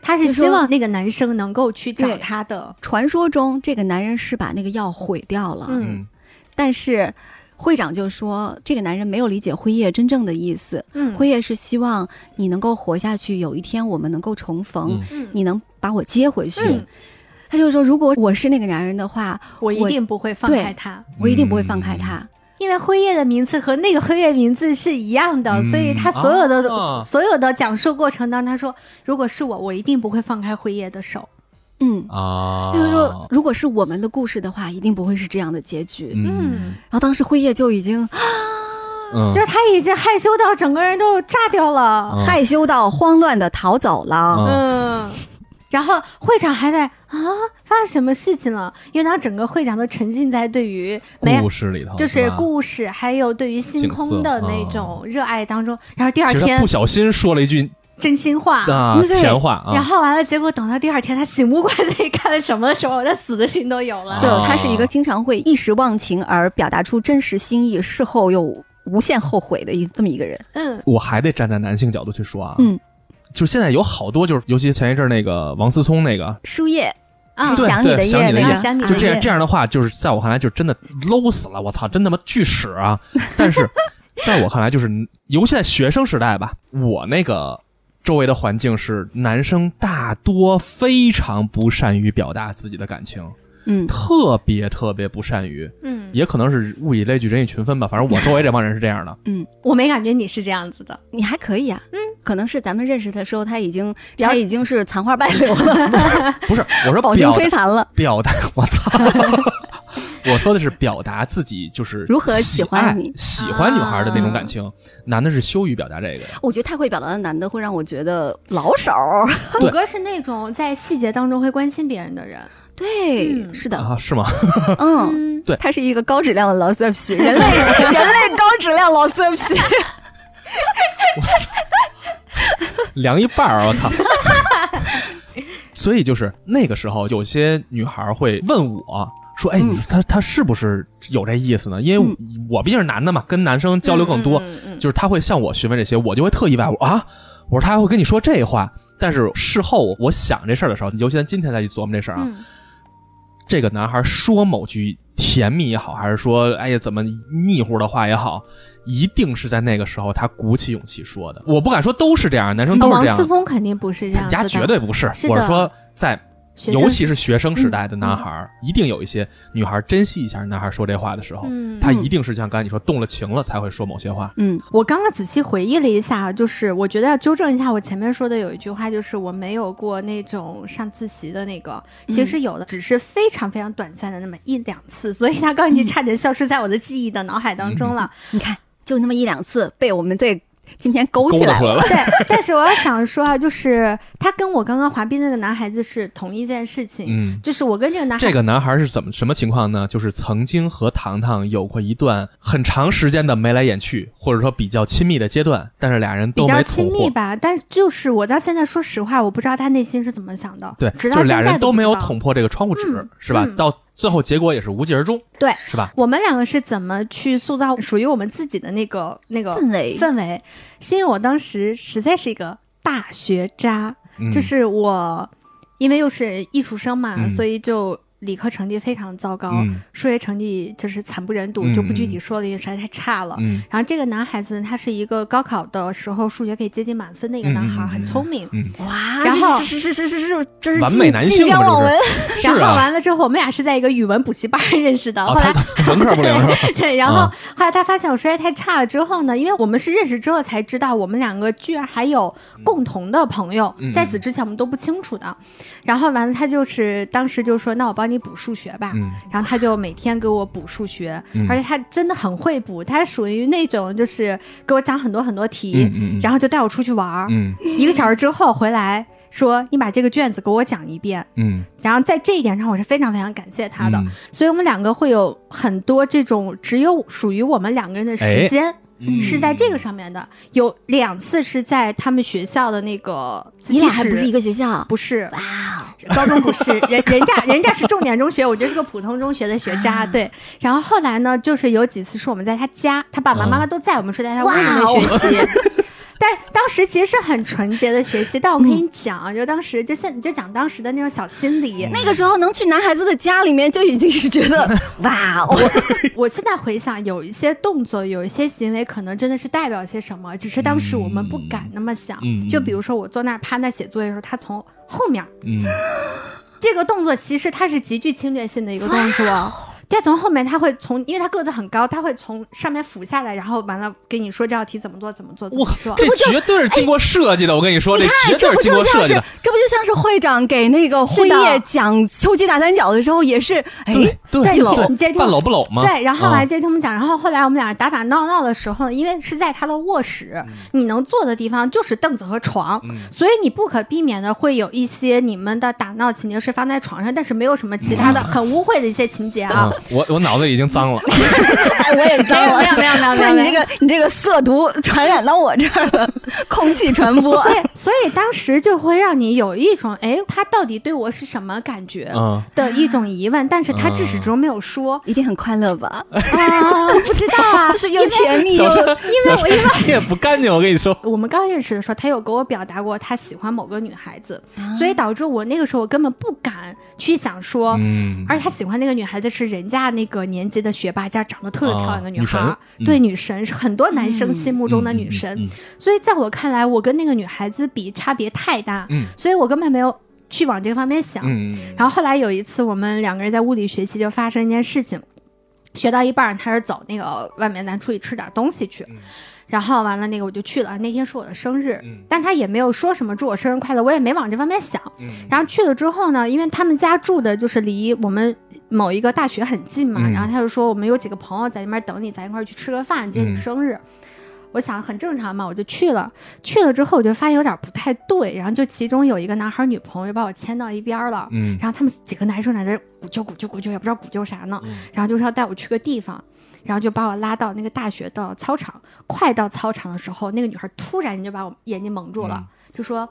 Speaker 2: 他
Speaker 4: 就是说
Speaker 2: 希望那个男生能够去找
Speaker 4: 对
Speaker 2: 他的。
Speaker 4: 传说中这个男人是把那个药毁掉了，
Speaker 2: 嗯
Speaker 3: 嗯
Speaker 4: 但是会长就说这个男人没有理解辉夜真正的意思。
Speaker 2: 嗯，
Speaker 4: 辉夜是希望你能够活下去，有一天我们能够重逢，
Speaker 3: 嗯
Speaker 2: 嗯
Speaker 4: 你能把我接回去。
Speaker 2: 嗯
Speaker 4: 他就说，如果我是那个男人的话，
Speaker 2: 我一
Speaker 4: 我
Speaker 2: 定不会放
Speaker 4: 对
Speaker 2: 开他。
Speaker 4: 我一定不会放开
Speaker 2: 嗯
Speaker 4: 他。
Speaker 2: 因为辉夜的名字和那个辉夜名字是一样的，
Speaker 3: 嗯
Speaker 2: 所以他所有的、
Speaker 3: 啊
Speaker 2: 所有的讲述过程当中，他说：“如果是我，我一定不会放开辉夜的手。
Speaker 4: 嗯，
Speaker 3: 啊，
Speaker 4: 他就说，如果是我们的故事的话，一定不会是这样的结局。
Speaker 3: 嗯
Speaker 4: 然后当时辉夜就已经
Speaker 3: 嗯
Speaker 2: 就是他已经害羞到整个人都炸掉了。
Speaker 3: 啊
Speaker 4: 害羞到慌乱的逃走了。
Speaker 3: 啊
Speaker 2: 嗯， 然后会长还在啊，发生什么事情了？因为他整个会长都沉浸在对于没
Speaker 3: 故事里头
Speaker 2: 就是
Speaker 3: 哦吧
Speaker 2: 故事，还有对于星空的
Speaker 3: 景色哦
Speaker 2: 那种热爱当中，然后第二
Speaker 3: 其实他
Speaker 2: 天
Speaker 3: 不小心说了一句
Speaker 2: 真心话
Speaker 3: 啊
Speaker 4: 对
Speaker 3: 甜话啊，
Speaker 2: 然后完了，结果等到第二天他醒悟过来干了什么的时候，他死的心都有了。
Speaker 4: 就
Speaker 3: 啊
Speaker 4: 他是一个经常会一时忘情而表达出真实心意，事后又无限后悔的一这么一个人。
Speaker 2: 嗯
Speaker 3: 我还得站在男性角度去说啊，
Speaker 4: 嗯，
Speaker 3: 就现在有好多就是，尤其前一阵儿那个王思聪那个，
Speaker 4: 输液
Speaker 2: 啊，
Speaker 3: 对
Speaker 4: 嗯想你的
Speaker 3: 对想
Speaker 4: 夜
Speaker 3: 你的
Speaker 4: 那
Speaker 3: 夜
Speaker 4: 个，
Speaker 2: 想你的
Speaker 3: 就这
Speaker 2: 夜
Speaker 3: 样这样的话，就是在我看来就真的 low 死了，我操，真他妈巨屎 啊！但是在我看来，就是尤其在学生时代吧，我那个周围的环境是男生大多非常不善于表达自己的感情，
Speaker 4: 嗯，
Speaker 3: 特别特别不善于，
Speaker 2: 嗯，
Speaker 3: 也可能是物以类聚，人以群分吧。反正我周围这帮人是这 样的。
Speaker 2: 我没感觉你是这样子的，
Speaker 4: 你还可以啊，嗯，可能是咱们认识的时候，他已经
Speaker 2: 表
Speaker 4: 他已经是残花败柳 了，
Speaker 3: 不是，我说
Speaker 4: 饱经
Speaker 3: 表
Speaker 4: 摧残了。
Speaker 3: 表达，我操！ 我说的是表达自己就是
Speaker 4: 如何
Speaker 3: 喜
Speaker 4: 喜欢
Speaker 3: 爱
Speaker 4: 你啊
Speaker 3: 喜欢女孩的那种感情。男的是羞于表达这个的，
Speaker 4: 我觉得太会表达的男的会让我觉得老手儿。
Speaker 2: 虎哥是那种在细节当中会关心别人的人，
Speaker 4: 对，
Speaker 2: 嗯
Speaker 4: 是的，
Speaker 3: 啊，是吗？
Speaker 4: 嗯。
Speaker 2: 嗯，
Speaker 3: 对
Speaker 4: 他是一个高质量的老色 批，人类人类高质量老色 批，
Speaker 3: 凉一半儿，我 靠！所以就是那个时候，有些女孩会问我说：“哎，
Speaker 4: 嗯
Speaker 3: 你说他他是不是有这意思呢？”因为我毕竟是男的嘛，跟男生交流更多，
Speaker 2: 嗯，嗯嗯
Speaker 3: 就是他会向我询问这些，我就会特意外我啊，我说他还会跟你说这话。但是事后我想这事儿的时候，尤其咱今天再去琢磨这事儿啊，
Speaker 2: 嗯
Speaker 3: 这个男孩说某句甜蜜也好，还是说哎呀怎么腻乎的话也好，一定是在那个时候他鼓起勇气说的。我不敢说都是这样，男生都是这
Speaker 2: 啊王
Speaker 3: 样
Speaker 2: 思，聪肯定不是这样
Speaker 3: 人
Speaker 2: 子的，
Speaker 3: 家绝对不是。
Speaker 2: 是的
Speaker 3: 我是说，在
Speaker 2: 学生，
Speaker 3: 尤其是学生时代的男孩，一定有一些女孩珍惜一下男孩说这话的时候，
Speaker 2: 嗯，
Speaker 3: 他一定是像刚才你说动了情了才会说某些话。
Speaker 4: 嗯，
Speaker 2: 我刚刚仔细回忆了一下，就是我觉得要纠正一下我前面说的有一句话，就是我没有过那种上自习的那个，其
Speaker 3: 嗯
Speaker 2: 实有的只是非常非常短暂的那么一两次，所以他刚刚
Speaker 3: 嗯
Speaker 2: 已经差点消失在我的记忆的脑海当中 了。
Speaker 4: 你看，就那么一两次被我们队今天勾
Speaker 3: 勾
Speaker 4: 起
Speaker 3: 搭
Speaker 4: 来
Speaker 3: 出
Speaker 4: 了，
Speaker 3: 来了，
Speaker 2: 对，但是我要想说啊，就是他跟我刚刚滑冰那个男孩子是同一件事情，
Speaker 3: 嗯。
Speaker 2: 就是我跟这个男孩
Speaker 3: 这个男孩是怎么什么情况呢？就是曾经和糖糖有过一段很长时间的眉来眼去，或者说比较亲密的阶段，但是俩人
Speaker 2: 比
Speaker 3: 都
Speaker 2: 较
Speaker 3: 没
Speaker 2: 亲
Speaker 3: 捅
Speaker 2: 密
Speaker 3: 破。
Speaker 2: 吧，但就是我到现在说实话，我不知道他内心是怎么想的，
Speaker 3: 对，
Speaker 2: 直
Speaker 3: 就
Speaker 2: 到
Speaker 3: 是俩
Speaker 2: 现在
Speaker 3: 人都
Speaker 2: 不
Speaker 3: 没
Speaker 2: 知
Speaker 3: 有
Speaker 2: 道
Speaker 3: 捅破这个窗户纸，
Speaker 2: 嗯
Speaker 3: 是吧？
Speaker 2: 嗯
Speaker 3: 到最后结果也是无疾而终，
Speaker 2: 对
Speaker 3: 是吧？
Speaker 2: 我们两个是怎么去塑造属于我们自己的那个那个
Speaker 4: 氛围
Speaker 2: 氛围？是因为我当时实在是一个大学渣，
Speaker 3: 嗯，
Speaker 2: 就是我因为又是艺术生嘛，
Speaker 3: 嗯
Speaker 2: 所以就理科成绩非常糟糕，
Speaker 3: 嗯
Speaker 2: 数学成绩就是惨不忍睹，
Speaker 3: 嗯
Speaker 2: 就不具体说了，因为实在太差了。
Speaker 3: 嗯
Speaker 2: 然后这个男孩子他是一个高考的时候数学可以接近满分的一个男孩，
Speaker 3: 嗯嗯嗯嗯
Speaker 2: 很聪明。
Speaker 3: 嗯，
Speaker 4: 哇，
Speaker 2: 然后
Speaker 4: 是是是是是是，这是
Speaker 3: 完美
Speaker 4: 晋
Speaker 3: 男
Speaker 4: 晋
Speaker 3: 性
Speaker 4: 江
Speaker 3: 嘛这
Speaker 4: 网
Speaker 3: 是
Speaker 4: 文，
Speaker 3: 是
Speaker 2: 然后
Speaker 3: 啊，
Speaker 2: 完了之后，我们俩是在一个语文补习班认识的，后
Speaker 3: 啊，
Speaker 2: 来
Speaker 3: 他文科不灵是 吧？
Speaker 2: 对，然后
Speaker 3: 啊
Speaker 2: 后来他发现我实在太差了之后呢，因为我们是认识之后才知道，我们两个居然还有共同的朋友，
Speaker 3: 嗯
Speaker 2: 在此之前我们都不清楚的。然后完了，他就是当时就说：“那我帮你补数学吧。
Speaker 3: 嗯
Speaker 2: 然后他就每天给我补数学，
Speaker 3: 嗯
Speaker 2: 而且他真的很会补，他属于那种就是给我讲很多很多题，
Speaker 3: 嗯嗯，
Speaker 2: 然后就带我出去玩儿，
Speaker 3: 嗯
Speaker 2: 一个小时之后回来说：“你把这个卷子给我讲一遍。”
Speaker 3: 嗯
Speaker 2: 然后在这一点上，我是非常非常感谢他的。
Speaker 3: 嗯
Speaker 2: 所以我们两个会有很多这种只有属于我们两个人的时间，
Speaker 3: 嗯
Speaker 2: 是在这个上面的。有两次是在他们学校的那个自
Speaker 4: 你
Speaker 2: 习
Speaker 4: 俩还
Speaker 2: 室，
Speaker 4: 不是一个学校，
Speaker 2: 不是
Speaker 4: 哇哦，
Speaker 2: 高中不 是人人家人家是重点中学，我就是个普通中学的学渣。
Speaker 4: 嗯
Speaker 2: 对，然后后来呢，就是有几次是我们在他家，他爸爸妈妈都在，我们是
Speaker 4: 嗯
Speaker 2: 在他屋里面学习。
Speaker 4: 哦
Speaker 2: 但当时其实是很纯洁的学习，但我跟
Speaker 4: 嗯
Speaker 2: 你讲，就当时就现你就讲当时的那种小心理，
Speaker 4: 那个时候能去男孩子的家里面，就已经是觉 得哇哦，
Speaker 2: 我现在回想，有一些动作，有一些行为，可能真的是代表些什么，只是当时我们不敢那么想。
Speaker 3: 嗯嗯
Speaker 2: 就比如说，我坐那儿趴那儿写作业的时候，他从后面儿
Speaker 3: 嗯
Speaker 2: 这个动作，其实它是极具侵略性的一个动作。他从后面，他会从，因为他个子很高，他会从上面俯下来，然后完了跟你说这道题怎么做，怎么做，怎么
Speaker 3: 哇，
Speaker 2: 做。哎
Speaker 3: 这绝对是经过设计的，我跟你说，这
Speaker 4: 你看
Speaker 3: 绝
Speaker 4: 这
Speaker 3: 对
Speaker 4: 不
Speaker 3: 是经
Speaker 4: 就
Speaker 3: 过
Speaker 4: 像
Speaker 3: 设计
Speaker 4: 是
Speaker 3: 的。
Speaker 4: 这不就像是会长给那个
Speaker 2: 是
Speaker 4: 辉
Speaker 2: 的
Speaker 4: 夜讲秋季大三角的时候，也是哎，
Speaker 3: 对
Speaker 2: 对
Speaker 3: 对
Speaker 2: 你你接
Speaker 3: 对，
Speaker 2: 住
Speaker 3: 半搂不搂嘛。
Speaker 2: 对，然后后来
Speaker 3: 啊
Speaker 2: 接着他们讲，然后后来我们俩打打闹闹的时候，因为是在他的卧室，你能坐的地方就是凳子和床，
Speaker 3: 嗯
Speaker 2: 所以你不可避免的会有一些你们的打闹情节是放在床上，但是没有什么其
Speaker 3: 嗯
Speaker 2: 他的很污秽的一些情节啊
Speaker 3: 啊。，我我脑子已经脏了。
Speaker 4: 哎我也
Speaker 2: 没有没有没有没有没有
Speaker 4: 看
Speaker 2: 没
Speaker 4: 你
Speaker 2: 有
Speaker 4: 这。个你这个色毒传染到我这儿了，空气传播。
Speaker 2: 所以，所以当时就会让你有一种，哎，他到底对我是什么感觉
Speaker 3: 嗯，
Speaker 2: 的一种疑问，但是他至始至终没有说
Speaker 4: 一定很快乐吧？
Speaker 2: 啊，不知道 啊，
Speaker 4: 就是又甜蜜
Speaker 3: 小
Speaker 4: 又
Speaker 3: 声，
Speaker 2: 因为我因为
Speaker 3: 你也不干净，我跟你说。
Speaker 2: 我们刚认识的时候，他有给我表达过他喜欢某个女孩子，
Speaker 3: 啊
Speaker 2: 所以导致我那个时候我根本不敢去想说，
Speaker 3: 嗯
Speaker 2: 而且他喜欢那个女孩子是人人家那个年级的学霸家长得特别漂亮的
Speaker 3: 啊女
Speaker 2: 孩
Speaker 3: 神
Speaker 2: 儿，
Speaker 3: 嗯
Speaker 2: 对女神是很多男生心目中的女神。
Speaker 3: 嗯
Speaker 2: 所以在我看来，我跟那个女孩子比差别太大，
Speaker 3: 嗯
Speaker 2: 所以我根本没有去往这方面想。
Speaker 3: 嗯嗯，
Speaker 2: 然后后来有一次，我们两个人在物理学习就发生一件事情，学到一半儿，他是走那个外面咱出去吃点东西去，
Speaker 3: 嗯
Speaker 2: 然后完了那个我就去了，那天是我的生日，
Speaker 3: 嗯
Speaker 2: 但他也没有说什么祝我生日快乐，我也没往这方面想。
Speaker 3: 嗯
Speaker 2: 然后去了之后呢，因为他们家住的就是离我们某一个大学很近嘛，
Speaker 3: 嗯
Speaker 2: 然后他就说我们有几个朋友在那边等你，咱一块儿去吃个饭，今天你
Speaker 3: 嗯
Speaker 2: 生日。我想很正常嘛，我就去了。去了之后我就发现有点不太对，然后就其中有一个男孩儿女朋友就把我牵到一边儿了，
Speaker 3: 嗯
Speaker 2: 然后他们几个男生在这鼓啾鼓啾鼓啾，也不知道鼓啾啥呢，
Speaker 3: 嗯
Speaker 2: 然后就是要带我去个地方，然后就把我拉到那个大学的操场。快到操场的时候，那个女孩突然就把我眼睛蒙住了，就说：“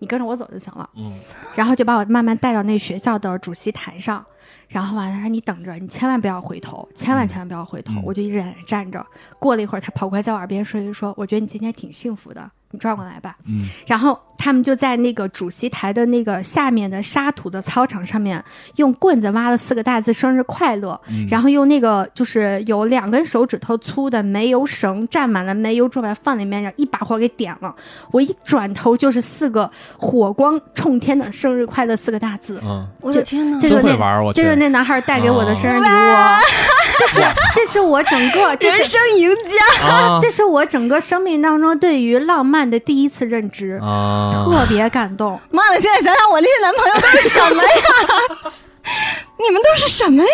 Speaker 2: 你跟着我走就行了。
Speaker 3: 嗯”
Speaker 2: 然后就把我慢慢带到那学校的主席台上。然后完了，她说你等着，你千万不要回头，千万
Speaker 3: 嗯
Speaker 2: 千万不要回头。
Speaker 3: 嗯
Speaker 2: 我就一直在那站着。过了一会儿，她跑过来在我耳边说一句说：“我觉得你今天挺幸福的，你转过来吧。”
Speaker 3: 嗯
Speaker 2: 然后他们就在那个主席台的那个下面的沙土的操场上面，用棍子挖了四个大字“生日快乐”，
Speaker 3: 嗯
Speaker 2: 然后用那个就是有两根手指头粗的煤油绳蘸满了煤油，之后把它放里面，然后一把火给点了。我一转头就是四个火光冲天的“生日快乐”四个大字。
Speaker 3: 嗯，
Speaker 4: 我的天哪！
Speaker 2: 这就是
Speaker 3: 真会
Speaker 2: 那
Speaker 3: 玩儿，我
Speaker 2: 这就是
Speaker 3: 天
Speaker 2: 那男孩带给我的
Speaker 3: 哦
Speaker 2: 生日礼物，这是这是我整个这是
Speaker 4: 生赢家，
Speaker 3: 啊
Speaker 2: 这是我整个生命当中对于浪漫的第一次认知，
Speaker 3: 啊，
Speaker 2: 特别感动。
Speaker 4: 妈的！现在想想我那些男朋友都是什么呀？ 你们都是什么呀？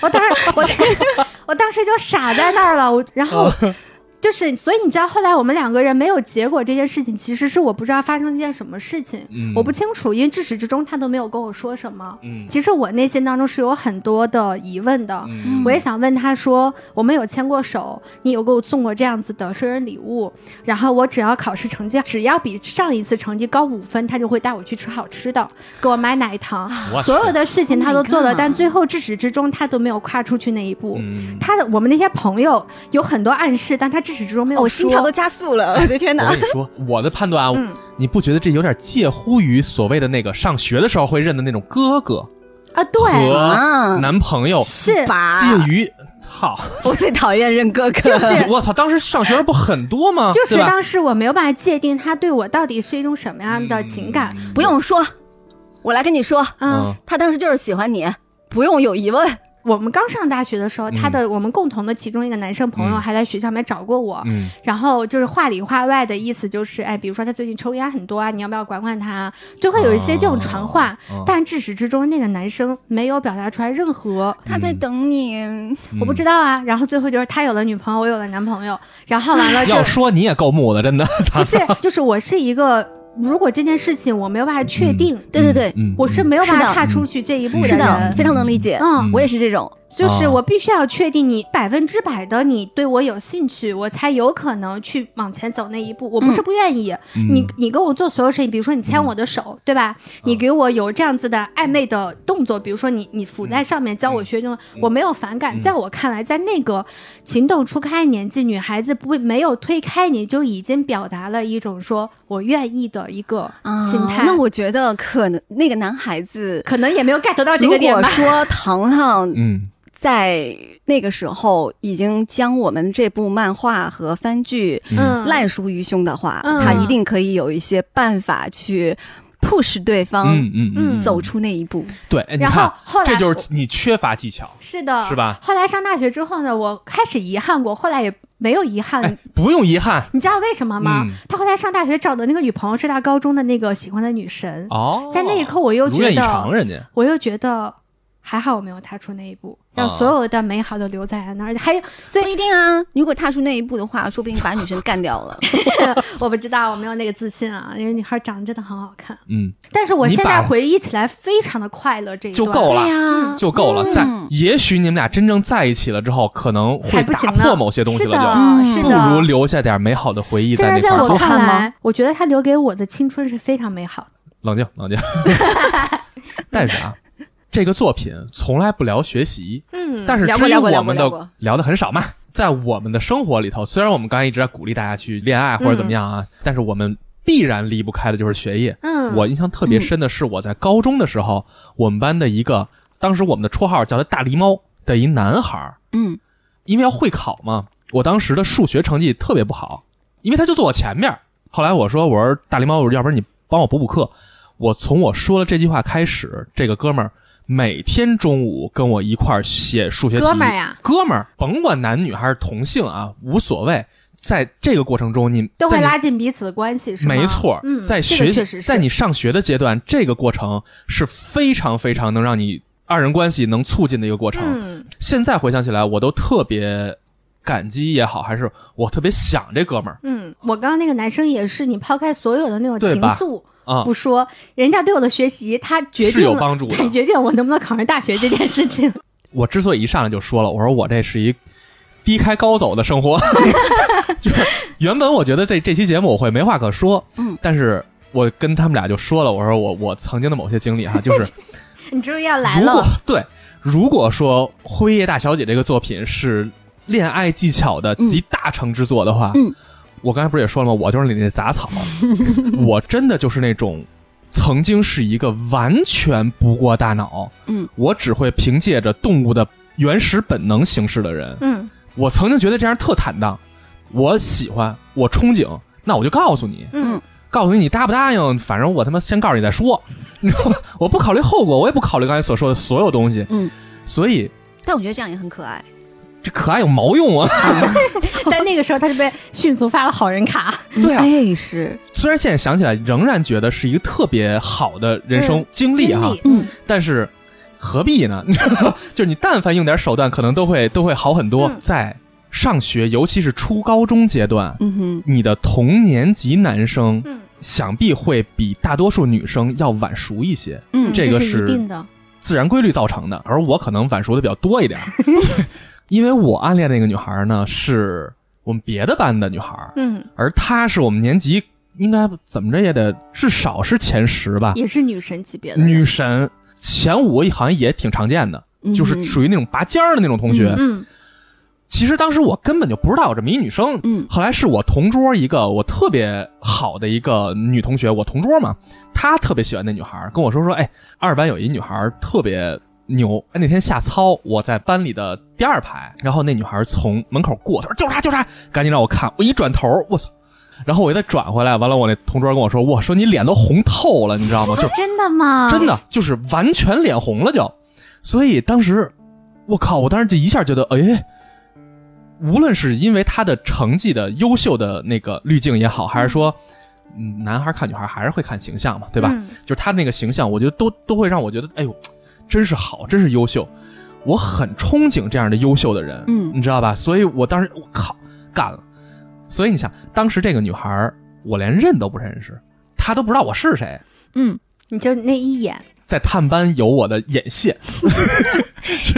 Speaker 2: 我当时我我当时就傻在那儿了，我然
Speaker 3: 啊
Speaker 2: 后。就是，所以你知道，后来我们两个人没有结果这件事情，其实是我不知道发生了一件什么事情，
Speaker 3: 嗯
Speaker 2: 我不清楚，因为至始至终他都没有跟我说什么。
Speaker 3: 嗯
Speaker 2: 其实我内心当中是有很多的疑问的，
Speaker 3: 嗯
Speaker 2: 我也想问他说，我们有牵过手，你有给我送过这样子的生日礼物，然后我只要考试成绩只要比上一次成绩高五分，他就会带我去吃好吃的，给我买奶糖，
Speaker 3: 我
Speaker 2: 所有的事情
Speaker 4: Oh my
Speaker 2: 他都做了，
Speaker 4: God
Speaker 2: 但最后至始至终他都没有跨出去那一步。
Speaker 3: 嗯，
Speaker 2: 他的我们那些朋友有很多暗示，但他至始至终
Speaker 3: 哦
Speaker 2: 没有说。
Speaker 4: 我心跳都加速了，我的天
Speaker 3: 我
Speaker 4: 哪！
Speaker 3: 跟你说，我的判断啊，
Speaker 2: 嗯
Speaker 3: 你不觉得这有点介乎于所谓的那个上学的时候会认的那种哥哥
Speaker 2: 啊，对，
Speaker 3: 和
Speaker 4: 啊
Speaker 3: 男朋友，
Speaker 2: 是
Speaker 4: 爸，
Speaker 3: 介于操，
Speaker 4: 我最讨厌认哥哥，
Speaker 2: 就是
Speaker 3: 我操，当时上学不很多吗？
Speaker 2: 就是
Speaker 3: 对吧
Speaker 2: 当时我没有办法界定他对我到底是一种什么样的情感。
Speaker 4: 不用说，我来跟你说，
Speaker 2: 啊，
Speaker 3: 嗯
Speaker 4: 他当时就是喜欢你，不用有疑问。
Speaker 2: 我们刚上大学的时候，
Speaker 3: 嗯
Speaker 2: 他的我们共同的其中一个男生朋友
Speaker 3: 嗯
Speaker 2: 还来学校里面找过我，
Speaker 3: 嗯
Speaker 2: 然后就是话里话外的意思就是，哎，比如说他最近抽烟很多啊，你要不要管管他啊？就会有一些这种传话，
Speaker 3: 哦哦
Speaker 2: 但至始至终那个男生没有表达出来任何
Speaker 4: 他在等你，
Speaker 3: 嗯
Speaker 2: 我不知道啊。然后最后就是他有了女朋友，我有了男朋友，然后完了就
Speaker 3: 要说你也够木的，真 的。
Speaker 2: 不是，就是我是一个，如果这件事情我没有办法确定，
Speaker 4: 对对对，
Speaker 3: 嗯，
Speaker 2: 我是没有办
Speaker 4: 是
Speaker 2: 法
Speaker 4: 的
Speaker 2: 踏出去这一步
Speaker 4: 是的
Speaker 2: 人。，
Speaker 4: 非常能理解。
Speaker 2: 嗯，
Speaker 4: 我也是这种，
Speaker 2: 就是
Speaker 3: 啊
Speaker 2: 我必须要确定你百分之百的你对我有兴趣，我才有可能去往前走那一步。我不是不愿意，
Speaker 3: 嗯嗯
Speaker 2: 你你跟我做所有事情，比如说你牵我的手，对吧？你给我有这样子的暧昧的动作，比如说你你扶
Speaker 3: 嗯
Speaker 2: 在上面教我学这种，我没有反感。在我看来，在那个情窦初开的年纪，女孩子不没有推开你就已经表达了一种说我愿意的一个心
Speaker 4: 啊
Speaker 2: 态。
Speaker 4: 那我觉得可能那个男孩子，
Speaker 2: 可能也没有 get 到这
Speaker 4: 如
Speaker 2: 个点
Speaker 4: 果
Speaker 2: 吧。
Speaker 4: 说糖糖
Speaker 3: 嗯
Speaker 4: 在那个时候已经将我们这部漫画和番剧
Speaker 3: 嗯
Speaker 2: 嗯，
Speaker 4: 烂熟于胸的话，
Speaker 2: 嗯
Speaker 4: 他一定可以有一些办法去 push 对方
Speaker 3: 嗯嗯
Speaker 2: 嗯
Speaker 4: 走出那一步。
Speaker 3: 对，哎你
Speaker 2: 然后
Speaker 3: 看，
Speaker 2: 后来
Speaker 3: 这就是你缺乏技巧，
Speaker 2: 是的，
Speaker 3: 是吧？
Speaker 2: 后来上大学之后呢，我开始遗憾过，后来也没有遗憾。
Speaker 3: 哎，不用遗憾
Speaker 2: 你知道为什么吗？
Speaker 3: 嗯
Speaker 2: 他后来上大学找的那个女朋友是他高中的那个喜欢的女神，
Speaker 3: 哦。
Speaker 2: 在那一刻我又
Speaker 3: 如愿
Speaker 2: 觉
Speaker 3: 以偿，
Speaker 2: 得，
Speaker 3: 人家
Speaker 2: 我又觉得还好我没有踏出那一步，让
Speaker 3: 啊
Speaker 2: 所有的美好都留在了那儿。还有，所
Speaker 4: 不
Speaker 2: 以
Speaker 4: 一定啊，如果踏出那一步的话，说不定把女生干 掉了。
Speaker 2: 我不知道，我没有那个自信啊，因为女孩长得真的很好看。
Speaker 3: 嗯
Speaker 2: 但是我
Speaker 3: 你
Speaker 2: 现在
Speaker 3: 把
Speaker 2: 回忆起来非常的快乐，这一
Speaker 3: 就
Speaker 2: 段
Speaker 3: 够了
Speaker 4: 啊
Speaker 2: 对呀、嗯
Speaker 3: 就够了。在也许你们俩真正在一起了之后，可能会
Speaker 2: 还不行
Speaker 3: 打
Speaker 2: 呢，
Speaker 3: 破某些东西
Speaker 2: 是的，
Speaker 3: 了，
Speaker 4: 嗯
Speaker 2: 是
Speaker 3: 就
Speaker 2: 的
Speaker 3: 不如留下点美好的回忆
Speaker 2: 现在
Speaker 3: 那块
Speaker 2: 在
Speaker 3: 儿。哦
Speaker 2: 我
Speaker 3: 好，
Speaker 2: 看
Speaker 4: 看吗
Speaker 2: 来，我觉得他留给我的青春是非常美好的。
Speaker 3: 冷静 冷静。但是啊，这个作品从来不聊学习，
Speaker 2: 嗯
Speaker 3: 但是
Speaker 4: 聊
Speaker 3: 至
Speaker 4: 过
Speaker 3: 于
Speaker 4: 聊过
Speaker 3: 我
Speaker 4: 聊过
Speaker 3: 们
Speaker 4: 聊
Speaker 3: 的
Speaker 4: 过
Speaker 3: 聊的很少嘛，在我们的生活里头，虽然我们刚才一直在鼓励大家去恋爱或者怎么
Speaker 4: 嗯
Speaker 3: 样啊，但是我们必然离不开的就是学业。
Speaker 2: 嗯，
Speaker 3: 我印象特
Speaker 4: 嗯
Speaker 3: 别深的是，我在高中的时候，我们班的一个，当时我们的绰号叫他“大狸猫”，的一男孩儿，
Speaker 4: 嗯
Speaker 3: 因为要会考嘛，我当时的数学成绩特别不好，因为他就坐我前面儿。后来我说：“我说大狸猫，要不然你帮我补补课。”我从我说了这句话开始，这个哥们儿每天中午跟我一块儿写数学题。
Speaker 2: 哥们儿呀，
Speaker 3: 哥们儿，甭管男女还是同性啊，无所谓。在这个过程中，你
Speaker 2: 都会
Speaker 3: 在你
Speaker 2: 拉近彼此的关系，是吗？
Speaker 3: 没错，
Speaker 2: 嗯，
Speaker 3: 在
Speaker 2: 这个
Speaker 3: 学习、
Speaker 2: 确实是
Speaker 3: 在你上学的阶段，这个过程是非常非常能让你二人关系能促进的一个过程。
Speaker 2: 嗯，
Speaker 3: 现在回想起来，我都特别感激也好，还是我特别想这哥们儿
Speaker 2: 嗯，我刚刚那个男生也是，你抛开所有的那种
Speaker 3: 对
Speaker 2: 情
Speaker 3: 吧
Speaker 2: 愫
Speaker 3: 啊，
Speaker 2: 不说，人家对我的学习，他决
Speaker 3: 是
Speaker 2: 定
Speaker 3: 有
Speaker 2: 了，
Speaker 3: 帮助
Speaker 2: 对，
Speaker 3: 的。
Speaker 2: 决定了我能不能考上大学这件事情。
Speaker 3: 我之所以一上来就说了，我说我这是一低开高走的生活， 就是原本我觉得这这期节目我会没话可说，
Speaker 4: 嗯，
Speaker 3: 但是我跟他们俩就说了，我说我我曾经的某些经历哈，就是
Speaker 2: 你终于要来
Speaker 3: 如果
Speaker 2: 了，
Speaker 3: 对，如果说《辉夜大小姐》这个作品是恋爱技巧的集大成之作的话，
Speaker 4: 嗯
Speaker 3: 我刚才不是也说了吗？我就是你那杂草，啊我真的就是那种曾经是一个完全不过大脑，
Speaker 4: 嗯，
Speaker 3: 我只会凭借着动物的原始本能行事的人。
Speaker 2: 嗯
Speaker 3: 我曾经觉得这样特坦荡，我喜欢，我憧憬，那我就告诉你，
Speaker 2: 嗯
Speaker 3: 告诉你你答不答应，反正我他妈先告诉你再说， 你知道吗？我不考虑后果，我也不考虑刚才所说的所有东西，
Speaker 4: 嗯，
Speaker 3: 所以
Speaker 4: 但我觉得这样也很可爱。
Speaker 3: 这可爱有毛用啊？
Speaker 2: 在那个时候他就被迅速发了好人卡，
Speaker 3: 对啊，
Speaker 4: 哎，是，
Speaker 3: 虽然现在想起来仍然觉得是一个特别好的人生经历哈、
Speaker 4: 嗯
Speaker 3: 但是何必呢？ 你知道吗就是你但凡用点手段，可能都会都会好很多。
Speaker 2: 嗯
Speaker 3: 在上学，尤其是初高中阶段，
Speaker 4: 嗯哼，
Speaker 3: 你的同年级男生
Speaker 2: 嗯，
Speaker 3: 想必会比大多数女生要晚熟一些，
Speaker 4: 嗯
Speaker 3: 这个
Speaker 2: 是
Speaker 3: 是
Speaker 2: 一定的，
Speaker 3: 自然规律造成的。而我可能晚熟的比较多 一点，因为我暗恋那个女孩呢，是我们别的班的女孩，
Speaker 2: 嗯，
Speaker 3: 而她是我们年级应该怎么着也得至少是前十吧，
Speaker 2: 也是女神级别的人
Speaker 3: 女神前五好像也挺常见的，
Speaker 4: 嗯
Speaker 3: 就是属于那种拔尖儿的那种同学。
Speaker 2: 嗯
Speaker 3: 其实当时我根本就不知道有这么一女生，
Speaker 4: 嗯
Speaker 3: 后来是我同桌一个我特别好的一个女同学，我同桌嘛，她特别喜欢那女孩儿，跟我说说，哎，二班有一女孩儿特别牛。哎那天下操，我在班里的第二排，然后那女孩儿从门口过，她说就是她，就是她，赶紧让我看。我一转头，我操！然后我又再转回来，完了，我那同桌跟我说，我说你脸都红透了，你知道吗？就
Speaker 2: 真的吗？
Speaker 3: 真的就是完全脸红了就。所以当时，我靠！我当时就一下觉得，哎，无论是因为他的成绩的优秀的那个滤镜也好，还是说，嗯，男孩看女孩还是会看形象嘛，对吧？
Speaker 2: 嗯
Speaker 3: 就是他那个形象，我觉得都都会让我觉得，哎呦，真是好，真是优秀。我很憧憬这样的优秀的人，
Speaker 4: 嗯
Speaker 3: 你知道吧？所以我当时我靠干了。所以你想，当时这个女孩儿我连认都不认识，她都不知道我是谁。
Speaker 4: 嗯，
Speaker 2: 你就那一眼，
Speaker 3: 在探班有我的眼线，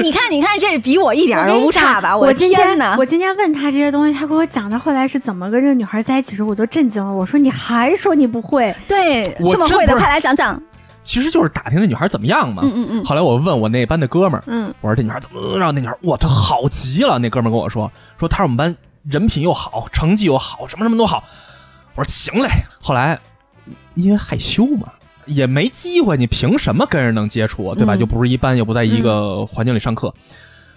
Speaker 4: 你看，你看，这比我一点
Speaker 2: 我
Speaker 4: 儿
Speaker 2: 跟
Speaker 4: 都
Speaker 2: 你
Speaker 4: 不差
Speaker 2: 讲
Speaker 4: 吧？
Speaker 2: 我
Speaker 4: 的
Speaker 2: 今
Speaker 4: 天
Speaker 2: 天
Speaker 4: 哪！
Speaker 2: 我今天问他这些东西，他给我讲他后来是怎么跟这个女孩在一起的时候，我都震惊了。我说你还说你不会，
Speaker 4: 对，
Speaker 3: 我
Speaker 4: 这么
Speaker 3: 真
Speaker 4: 会的，
Speaker 3: 不啊是
Speaker 4: 快来讲讲。
Speaker 3: 其实就是打听这女孩怎么样嘛。
Speaker 4: 嗯嗯嗯，
Speaker 3: 后来我问我那班的哥们儿，
Speaker 2: 嗯
Speaker 3: 我说这女孩怎么让那女孩，哇，她好极了。那哥们儿跟我说，说她是我们班人品又好，成绩又好，什么什么都好。我说行嘞。后来因为害羞嘛，也没机会，你凭什么跟人能接触啊，对吧？
Speaker 4: 嗯
Speaker 3: 又不是一班，又不在一个环境里上课。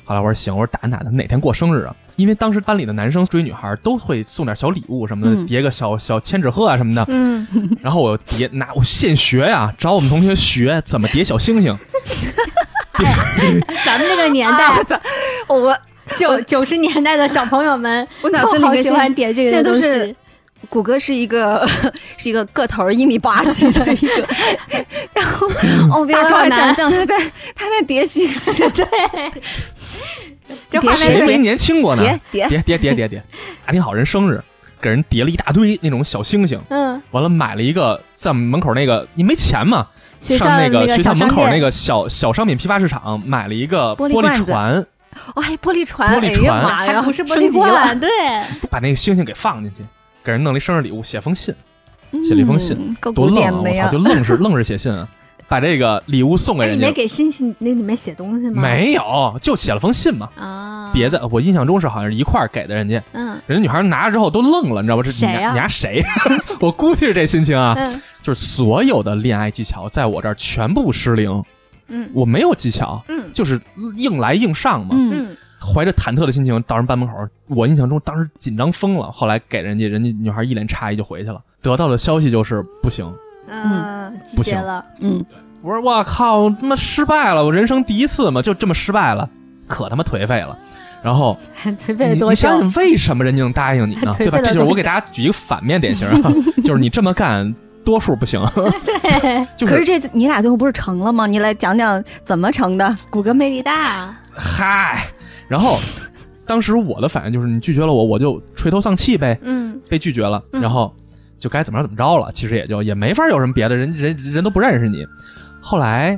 Speaker 3: 后来我说行，我说打听打听哪天过生日啊？因为当时班里的男生追女孩都会送点小礼物什么的，
Speaker 4: 嗯
Speaker 3: 叠个小小千纸鹤啊什么的。
Speaker 2: 嗯，
Speaker 3: 然后我叠拿我现学呀、找我们同学学怎么叠小星星。
Speaker 2: 咱们这个年代
Speaker 4: 我
Speaker 2: 啊 九九十年代的小朋友们，
Speaker 4: 我脑子
Speaker 2: 都
Speaker 4: 里
Speaker 2: 好
Speaker 4: 面
Speaker 2: 喜欢点这个
Speaker 4: 现在
Speaker 2: 东
Speaker 4: 都
Speaker 2: 西。
Speaker 4: 是谷歌是一个 是一个个头一米八几的一个，然后哦，我没有办
Speaker 2: 大壮
Speaker 4: 法
Speaker 2: 男
Speaker 4: 想 象他在他在叠星星，
Speaker 2: 这
Speaker 4: 叠
Speaker 2: 画
Speaker 3: 谁
Speaker 2: 面
Speaker 3: 没
Speaker 2: 是
Speaker 3: 年轻过呢？
Speaker 4: 叠叠
Speaker 3: 叠叠叠叠叠，打听好人生日，给人叠了一大堆那种小星星。
Speaker 2: 嗯，
Speaker 3: 完了买了一个在我们门口那个，你没钱嘛？
Speaker 2: 学校
Speaker 3: 上那
Speaker 2: 的
Speaker 3: 个学
Speaker 2: 小
Speaker 3: 校门
Speaker 2: 商
Speaker 3: 口
Speaker 2: 店
Speaker 3: 那个小小商品批发市场买了一个
Speaker 4: 玻璃
Speaker 3: 玻
Speaker 4: 罐
Speaker 3: 璃
Speaker 4: 子
Speaker 3: 船，
Speaker 4: 哇，还玻璃船，
Speaker 3: 玻璃
Speaker 4: 哎呀
Speaker 3: 船
Speaker 4: 妈
Speaker 2: 还
Speaker 4: 呀，
Speaker 2: 不是玻
Speaker 4: 升
Speaker 2: 璃
Speaker 4: 级了
Speaker 2: 罐，对，
Speaker 3: 把那个星星给放进去，给人弄了一生日礼物，写封信，写了一封信
Speaker 4: 嗯够
Speaker 3: 多
Speaker 4: 古
Speaker 3: 愣
Speaker 4: 典
Speaker 3: 啊！
Speaker 4: 的
Speaker 3: 我操，
Speaker 4: 呀
Speaker 3: 就！愣是愣是写信啊，把这个礼物送给
Speaker 2: 哎，你
Speaker 3: 人家
Speaker 2: 没。给星星那里面写东西吗？
Speaker 3: 没有，就写了封信嘛。
Speaker 2: 啊，
Speaker 3: 别在我印象中是好像是一块儿给的人家，
Speaker 2: 嗯
Speaker 3: 人家女孩拿了之后都愣了，你知道吧？这你
Speaker 2: 谁呀
Speaker 3: 丫你丫谁？ 我估计是这心情啊，
Speaker 2: 嗯
Speaker 3: 就是所有的恋爱技巧在我这儿全部失灵，
Speaker 2: 嗯
Speaker 3: 我没有技巧，
Speaker 2: 嗯
Speaker 3: 就是硬来硬上嘛。
Speaker 4: 嗯
Speaker 3: 怀着忐忑的心情到人班门口，我印象中当时紧张疯了。后来给人家，人家女孩一脸诧异就回去了。得到的消息就是不行。
Speaker 2: 嗯，拒
Speaker 3: 不
Speaker 2: 绝
Speaker 3: 行
Speaker 2: 了，
Speaker 4: 嗯，
Speaker 3: 我说我靠，我他妈失败了，我人生第一次嘛，就这么失败了，可他妈颓废了。然后
Speaker 2: 颓
Speaker 3: 你
Speaker 2: 废多
Speaker 3: 你
Speaker 2: 久？
Speaker 3: 想？想为什么人家能答应你呢
Speaker 2: 对
Speaker 3: 对吧？
Speaker 2: 对对
Speaker 3: 这就是我给大家举一个反面典型啊，就是你这么干多数不行， 就
Speaker 4: 可是
Speaker 3: 是
Speaker 4: 这你俩最后不是成了吗？你来讲讲怎么成的？
Speaker 2: 骨骼魅力大，
Speaker 3: 嗨。然后当时我的反应就是你拒绝了我，我就垂头丧气呗，
Speaker 2: 嗯，
Speaker 3: 被拒绝了，
Speaker 2: 嗯
Speaker 3: 然后就该怎么着怎么着了。其实也就也没法有什么别的人，人人都不认识你。后来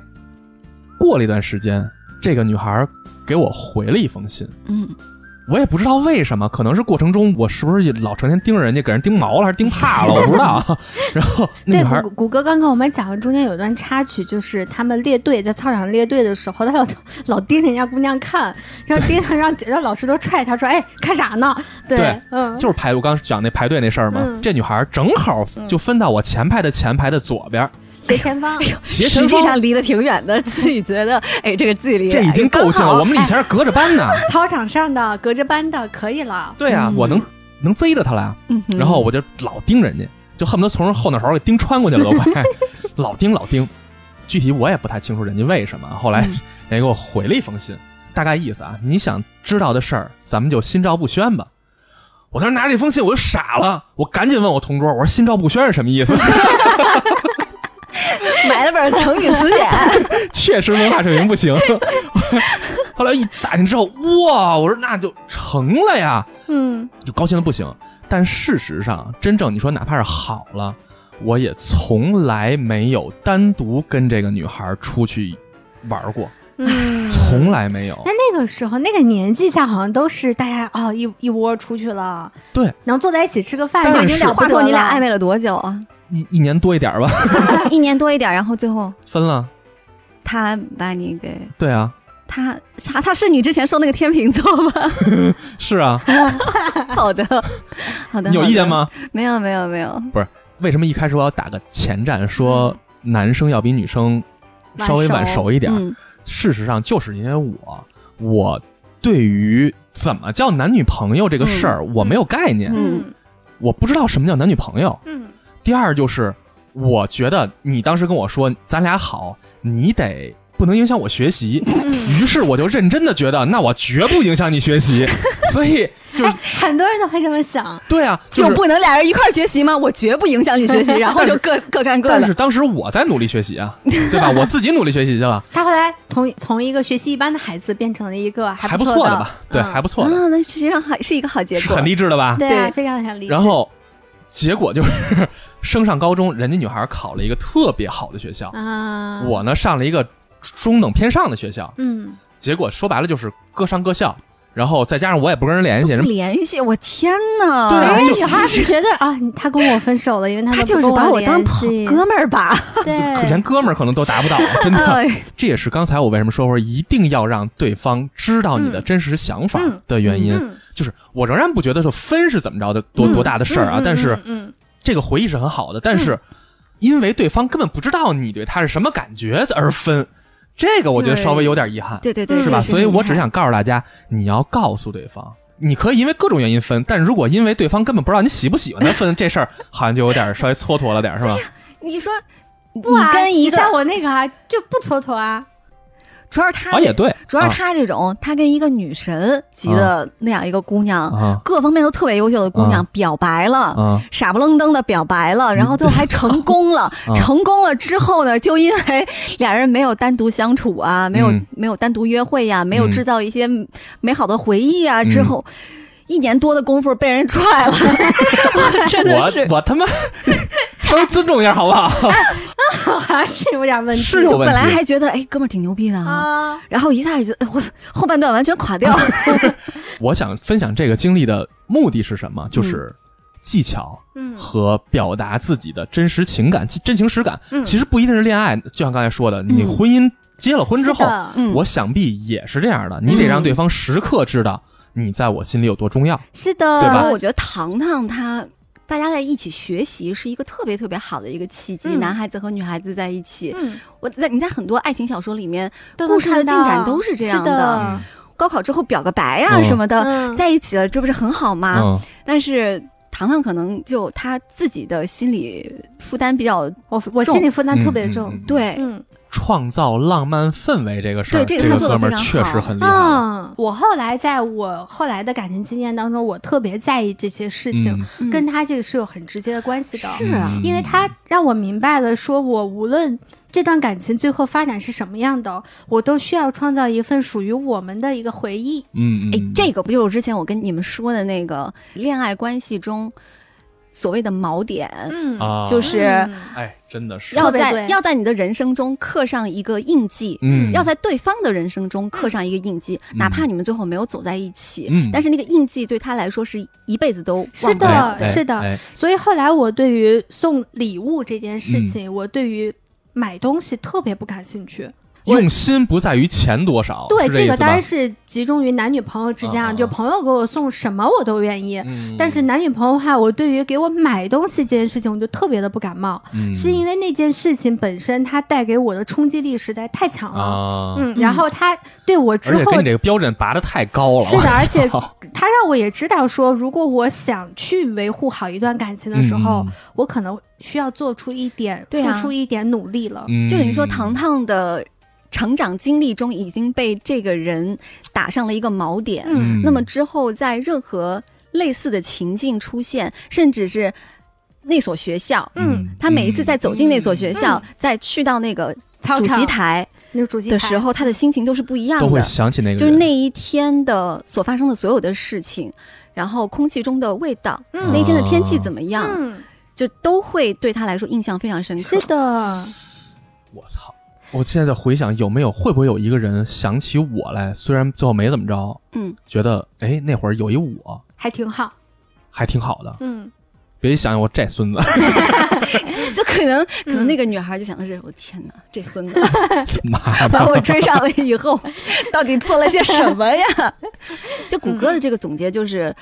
Speaker 3: 过了一段时间，这个女孩给我回了一封信，
Speaker 4: 嗯，
Speaker 3: 我也不知道为什么，可能是过程中我是不是老成天盯着人家，给人盯毛了还是 盯怕了，我不知道啊。然后那
Speaker 2: 对
Speaker 3: 女孩，
Speaker 2: 谷谷歌刚跟我们讲，中间有一段插曲，就是他们列队在操场列队的时候，他老老盯着人家姑娘看，然后盯着让让老师都踹他说：“哎，看啥呢？”对，
Speaker 3: 对
Speaker 2: 嗯，
Speaker 3: 就是排，我刚讲那排队那事儿嘛，
Speaker 2: 嗯
Speaker 3: 这女孩正好
Speaker 4: 嗯
Speaker 3: 就分到我前排的前排的左边，
Speaker 2: 斜前方，
Speaker 3: 斜
Speaker 4: 实
Speaker 3: 前
Speaker 4: 际
Speaker 3: 方，
Speaker 4: 上离得挺远的，自己觉得哎，这个距离
Speaker 3: 这已经够
Speaker 4: 哎
Speaker 3: 近
Speaker 4: 刚好
Speaker 3: 了。我们以前是隔着 班呢，
Speaker 2: 操场上的隔着班的可以了。
Speaker 3: 对啊，
Speaker 4: 嗯
Speaker 3: 我能能贼着她了呀。
Speaker 4: 嗯哼
Speaker 3: 然后我就老盯人家，就恨不得从人后脑勺给盯穿过去了都快， 老盯老盯。具体我也不太清楚人家为什么。后来
Speaker 4: 嗯
Speaker 3: 人家给我回了一封信，大概意思啊，你想知道的事儿，咱们就心照不宣吧。我当时拿着这封信我就傻了，我赶紧问我同桌，我说“心照不宣”是什么意思？
Speaker 4: 买了本成语词 典，
Speaker 3: 确实文化水平不 行。后来一打听之后，哇，我说那就成了呀。
Speaker 2: 嗯，
Speaker 3: 就高兴的不行。但事实上，真正你说哪怕是好了，我也从来没有单独跟这个女孩出去玩过，
Speaker 2: 嗯
Speaker 3: 从来没有
Speaker 2: 那。那个时候，那个年纪下，好像都是大家哦一一窝出去了，
Speaker 3: 对，
Speaker 2: 能坐在一起吃个饭
Speaker 3: 但
Speaker 2: 就已
Speaker 3: 是
Speaker 2: 经了不
Speaker 4: 话
Speaker 2: 得
Speaker 4: 说你俩
Speaker 2: 了
Speaker 4: 暧昧了多久啊？
Speaker 3: 一一年多一点儿吧，
Speaker 4: 一年多一点，然后最后
Speaker 3: 分了。
Speaker 4: 他把你给
Speaker 3: 对啊，
Speaker 4: 他啥？他是你之前说那个天秤座吧？
Speaker 3: 是啊，
Speaker 4: 好的，好的，
Speaker 3: 你有
Speaker 4: 好
Speaker 3: 意
Speaker 4: 的
Speaker 3: 见？吗？
Speaker 4: 没有，没有，没有。
Speaker 3: 为什么一开始我要打个前站，
Speaker 4: 嗯
Speaker 3: 说男生要比女生稍微晚熟一点儿？
Speaker 4: 嗯
Speaker 3: 事实上，就是因为我，我对于怎么叫男女朋友这个事儿，我没有概念，
Speaker 2: 嗯
Speaker 3: 我不知道什么叫男女朋友。
Speaker 2: 嗯
Speaker 3: 第二就是，我觉得你当时跟我说咱俩好，你得不能影响我学习，
Speaker 2: 嗯，
Speaker 3: 于是我就认真的觉得，那我绝不影响你学习，所以就是
Speaker 2: 很多人都会这么想。
Speaker 3: 对啊，。
Speaker 4: 就是不能俩人一块儿学习吗？我绝不影响你学 习，然后就各各干各
Speaker 3: 但
Speaker 4: 的。
Speaker 3: 是当时我在努力学习啊，对吧？我自己努力学习去了，
Speaker 2: 他后来从从一个学习一般的孩子变成了一个
Speaker 3: 还
Speaker 2: 不
Speaker 3: 错
Speaker 2: 的
Speaker 3: 的吧？对，还
Speaker 2: 不
Speaker 3: 不错的，
Speaker 4: 啊，那实际上还是一个好结
Speaker 3: 是
Speaker 4: 果
Speaker 3: 很。励志的吧？
Speaker 2: 对啊，
Speaker 4: 对
Speaker 2: 非常想理解。
Speaker 3: 然后结果就是 升上高中，人家女孩考了一个特别好的学校，
Speaker 2: 啊，
Speaker 3: 我呢上了一个中等偏上的学校，
Speaker 2: 嗯，
Speaker 3: 结果说白了就是各上各校，然后再加上我也不跟人联系，
Speaker 4: 不
Speaker 3: 人
Speaker 4: 联系，我天哪！
Speaker 3: 对啊
Speaker 2: 因为
Speaker 3: 就
Speaker 2: 哎女孩是觉得啊，你他跟我分手了，因为他
Speaker 4: 他
Speaker 2: 都
Speaker 4: 就
Speaker 2: 不
Speaker 4: 是
Speaker 2: 跟
Speaker 4: 把我当
Speaker 2: 联
Speaker 4: 朋
Speaker 2: 系
Speaker 4: 哥，们儿吧？
Speaker 3: 连
Speaker 2: 对，
Speaker 3: 哥们儿可能都 达不到，真的。
Speaker 2: 嗯
Speaker 4: 哎
Speaker 3: 这也是刚才我为什么说说一定要让对方知道你的真实想法的原因，
Speaker 2: 嗯
Speaker 3: 就是我仍然不觉得说分是怎么着的多、
Speaker 2: 嗯
Speaker 3: 多大的事儿啊，
Speaker 2: 嗯嗯
Speaker 3: 但是
Speaker 2: 嗯嗯，
Speaker 3: 这个回忆是很好的，但是因为对方根本不知道你对他是什么感觉而分，这个我觉得稍微有点遗憾，
Speaker 4: 对对对，
Speaker 3: 是吧？
Speaker 4: 这
Speaker 3: 所以我只
Speaker 4: 很遗憾
Speaker 3: 想告诉大家，你要告诉对方。你可以因为各种原因分，但如果因为对方根本不知道你喜不喜欢他分，这事儿好像就有点稍微蹉跎了点儿，是 吧？
Speaker 4: 你说，你
Speaker 2: 不啊，
Speaker 4: 跟一
Speaker 2: 你
Speaker 4: 个
Speaker 2: 像我那个啊，就不蹉跎啊，
Speaker 4: 主要是他
Speaker 3: 啊，也对，
Speaker 4: 主要是他这种，他跟一个女神级的那样一个姑
Speaker 3: 啊
Speaker 4: 娘，
Speaker 3: 啊
Speaker 4: 各方面都特别优秀的姑娘，表白了。
Speaker 3: 啊
Speaker 4: 傻不愣登的表白了，然后最后还 成功了。
Speaker 3: 啊
Speaker 4: 成功了之后呢，就因为俩人没有单独相处啊，没有、
Speaker 3: 嗯
Speaker 4: 没有单独约会呀、没有
Speaker 3: 嗯
Speaker 4: 制造一些美好的回忆啊，
Speaker 3: 嗯
Speaker 4: 之后一年多的功夫被人踹了，我 真的是哎
Speaker 3: 我我 他妈稍微尊重一下好不好？
Speaker 2: 好像是有点问题。
Speaker 3: 是有
Speaker 4: 就
Speaker 3: 问
Speaker 4: 本来
Speaker 3: 题。
Speaker 4: 还觉得哎哥们儿挺牛逼的啊，
Speaker 2: 啊，
Speaker 4: 然后一下就哎我后半段完全垮
Speaker 3: 啊
Speaker 4: 掉。
Speaker 3: 我想分享这个经历的目的是什么？就是
Speaker 4: 嗯
Speaker 3: 技巧
Speaker 2: 嗯
Speaker 3: 和表达自己的真实情感、其真情实感。
Speaker 2: 嗯，
Speaker 3: 其实不一定是恋爱，就像刚才说的，你
Speaker 4: 嗯
Speaker 3: 婚姻结了婚之
Speaker 2: 是
Speaker 3: 后，
Speaker 2: 的
Speaker 4: 嗯，
Speaker 3: 我想必也是这样的。你得让对方时刻知道你在我心里有多重要。
Speaker 2: 是的，
Speaker 3: 对吧
Speaker 4: 然后我觉得糖糖他。大家在一起学习是一个特别特别好的一个契机，
Speaker 2: 嗯
Speaker 4: 男孩子和女孩子在一起，
Speaker 2: 嗯，
Speaker 4: 我在你在很多爱情小说里面，
Speaker 2: 都能
Speaker 4: 故事的
Speaker 2: 看
Speaker 4: 进展
Speaker 2: 到
Speaker 4: 都是这样
Speaker 2: 是
Speaker 4: 的
Speaker 2: 的，
Speaker 4: 高考之后表个白呀、
Speaker 3: 嗯
Speaker 4: 什么的，
Speaker 2: 嗯
Speaker 4: 在一起了，这不是很好吗？
Speaker 3: 嗯，
Speaker 4: 但是糖糖可能就他自己的心理负担比较
Speaker 2: 我我心理负担特别
Speaker 3: 嗯
Speaker 2: 重
Speaker 3: 嗯。嗯
Speaker 4: 对，
Speaker 2: 嗯
Speaker 3: 创造浪漫氛围这个事儿，
Speaker 4: 对这
Speaker 3: 个
Speaker 4: 个他做得
Speaker 3: 哥们儿
Speaker 4: 非常
Speaker 3: 确
Speaker 4: 好啊
Speaker 3: 实很厉害。
Speaker 2: 嗯，我后来在我后来的感情经验当中，我特别在意这些事情，
Speaker 3: 嗯
Speaker 4: 嗯
Speaker 2: 跟他这个是有很直接的关系的。
Speaker 4: 是啊
Speaker 3: 嗯
Speaker 2: 因为他让我明白了，说我无论这段感情最后发展是什么样的，我都需要创造一份属于我们的一个回忆。
Speaker 3: 嗯嗯，
Speaker 4: 哎
Speaker 3: 嗯，
Speaker 4: 这个不就是之前我跟你们说的那个恋爱关系中所谓的锚点，
Speaker 2: 嗯
Speaker 3: 啊，
Speaker 4: 就是
Speaker 3: 哎，真的是
Speaker 4: 要
Speaker 2: 特别
Speaker 4: 在
Speaker 2: 对
Speaker 4: 要在你的人生中刻上一个印记，
Speaker 3: 嗯
Speaker 4: 要在对方的人生中刻上一个印记，
Speaker 3: 嗯
Speaker 4: 哪怕你们最后没有走在一起，
Speaker 3: 嗯
Speaker 4: 但是那个印记对他来说是一辈子都忘不
Speaker 2: 是的
Speaker 4: 了
Speaker 3: 哎
Speaker 2: 是的
Speaker 3: 哎
Speaker 2: 所以后来我对于送礼物这件事
Speaker 3: 嗯
Speaker 2: 情，我对于买东西特别不感兴趣。我
Speaker 3: 用心不在于钱多少，
Speaker 2: 对，
Speaker 3: 哦是这
Speaker 2: 这个
Speaker 3: 意思吧
Speaker 2: 当然是集中于男女朋友之间啊，
Speaker 3: 啊啊
Speaker 2: 就朋友给我送什么我都愿意。
Speaker 3: 嗯
Speaker 2: 但是男女朋友的话，我对于给我买东西这件事情，我就特别的不感冒，是因
Speaker 3: 为
Speaker 2: 为那件事情本身它带给我的冲击力实在太强了。
Speaker 3: 啊，
Speaker 2: 嗯，然后他对我之
Speaker 3: 而且
Speaker 2: 后
Speaker 3: 跟你这个标准拔的太高了，
Speaker 2: 是 的，而且
Speaker 3: 好
Speaker 2: 他让我也知道说，如果我想去维护好一段感情的时候，
Speaker 3: 嗯
Speaker 2: 我可能需要做出一点、
Speaker 4: 对啊
Speaker 2: 付出一点努力了。
Speaker 3: 嗯
Speaker 4: 就等于说，糖糖的成长经历中已经被这个人打上了一个锚点。
Speaker 2: 嗯，
Speaker 4: 那么之后在任何类似的情境出现，甚至是那所学校，
Speaker 2: 嗯
Speaker 4: 他每一次在走进那所学校，
Speaker 2: 嗯
Speaker 4: 再去到那个
Speaker 2: 操
Speaker 4: 主
Speaker 2: 场
Speaker 4: 席台
Speaker 2: 那个主席
Speaker 4: 的
Speaker 2: 台
Speaker 4: 时，候，他的心情都是不一样
Speaker 3: 都会
Speaker 4: 的。
Speaker 3: 想起那个人，
Speaker 4: 就是那一天的所发生的所有的事情，然后空气中的味道，
Speaker 2: 嗯
Speaker 4: 那一天的天气怎么样，
Speaker 2: 嗯，
Speaker 4: 就都会对他来说印象非常深刻
Speaker 2: 是。的，
Speaker 3: 我操！我现在在回想，有没有会不会有一个人想起我来？虽然最后没怎么着，
Speaker 4: 嗯，
Speaker 3: 觉得哎那会儿有一我
Speaker 2: 还挺好。
Speaker 3: 还挺好的。
Speaker 2: 嗯，
Speaker 3: 别一想我这孙子
Speaker 4: 就可能可能
Speaker 2: 嗯
Speaker 4: 那个女孩就想的是，我天哪，这孙子
Speaker 3: 妈
Speaker 4: 把
Speaker 3: 的，
Speaker 4: 我追上了以 后，到底做了些什么呀？ 就谷歌的这个总结就是，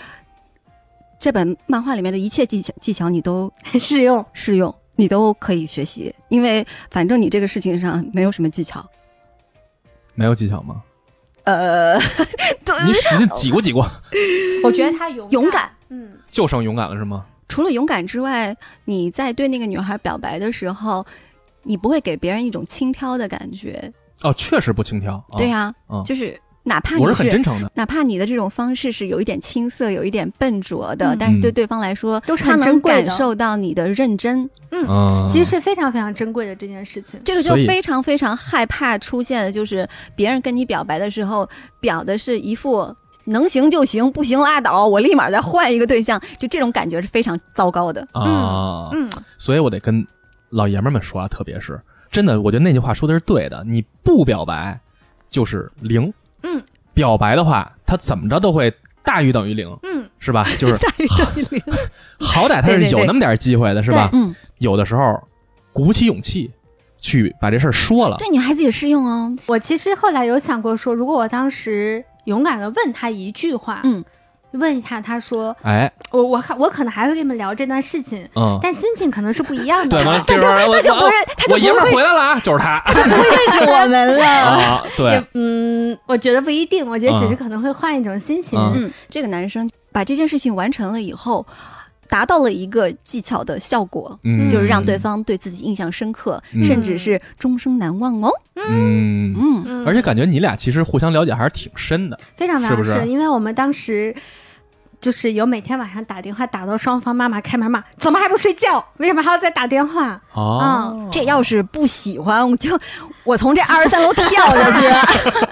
Speaker 4: 这本漫画里面的一切技巧技巧你都
Speaker 2: 很适用。
Speaker 4: 适用，你都可以学习，因为反正你这个事情上没有什么技巧。
Speaker 3: 没有技巧吗？
Speaker 4: 呃，对，
Speaker 3: 你使劲挤过挤过，
Speaker 2: 我觉得他勇
Speaker 4: 勇敢。
Speaker 2: 嗯，
Speaker 3: 就剩勇敢了是吗？
Speaker 4: 除了勇敢之外，你在对那个女孩表白的时候，你不会给别人一种轻佻的感觉，
Speaker 3: 哦，确实不轻佻。啊
Speaker 4: 对呀、
Speaker 3: 嗯
Speaker 4: 就是哪怕你
Speaker 3: 我是很真诚的。
Speaker 4: 哪怕你的这种方式是有一点青涩、有一点笨拙的，
Speaker 2: 嗯
Speaker 4: 但是对对方来说，
Speaker 2: 都是
Speaker 4: 他
Speaker 2: 很
Speaker 4: 能
Speaker 2: 珍贵的
Speaker 4: 感受到你的认真，
Speaker 3: 嗯，
Speaker 2: 其实是非常非常珍贵的这件事情。
Speaker 4: 这个就
Speaker 3: 所以
Speaker 4: 非常非常害怕出现，就是别人跟你表白的时候，表的是一副能行就行，不行拉倒，我立马再换一个对象，就这种感觉是非常糟糕的。
Speaker 3: 啊，
Speaker 2: 嗯，
Speaker 3: 所以我得跟老爷们儿们说啊，特别是真的，我觉得那句话说的是对的，你不表白就是零，
Speaker 2: 嗯，
Speaker 3: 表白的话，他怎么着都会大于等于零，
Speaker 2: 嗯，
Speaker 3: 是 吧？就是
Speaker 4: 零，
Speaker 3: 好歹他
Speaker 4: 对
Speaker 3: 是
Speaker 4: 对对
Speaker 3: 有那么点机会的，是吧？
Speaker 4: 嗯，
Speaker 3: 有的时候鼓起勇气去把这事儿说了，
Speaker 4: 对女孩子也适用哦。
Speaker 2: 我其实后来有想过说，如果我当时勇敢的问他一句话，
Speaker 4: 嗯，
Speaker 2: 问一下他说，
Speaker 3: 哎，
Speaker 2: 我我可我可能还会跟你们聊这段事情，
Speaker 3: 嗯，
Speaker 2: 但心情可能是不一样的。
Speaker 3: 对吗？这边儿我
Speaker 4: 就不
Speaker 3: 我
Speaker 4: 认，他就
Speaker 3: 我
Speaker 4: 不
Speaker 3: 爷们儿
Speaker 4: 会
Speaker 3: 回来了啊，就是他
Speaker 4: 认识我们了。
Speaker 3: 啊，对
Speaker 2: 也，嗯，我觉得不一定，我觉得只是
Speaker 3: 嗯
Speaker 2: 可能会换一种心情。
Speaker 3: 嗯
Speaker 4: 嗯，这个男生把这件事情完成了以后，达到了一个技巧的效果，
Speaker 3: 嗯，
Speaker 4: 就是让对方对自己印象深刻，
Speaker 3: 嗯
Speaker 4: 甚至是终生难忘哦。
Speaker 3: 嗯，
Speaker 4: 嗯，
Speaker 2: 嗯
Speaker 3: 而且感觉你俩其实互相了解还是挺深的，
Speaker 2: 非常非
Speaker 3: 是不
Speaker 2: 常
Speaker 3: 是
Speaker 2: 深，因为我们当时就是有每天晚上打电话打到双方妈妈开门骂，怎么还不睡觉？为什么还要再打电话？
Speaker 3: 哦，
Speaker 2: 嗯，
Speaker 4: 这要是不喜欢，我就我从这二十三楼跳下去。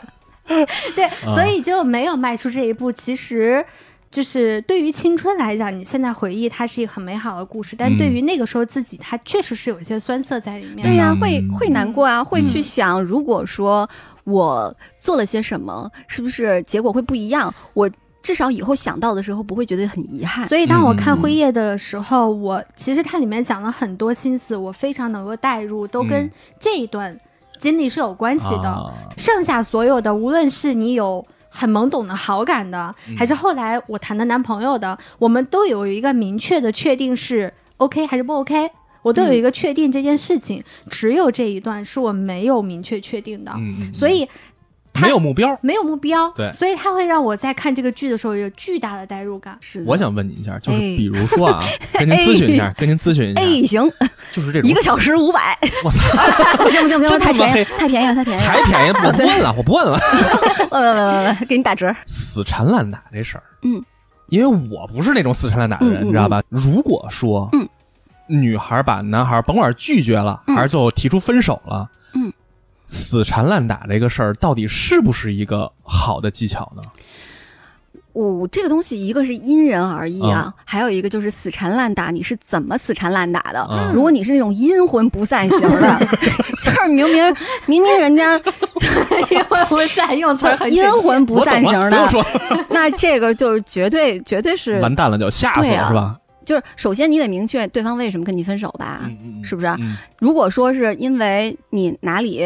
Speaker 2: 对，
Speaker 3: 嗯
Speaker 2: 所以就没有迈出这一步。其实。就是对于青春来讲，你现在回忆它是一个很美好的故事，但
Speaker 3: 嗯
Speaker 2: 对于那个时候自己，它确实是有一些酸涩在里面
Speaker 4: 对
Speaker 2: 的。
Speaker 4: 呀、
Speaker 3: 嗯
Speaker 4: 会会难过啊，会去想，如果说我做了些什么，是不是结果会不一样？我至少以后想到的时候不会觉得很遗憾。
Speaker 2: 所以当我看
Speaker 3: 嗯
Speaker 2: 《辉夜》的时候，我其实它里面讲了很多心思，我非常能够代入，都跟
Speaker 3: 嗯
Speaker 2: 这一段经历是有关系的。
Speaker 3: 啊
Speaker 2: 剩下所有的，无论是你有很懵懂的好感的，
Speaker 3: 嗯
Speaker 2: 还是后来我谈的男朋友的，我们都有一个明确的确定是 OK 还是不 OK，我
Speaker 3: 嗯
Speaker 2: 都有一个确定这件事情。只有这一段是我没有明确确定的，
Speaker 3: 嗯，嗯
Speaker 2: 所以他
Speaker 3: 没有目标。
Speaker 2: 没有目标，
Speaker 3: 对
Speaker 2: 所以他会让我在看这个剧的时候有巨大的代入感。
Speaker 4: 是
Speaker 3: 我想问您一下，就是
Speaker 4: 嗯哎
Speaker 3: 比如 说啊，跟您咨询一下，跟您咨询一下，
Speaker 4: A 型，
Speaker 3: 就是这种
Speaker 4: 一个小时五百，
Speaker 3: 我操，
Speaker 4: 不行不行不行，
Speaker 3: 真
Speaker 4: 太
Speaker 3: 他妈
Speaker 4: 便宜
Speaker 3: 黑
Speaker 4: 太便宜了太便宜了，
Speaker 3: 还便宜，我不问 了，我不问了。
Speaker 4: 呃，来来给你打折。
Speaker 3: 死缠烂打这事儿，
Speaker 4: 嗯，
Speaker 3: 因为我不是那种死缠烂打的人，
Speaker 4: 嗯嗯
Speaker 3: 你知道吧？如果说，
Speaker 4: 嗯，
Speaker 3: 女孩把男孩甭管拒绝了，
Speaker 4: 嗯
Speaker 3: 还是最后提出分手了，
Speaker 4: 嗯，
Speaker 3: 死缠烂打这个事儿到底是不是一个好的技巧呢？
Speaker 4: 五、这个东西，一个是因人而异
Speaker 3: 嗯
Speaker 4: 啊，还有一个就是死缠烂打，你是怎么死缠烂打的？
Speaker 3: 嗯
Speaker 4: 如果你是那种阴魂不散型的， 就是明明明明人家
Speaker 2: 阴魂不散，用词很
Speaker 4: 阴魂不
Speaker 3: 我
Speaker 4: 散
Speaker 3: 懂
Speaker 4: 型
Speaker 3: 了，不
Speaker 4: 的
Speaker 3: 用，说，
Speaker 4: 那这个就是绝对绝对是，
Speaker 3: 完蛋了就吓死
Speaker 4: 对
Speaker 3: 了、
Speaker 4: 啊
Speaker 3: 是吧？
Speaker 4: 就是首先你得明确对方为什么跟你分手吧。
Speaker 3: 嗯嗯，嗯
Speaker 4: 是不是啊
Speaker 3: 嗯
Speaker 4: 如果说是因为你哪里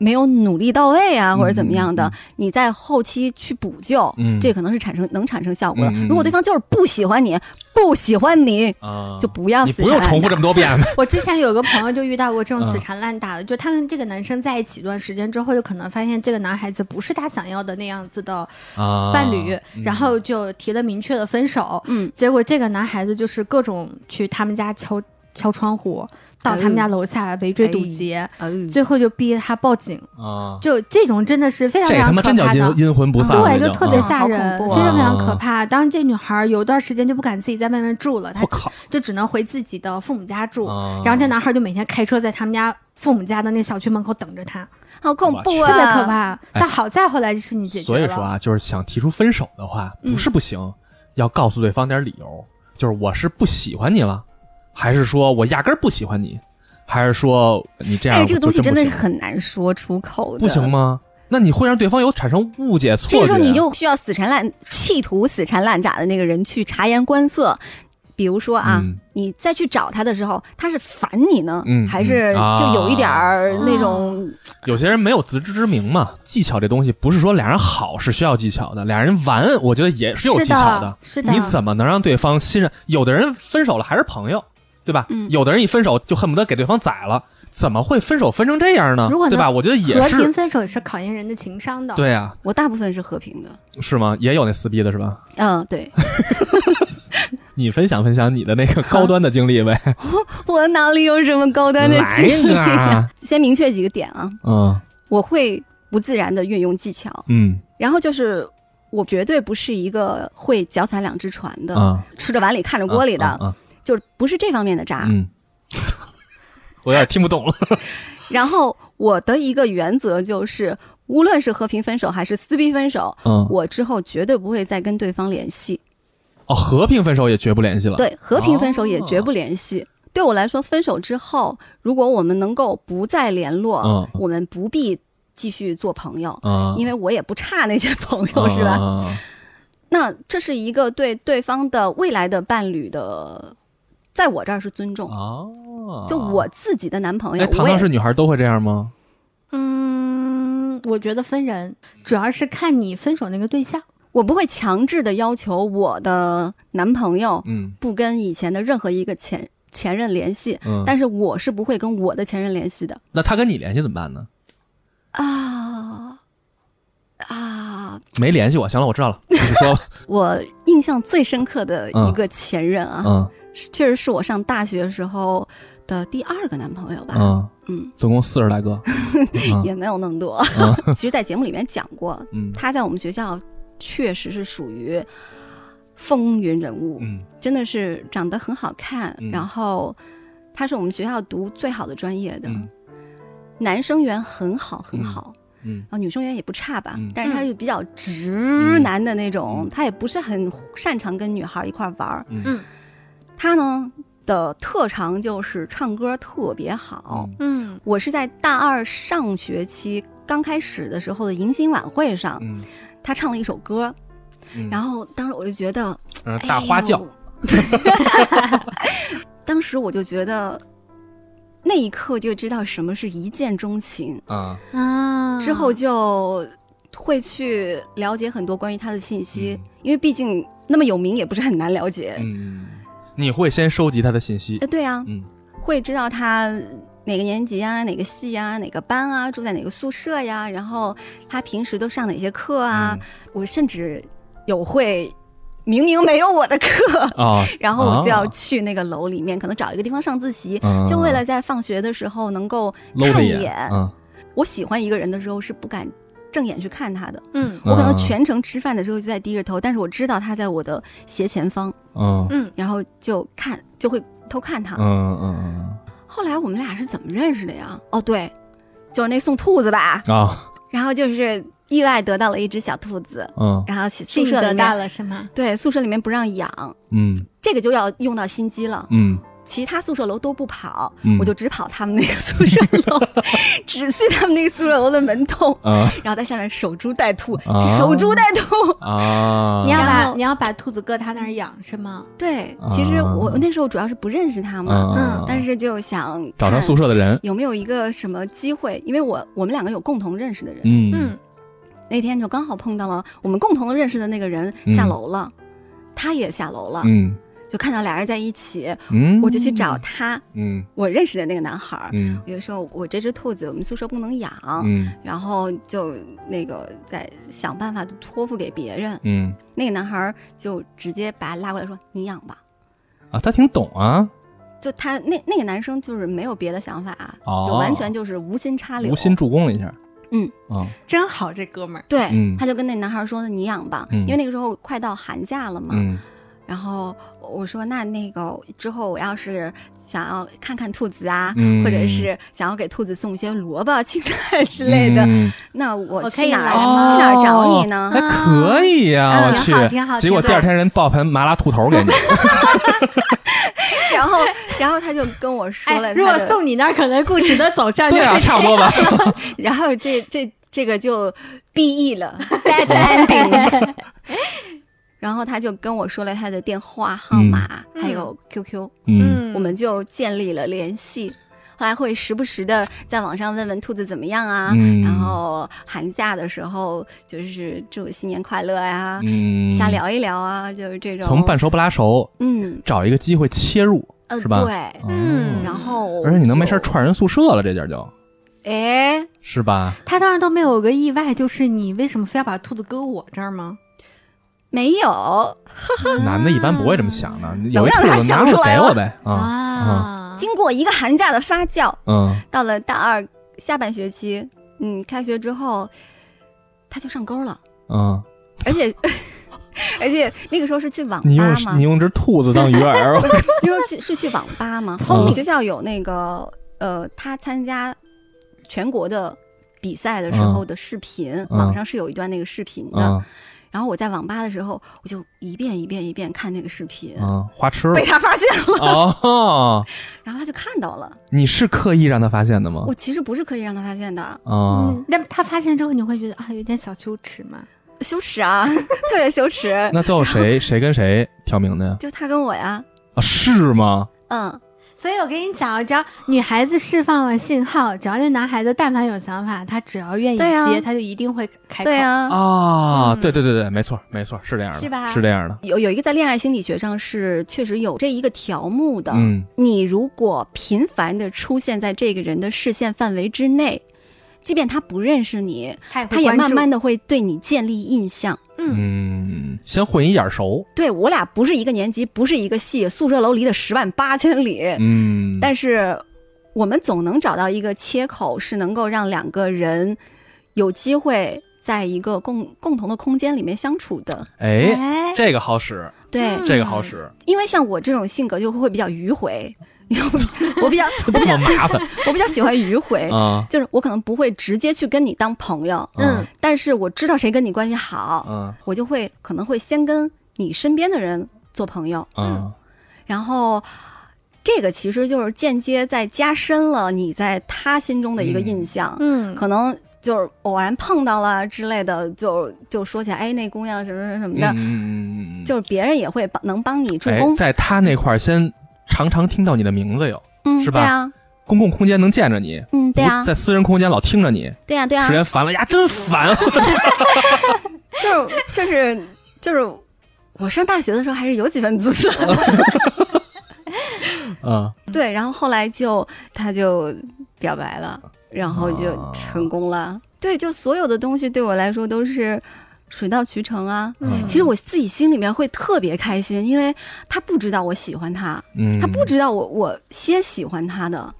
Speaker 4: 没有努力到位啊，或者怎么样的，
Speaker 3: 嗯嗯
Speaker 4: 你在后期去补救，
Speaker 3: 嗯
Speaker 4: 这可能是产生能产生效果的。
Speaker 3: 嗯嗯嗯
Speaker 4: 如果对方就是不喜欢你，不喜欢你，
Speaker 3: 啊，
Speaker 4: 就不要
Speaker 3: 你
Speaker 4: 死
Speaker 3: 不用重复这么 多遍啊了。
Speaker 2: 我之前有个朋友就遇到过这
Speaker 3: 嗯
Speaker 2: 种死缠烂打的，就他跟这个男生在一起一段时间之后，有可能发现这个男孩子不是他想要的那样子的
Speaker 3: 啊，
Speaker 2: 伴侣，
Speaker 3: 嗯
Speaker 2: 然后就提了明确的分手。
Speaker 4: 嗯，
Speaker 2: 结果这个男孩子就是各种去他们家敲敲窗户，到
Speaker 4: 哎
Speaker 2: 他们家楼下围追堵截，最后就逼他报警。
Speaker 3: 啊，
Speaker 2: 就这种真的是非常
Speaker 3: 这
Speaker 2: 非
Speaker 3: 他
Speaker 2: 常
Speaker 3: 妈
Speaker 2: 可
Speaker 3: 真叫
Speaker 2: 怕
Speaker 3: 阴
Speaker 2: 的。
Speaker 3: 阴魂不散了
Speaker 2: 对，
Speaker 3: 这，
Speaker 2: 就特别
Speaker 3: 啊
Speaker 2: 吓
Speaker 4: 好恐
Speaker 2: 人，
Speaker 4: 怖
Speaker 2: 非
Speaker 4: 啊
Speaker 2: 常非常可怕。当时这女孩有一段时间就不敢自己在外面住了，她
Speaker 3: 我靠！
Speaker 2: 就只能回自己的父母家住。
Speaker 3: 啊
Speaker 2: 然后这男孩就每天开车在他们家父母家的那小区门口等着他，
Speaker 4: 好恐怖啊，
Speaker 2: 特别可。怕。但好在后来这事情解决
Speaker 3: 哎所
Speaker 2: 了。
Speaker 3: 以说啊，就是想提出分手的话，
Speaker 4: 嗯
Speaker 3: 不是不行，要告诉对方点理由，就是我是不喜欢你了，还是说我压根儿不喜欢你，还是说你这样、
Speaker 4: 哎，这个东西真
Speaker 3: 真
Speaker 4: 的是
Speaker 3: 不行
Speaker 4: 很难说出口的，
Speaker 3: 不行吗？那你会让对方有产生误解错觉，
Speaker 4: 这
Speaker 3: 啊
Speaker 4: 个时候你就需要死缠烂，企图死缠烂打的那个人去察言观色。比如说啊，
Speaker 3: 嗯
Speaker 4: 你再去找他的时候，他是烦你呢，
Speaker 3: 嗯
Speaker 4: 还是
Speaker 3: 嗯啊
Speaker 4: 就有一点儿那种、
Speaker 3: 有些人没有自知之明嘛。技巧这东西不是说俩人好是需要技巧的，俩人玩我觉得也是有技巧的。
Speaker 2: 是的，
Speaker 3: 你怎么能让对方信任？有的人分手了还是朋友，对吧？
Speaker 4: 嗯
Speaker 3: 有的人一分手就恨不得给对方宰了，怎么会分手分成这样呢？
Speaker 2: 如果
Speaker 3: 对
Speaker 2: 能
Speaker 3: 吧？我觉得也
Speaker 2: 和平
Speaker 3: 是，
Speaker 2: 分手也是考验人的情商的。
Speaker 3: 对呀、
Speaker 4: 我大部分是和平的。
Speaker 3: 是吗？也有那撕逼的是吧？
Speaker 4: 嗯， 对，
Speaker 3: 你分享分享你的那个高端的经 历呗，
Speaker 4: 我哪里有什么高端的
Speaker 3: 来
Speaker 4: 经历啊
Speaker 3: 啊？
Speaker 4: 先明确几个点啊，
Speaker 3: 嗯
Speaker 4: 我会不自然的运用技巧，
Speaker 3: 嗯
Speaker 4: 然后就是我绝对不是一个会脚踩两只船的，
Speaker 3: 啊，
Speaker 4: 吃着碗里看着锅里的，
Speaker 3: 啊啊
Speaker 4: 就是不是这方面的渣。
Speaker 3: 啊嗯， 我有点听不懂了，
Speaker 4: 然后我的一个原则就是，无论是和平分手还是撕逼分手，
Speaker 3: 嗯，
Speaker 4: 我之后绝对不会再跟对方联系。
Speaker 3: 哦，和平分手也绝不联系了，，
Speaker 4: 对，和平分手也绝不联系。
Speaker 3: 啊
Speaker 4: 对我来说，分手之后，如果我们能够不再联络，
Speaker 3: 嗯
Speaker 4: 我们不必继续做朋友，
Speaker 3: 嗯，
Speaker 4: 因为我也不差那些朋
Speaker 3: 啊
Speaker 4: 友，是吧？
Speaker 3: 吧？
Speaker 4: 那这是一个对对方的未来的伴侣的，在我这儿是尊重。
Speaker 3: 哦，
Speaker 4: 就我自己的男朋友，
Speaker 3: 嗯哎，糖
Speaker 4: 我也
Speaker 3: 糖是女孩都会这样吗？
Speaker 2: 嗯，我觉得分人主要是看你分手那个对象。
Speaker 4: 我不会强制的要求我的男朋友
Speaker 3: 嗯
Speaker 4: 不跟以前的任何一个前前任联系，
Speaker 3: 嗯，
Speaker 4: 但是我是不会跟我的前任联系的
Speaker 3: 那他跟你联系怎么办呢？
Speaker 4: 啊啊！
Speaker 3: 没联系我，行了，我知道了，你说吧。
Speaker 4: 我印象最深刻的一个前任 啊，
Speaker 3: 嗯
Speaker 4: 是确实是我上大学时候的第二个男朋友吧，
Speaker 3: 嗯，
Speaker 4: 嗯，
Speaker 3: 总共四十来 个。嗯
Speaker 4: 也没有那么多。其实，在节目里面讲过，
Speaker 3: 嗯
Speaker 4: 他在我们学校确实是属于风云人物，
Speaker 3: 嗯
Speaker 4: 真的是长得很好看，
Speaker 3: 嗯
Speaker 4: 然后他是我们学校读最好的专业的，
Speaker 3: 嗯
Speaker 4: 男生缘很好很好，
Speaker 3: 嗯
Speaker 4: 然后女生缘也不差吧，
Speaker 3: 嗯
Speaker 4: 但是他就比较直男的那种，他也不是很擅长跟女孩一块玩儿，
Speaker 3: 嗯
Speaker 2: 嗯
Speaker 4: 他呢的特长就是唱歌特别好。
Speaker 2: 嗯
Speaker 4: 我是在大二上学期刚开始的时候的迎新晚会上，
Speaker 3: 嗯
Speaker 4: 他唱了一首歌，
Speaker 3: 嗯，
Speaker 4: 然后当时我就觉得
Speaker 3: 嗯大花轿。
Speaker 4: 哎呦 当时我就觉得，那一刻就知道什么是一见钟情，
Speaker 3: 啊，
Speaker 2: 啊，
Speaker 4: 之后就会去了解很多关于他的信息，
Speaker 3: 嗯
Speaker 4: 因为毕竟那么有名也不是很难了解。
Speaker 3: 嗯嗯，你会先收集他的信息
Speaker 4: 哎，，对啊，
Speaker 3: 嗯
Speaker 4: 会知道他哪个年级啊，哪个系啊，哪个班啊，住在哪个宿舍呀，然后他平时都上哪些课
Speaker 3: 嗯
Speaker 4: 啊，我甚至有会明明没有我的课，
Speaker 3: 啊，
Speaker 4: 然后我就要
Speaker 3: 啊
Speaker 4: 去那个楼里面，可能找一个地方上自习，
Speaker 3: 嗯
Speaker 4: 就为了在放学的时候能够
Speaker 3: 搂着
Speaker 4: 看一
Speaker 3: 眼
Speaker 4: 眼
Speaker 3: 嗯
Speaker 4: 我喜欢一个人的时候是不敢正眼去看他的，
Speaker 2: 嗯
Speaker 4: 我可能
Speaker 3: 嗯
Speaker 4: 全程吃饭的时候就在低着头，但是我知道他在我的斜前方，
Speaker 3: 嗯
Speaker 2: 嗯
Speaker 4: 然后就看就会偷看他。
Speaker 3: 嗯嗯
Speaker 4: 后来我们俩是怎么认识的呀？哦，对，就是那送兔子吧，
Speaker 3: 嗯啊
Speaker 4: 然后就是意外得到了一只小兔子，
Speaker 3: 嗯
Speaker 4: 然后去
Speaker 2: 是
Speaker 4: 宿
Speaker 2: 你
Speaker 4: 舍
Speaker 2: 得
Speaker 4: 里
Speaker 2: 到
Speaker 4: 面，
Speaker 2: 了是吗？
Speaker 4: 对，宿舍里面不让养，
Speaker 3: 嗯
Speaker 4: 这个就要用到心机了。
Speaker 3: 嗯
Speaker 4: 其他宿舍楼都不跑，
Speaker 3: 嗯
Speaker 4: 我就只跑他们那个宿舍楼， 只去他们那个宿舍楼的门洞，
Speaker 3: 啊
Speaker 4: 然后在下面守株待兔，
Speaker 3: 啊
Speaker 4: 是守株待兔。
Speaker 3: 啊，
Speaker 2: 你要
Speaker 4: 然
Speaker 2: 把
Speaker 4: 后
Speaker 2: 你要把兔子搁他那儿养是吗？
Speaker 4: 对，其实我
Speaker 3: 啊
Speaker 4: 那时候主要是不认识他嘛，
Speaker 3: 嗯，
Speaker 4: 但是就想
Speaker 3: 找他
Speaker 4: 看
Speaker 3: 宿舍的人，
Speaker 4: 有没有一个什么机会，因为我我们两个有共同认识的人，
Speaker 3: 嗯
Speaker 2: 嗯，
Speaker 4: 那天就刚好碰到了我们共同认识的那个人
Speaker 3: 嗯
Speaker 4: 下楼了，他也下楼了，
Speaker 3: 嗯
Speaker 4: 就看到俩人在一起，
Speaker 3: 嗯，
Speaker 4: 我就去找他，
Speaker 3: 嗯
Speaker 4: 我认识的那个男孩儿，
Speaker 3: 嗯
Speaker 4: 我就说我这只兔子我们宿舍不能养，
Speaker 3: 嗯
Speaker 4: 然后就那个再想办法托付给别人，
Speaker 3: 嗯
Speaker 4: 那个男孩儿就直接把他拉过来说你养吧。
Speaker 3: 啊，他挺懂啊，
Speaker 4: 就他那那个男生就是没有别的想法，啊
Speaker 3: 哦
Speaker 4: 就完全就是无心插柳，
Speaker 3: 无心助攻了一下，
Speaker 4: 嗯
Speaker 3: 啊
Speaker 2: 真好，这哥们儿。
Speaker 4: 对，
Speaker 3: 嗯
Speaker 4: 他就跟那男孩说的你养吧，
Speaker 3: 嗯
Speaker 4: 因为那个时候快到寒假了嘛。
Speaker 3: 嗯
Speaker 4: 然后我说那那个之后我要是想要看看兔子啊，
Speaker 3: 嗯
Speaker 4: 或者是想要给兔子送一些萝卜、青菜之类的，啊
Speaker 3: 嗯
Speaker 4: 那我
Speaker 2: 我可
Speaker 4: 去
Speaker 2: 以
Speaker 4: 哪儿
Speaker 2: 来吗
Speaker 4: 去哪儿找你呢？
Speaker 3: 还可以呀，
Speaker 2: 啊
Speaker 3: 我
Speaker 4: 嗯
Speaker 2: 挺
Speaker 3: 去
Speaker 2: 好挺好，
Speaker 3: 结果
Speaker 2: 挺好
Speaker 3: 第二天人爆盆麻辣兔头 给你，
Speaker 4: 然后然后他就跟我说了
Speaker 2: 哎，
Speaker 4: 他
Speaker 2: 如果
Speaker 4: 的，
Speaker 2: 送你那儿，可能故事的走向就
Speaker 3: 对啊，
Speaker 2: 是
Speaker 3: 差不 多吧，
Speaker 4: 然后这这这个就 B E 了，bad ending。然后他就跟我说了他的电话号码，
Speaker 2: 嗯
Speaker 4: 还有 QQ，、
Speaker 3: 嗯
Speaker 2: 嗯，
Speaker 4: 我们就建立了联系。后来会时不时的在网上问问兔子怎么样啊，
Speaker 3: 嗯
Speaker 4: 然后寒假的时候就是祝新年快乐呀、
Speaker 3: 嗯，
Speaker 4: 瞎聊一聊啊，就是这种。
Speaker 3: 从半熟不拉熟，
Speaker 4: 嗯
Speaker 3: 找一个机会切入，
Speaker 4: 呃
Speaker 3: 是吧
Speaker 4: 对，
Speaker 2: 嗯
Speaker 3: 哦
Speaker 4: 然后
Speaker 3: 而且你能没事儿
Speaker 4: 就
Speaker 3: 串人宿舍了，这点儿就
Speaker 4: 哎，
Speaker 3: 是吧？
Speaker 2: 他当时都没有个意外，就是你为什么非要把兔子搁我这儿吗？
Speaker 4: 没有
Speaker 3: 男的一般不会这么想的，有一
Speaker 4: 能
Speaker 3: 兔
Speaker 4: 让他
Speaker 3: 子拿
Speaker 4: 想出
Speaker 3: 我
Speaker 4: 来
Speaker 3: 给
Speaker 4: 吗
Speaker 3: 我呗啊，
Speaker 2: 啊，
Speaker 4: 经过一个寒假的发酵，
Speaker 3: 嗯
Speaker 4: 到了大二下半学期，嗯，开学之后，他就上钩了，
Speaker 3: 嗯，
Speaker 4: 而且 而且那个时候是去网
Speaker 3: 你用
Speaker 4: 吧嘛
Speaker 3: 你，用只兔子当鱼饵，
Speaker 4: 那时候是是去网吧 嘛。
Speaker 3: 聪
Speaker 4: 我
Speaker 3: 明
Speaker 4: 们学校有那个呃，他参加全国的比赛的时候的视频，
Speaker 3: 嗯
Speaker 4: 网上是有一段那个视频的。
Speaker 3: 嗯
Speaker 4: 然后我在网吧的时候，我就一遍一遍一遍看那个视频，
Speaker 3: 嗯，花痴了
Speaker 4: 被他发现了，
Speaker 3: 哦，
Speaker 4: 然后他就看到了。
Speaker 3: 你是刻意让他发现的吗
Speaker 4: 我？其实不是刻意让他发现的，
Speaker 3: 啊，
Speaker 2: 嗯，那他发现之后，你会觉得啊，有点小羞耻吗？
Speaker 4: 羞耻啊， 特别羞耻。
Speaker 3: 那最后谁谁跟谁挑明的呀？
Speaker 4: 就他跟我呀，
Speaker 3: 啊，是吗？
Speaker 4: 嗯，
Speaker 2: 所以我跟你讲，只要女孩子释放了信号，只要那男孩子但凡有想法，他只要愿意
Speaker 4: 对啊
Speaker 2: 接，他就一定会开口。
Speaker 4: 对呀、
Speaker 3: 啊，
Speaker 2: 嗯
Speaker 3: 对对对对，没错没错，是这样的，
Speaker 2: 是吧
Speaker 3: 这样的，
Speaker 4: 有有一个在恋爱心理学上是确实有这一个条目的。
Speaker 3: 嗯
Speaker 4: 你如果频繁的出现在这个人的视线范围之内，即便他不认识你，
Speaker 2: 他也会
Speaker 4: 他也
Speaker 2: 关
Speaker 4: 慢
Speaker 2: 注
Speaker 4: 慢的会对你建立印象。
Speaker 3: 嗯，先混一眼熟，
Speaker 4: 对我俩不是一个年级，不是一个系，宿舍楼离得十万八千里，
Speaker 3: 嗯，
Speaker 4: 但是我们总能找到一个切口，是能够让两个人有机会在一个共共同的空间里面相处的。
Speaker 3: 哎，
Speaker 2: 哎，
Speaker 3: 这个好使，
Speaker 4: 对，
Speaker 3: 这个好使，
Speaker 4: 因为像我这种性格就会比较迂回， 我比较我比较
Speaker 3: 这么麻烦
Speaker 4: 我比较喜欢迂回，
Speaker 3: 啊，
Speaker 4: 就是我可能不会直接去跟你当朋友，
Speaker 2: 嗯
Speaker 4: 但是我知道谁跟你关系好，
Speaker 3: 嗯
Speaker 4: 我就会可能会先跟你身边的人做朋友，
Speaker 3: 嗯
Speaker 4: 然后。这个其实就是间接在加深了你在他心中的一个印象，
Speaker 2: 嗯，
Speaker 4: 可能就是偶然碰到了之类的，就就说起来，哎，那姑娘什么什么什么的，
Speaker 3: 嗯嗯，
Speaker 4: 就是别人也会帮能帮你助
Speaker 3: 哎，
Speaker 4: 攻，
Speaker 3: 在他那块儿先常常听到你的名字有，
Speaker 4: 嗯，
Speaker 3: 是吧
Speaker 4: 对啊，
Speaker 3: 公共空间能见着你，
Speaker 4: 嗯，对啊
Speaker 3: 不，在私啊人空间老听着你，
Speaker 4: 对啊呀，对呀
Speaker 3: 时，间烦了呀，真烦，
Speaker 4: 就是就是
Speaker 3: 哦
Speaker 4: 就是，我上大学的时候还是有几分姿色。
Speaker 3: 嗯，
Speaker 4: 对，然后后来就他就表白了，然后就
Speaker 3: 啊
Speaker 4: 成功了。对，就所有的东西对我来说都是水到渠成啊。
Speaker 3: 嗯
Speaker 4: 其实我自己心里面会特别开心，因为他不知道我喜欢他，
Speaker 3: 嗯
Speaker 4: 他不知道我我先喜欢他的，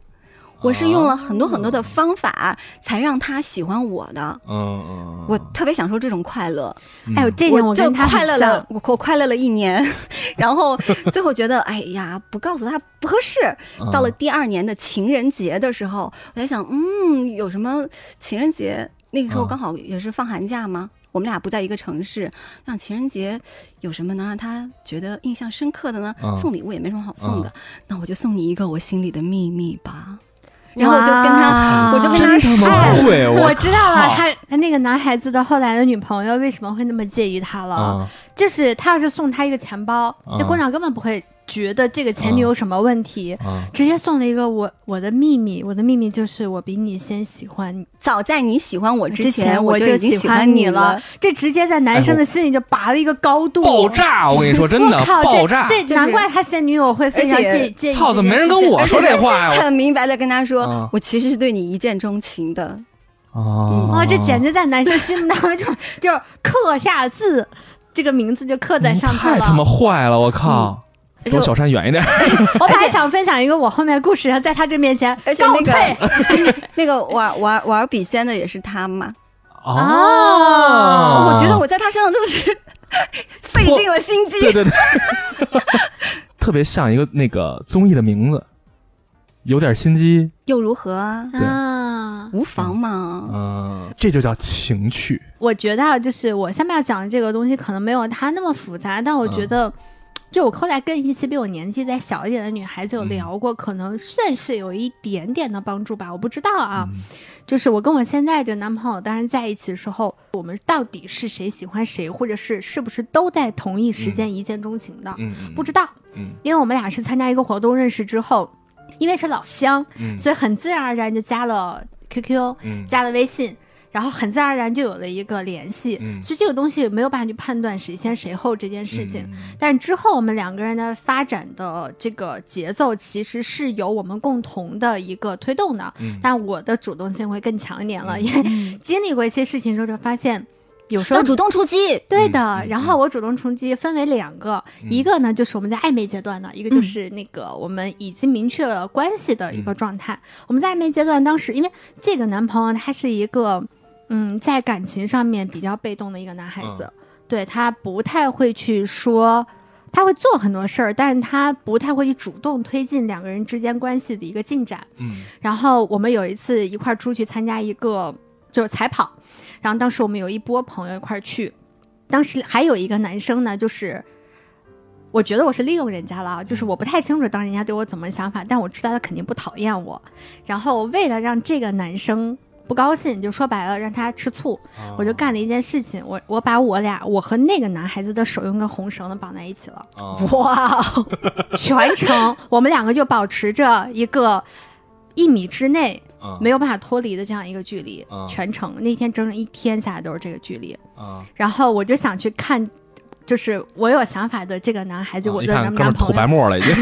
Speaker 4: 我是用了很多很多的方法才让他喜欢我的。
Speaker 3: 嗯嗯，
Speaker 4: 我特别享受这种快乐，
Speaker 3: 嗯
Speaker 2: 哎呦，这点
Speaker 4: 我就
Speaker 2: 跟他
Speaker 4: 快乐
Speaker 2: 很
Speaker 4: 了
Speaker 2: 像，，
Speaker 4: 我我快乐了一年， 然后最后觉得，哎呀，不告诉他不合适，
Speaker 3: 嗯
Speaker 4: 到了第二年的情人节的时候，我在想，嗯，有什么情人节？那个时候
Speaker 3: 嗯
Speaker 4: 刚好也是放寒假嘛，我们俩不在一个城市，让情人节有什么能让他觉得印象深刻的呢？
Speaker 3: 嗯
Speaker 4: 送礼物也没什么好送的，
Speaker 3: 嗯
Speaker 4: 那我就送你一个我心里的秘密吧。然后我就跟他，
Speaker 2: 哇
Speaker 3: 啊
Speaker 4: 我就跟他
Speaker 3: 真他
Speaker 4: 说，
Speaker 3: 妈会，
Speaker 2: 啊我知道了
Speaker 3: 靠，
Speaker 2: 他他那个男孩子的后来的女朋友为什么会那么介意他了？
Speaker 3: 啊
Speaker 2: 就是他要是送他一个钱包，那
Speaker 3: 嗯
Speaker 2: 姑娘根本不会觉得这个前女友有什么问题，
Speaker 3: 啊，
Speaker 2: 直接送了一个我我的秘密，我的秘密就是我比你先喜欢你，
Speaker 4: 早在你喜欢我之
Speaker 2: 之前
Speaker 4: 我
Speaker 2: 就
Speaker 4: 已经
Speaker 2: 喜
Speaker 4: 欢
Speaker 2: 你
Speaker 4: 了。，
Speaker 2: 这直接在男生的心里就拔了一个高度，
Speaker 3: 爆！炸！我跟你说，真的
Speaker 2: 我靠，
Speaker 3: 爆炸！
Speaker 2: 这这
Speaker 4: 是
Speaker 2: 难怪他前女友会非常
Speaker 4: 而且
Speaker 2: 介介意。
Speaker 3: 操，怎么没人跟哎我？说这话呀？
Speaker 4: 很明白的跟他说，
Speaker 3: 嗯
Speaker 4: 我其实是对你一见钟情的。
Speaker 3: 啊我
Speaker 2: 哇，哦这简直在男生心目当中就就是刻下字，这个名字就刻在上头
Speaker 3: 太他妈
Speaker 2: 了。
Speaker 3: 坏了！我靠，
Speaker 4: 而且
Speaker 3: 躲
Speaker 4: 我
Speaker 3: 小山远一点。
Speaker 2: 我本来想分享一个我后面的故事，然后在他这面前
Speaker 4: 而且
Speaker 2: 告
Speaker 4: 那个
Speaker 2: 退。
Speaker 4: 那个玩玩玩笔仙的也是他嘛？
Speaker 2: 哦
Speaker 4: 哦
Speaker 3: 哦
Speaker 4: 我觉得我在他身上真的是 费尽了心
Speaker 3: 对
Speaker 4: 机。
Speaker 3: 对对， 特别像一个那个综艺的名字，有点心机。
Speaker 4: 又如何啊？
Speaker 3: 对
Speaker 2: 啊，
Speaker 4: 无妨嘛。
Speaker 3: 嗯，这就叫情趣。
Speaker 2: 我觉得啊，就是我下面要讲的这个东西可能没有他那么复杂，但我
Speaker 3: 嗯
Speaker 2: 觉得，就我后来跟一些比我年纪再小一点的女孩
Speaker 3: 嗯
Speaker 2: 子有聊过，可能算是有一点点的帮助吧。我不知道啊，
Speaker 3: 嗯
Speaker 2: 就是我跟我现在这男朋友，当然在一起的时候，我们到底是谁喜欢谁，或者是是不是都在同一时间一见钟情的，
Speaker 3: 嗯，嗯
Speaker 2: 不知，道，
Speaker 3: 嗯
Speaker 2: 因为我们俩是参加一个活动认识之后，因为是老乡，
Speaker 3: 嗯
Speaker 2: 所以很自然而然就加了 QQ，
Speaker 3: 嗯
Speaker 2: 加了微信，然后很自然而然就有了一个联系。
Speaker 3: 嗯
Speaker 2: 所以这个东西没有办法去判断谁先谁后这件事情。
Speaker 3: 嗯
Speaker 2: 但之后我们两个人的发展的这个节奏，其实是有我们共同的一个推动的。
Speaker 3: 嗯
Speaker 2: 但我的主动性会更强一点了，
Speaker 3: 嗯
Speaker 2: 因为经历过一些事情之后，就发现有时候
Speaker 4: 动出击。
Speaker 2: 对
Speaker 3: 嗯
Speaker 2: 的
Speaker 3: 嗯，
Speaker 2: 然后我主动出击分为两个，一个呢就是我们在暧昧阶段的，一
Speaker 3: 嗯
Speaker 2: 个就是那个我们已经明确了关系的一个状态。我们在暧昧阶段，当时因为这个男朋友他是一个，嗯，在感情上面比较被动的一个男孩
Speaker 3: 嗯
Speaker 2: 子，对他不太会去说。他会做很多事儿，但他不太会去主动推进两个人之间关系的一个进展。
Speaker 3: 嗯
Speaker 2: 然后我们有一次一块儿出去参加一个就是彩跑，然后当时我们有一波朋友一块儿去，当时还有一个男生呢，就是我觉得我是利用人家了，啊就是我不太清楚当人家对我怎么想法，但我知道他肯定不讨厌我，然后为了让这个男生。不高兴，就说白了，让他吃醋，嗯
Speaker 3: 啊
Speaker 2: 我
Speaker 3: 哦
Speaker 2: 就干了一件事情，我我把我俩，我和那个男孩子的手用根红绳子绑在一起了。
Speaker 3: 啊
Speaker 2: 哇，全程 我们两个就保持着一个一米之内
Speaker 3: 啊
Speaker 2: 没有办法脱离的这样一个距离
Speaker 3: 嗯，
Speaker 2: 全程那天整整一天下来都是这个距离。
Speaker 3: 啊，
Speaker 2: 然后我就想去看，就是我有想法的这个男孩，就我
Speaker 3: 一
Speaker 2: 的
Speaker 3: 啊
Speaker 2: 男
Speaker 3: 看哥
Speaker 2: 男
Speaker 3: 们儿吐
Speaker 2: 朋
Speaker 3: 白
Speaker 2: 友，
Speaker 3: 沫了已经。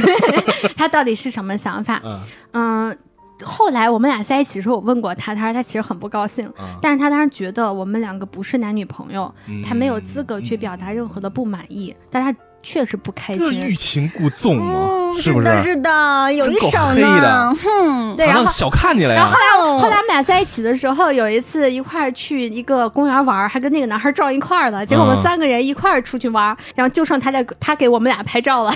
Speaker 2: 他到底是什么想法？
Speaker 3: 嗯
Speaker 2: 嗯，后来我们俩在一起的时候，我问过他，他说他其实很不高兴，
Speaker 3: 啊
Speaker 2: 但是他当时觉得我们两个不是男女朋友，
Speaker 3: 嗯
Speaker 2: 他没有资格去表达任何的不满意，但他确实不开
Speaker 3: 这
Speaker 2: 心。
Speaker 3: 嗯欲擒故纵嘛，
Speaker 2: 嗯
Speaker 4: 是
Speaker 3: 不嗯是？
Speaker 4: 嗯的，是的，有一手
Speaker 3: 真够黑
Speaker 4: 呢
Speaker 3: 的。
Speaker 4: 哼，
Speaker 2: 对，
Speaker 3: 还
Speaker 2: 然
Speaker 3: 能
Speaker 2: 后
Speaker 3: 小看你了
Speaker 2: 然
Speaker 3: 呀
Speaker 2: 后后？来
Speaker 4: 哦
Speaker 2: 后来我们俩在一起的时候，有一次一块儿去一个公园玩儿，还跟那个男孩撞一块儿了。结果我
Speaker 3: 嗯
Speaker 2: 们三个人一块儿出去玩儿，然后就剩他在 他给我们俩拍照了，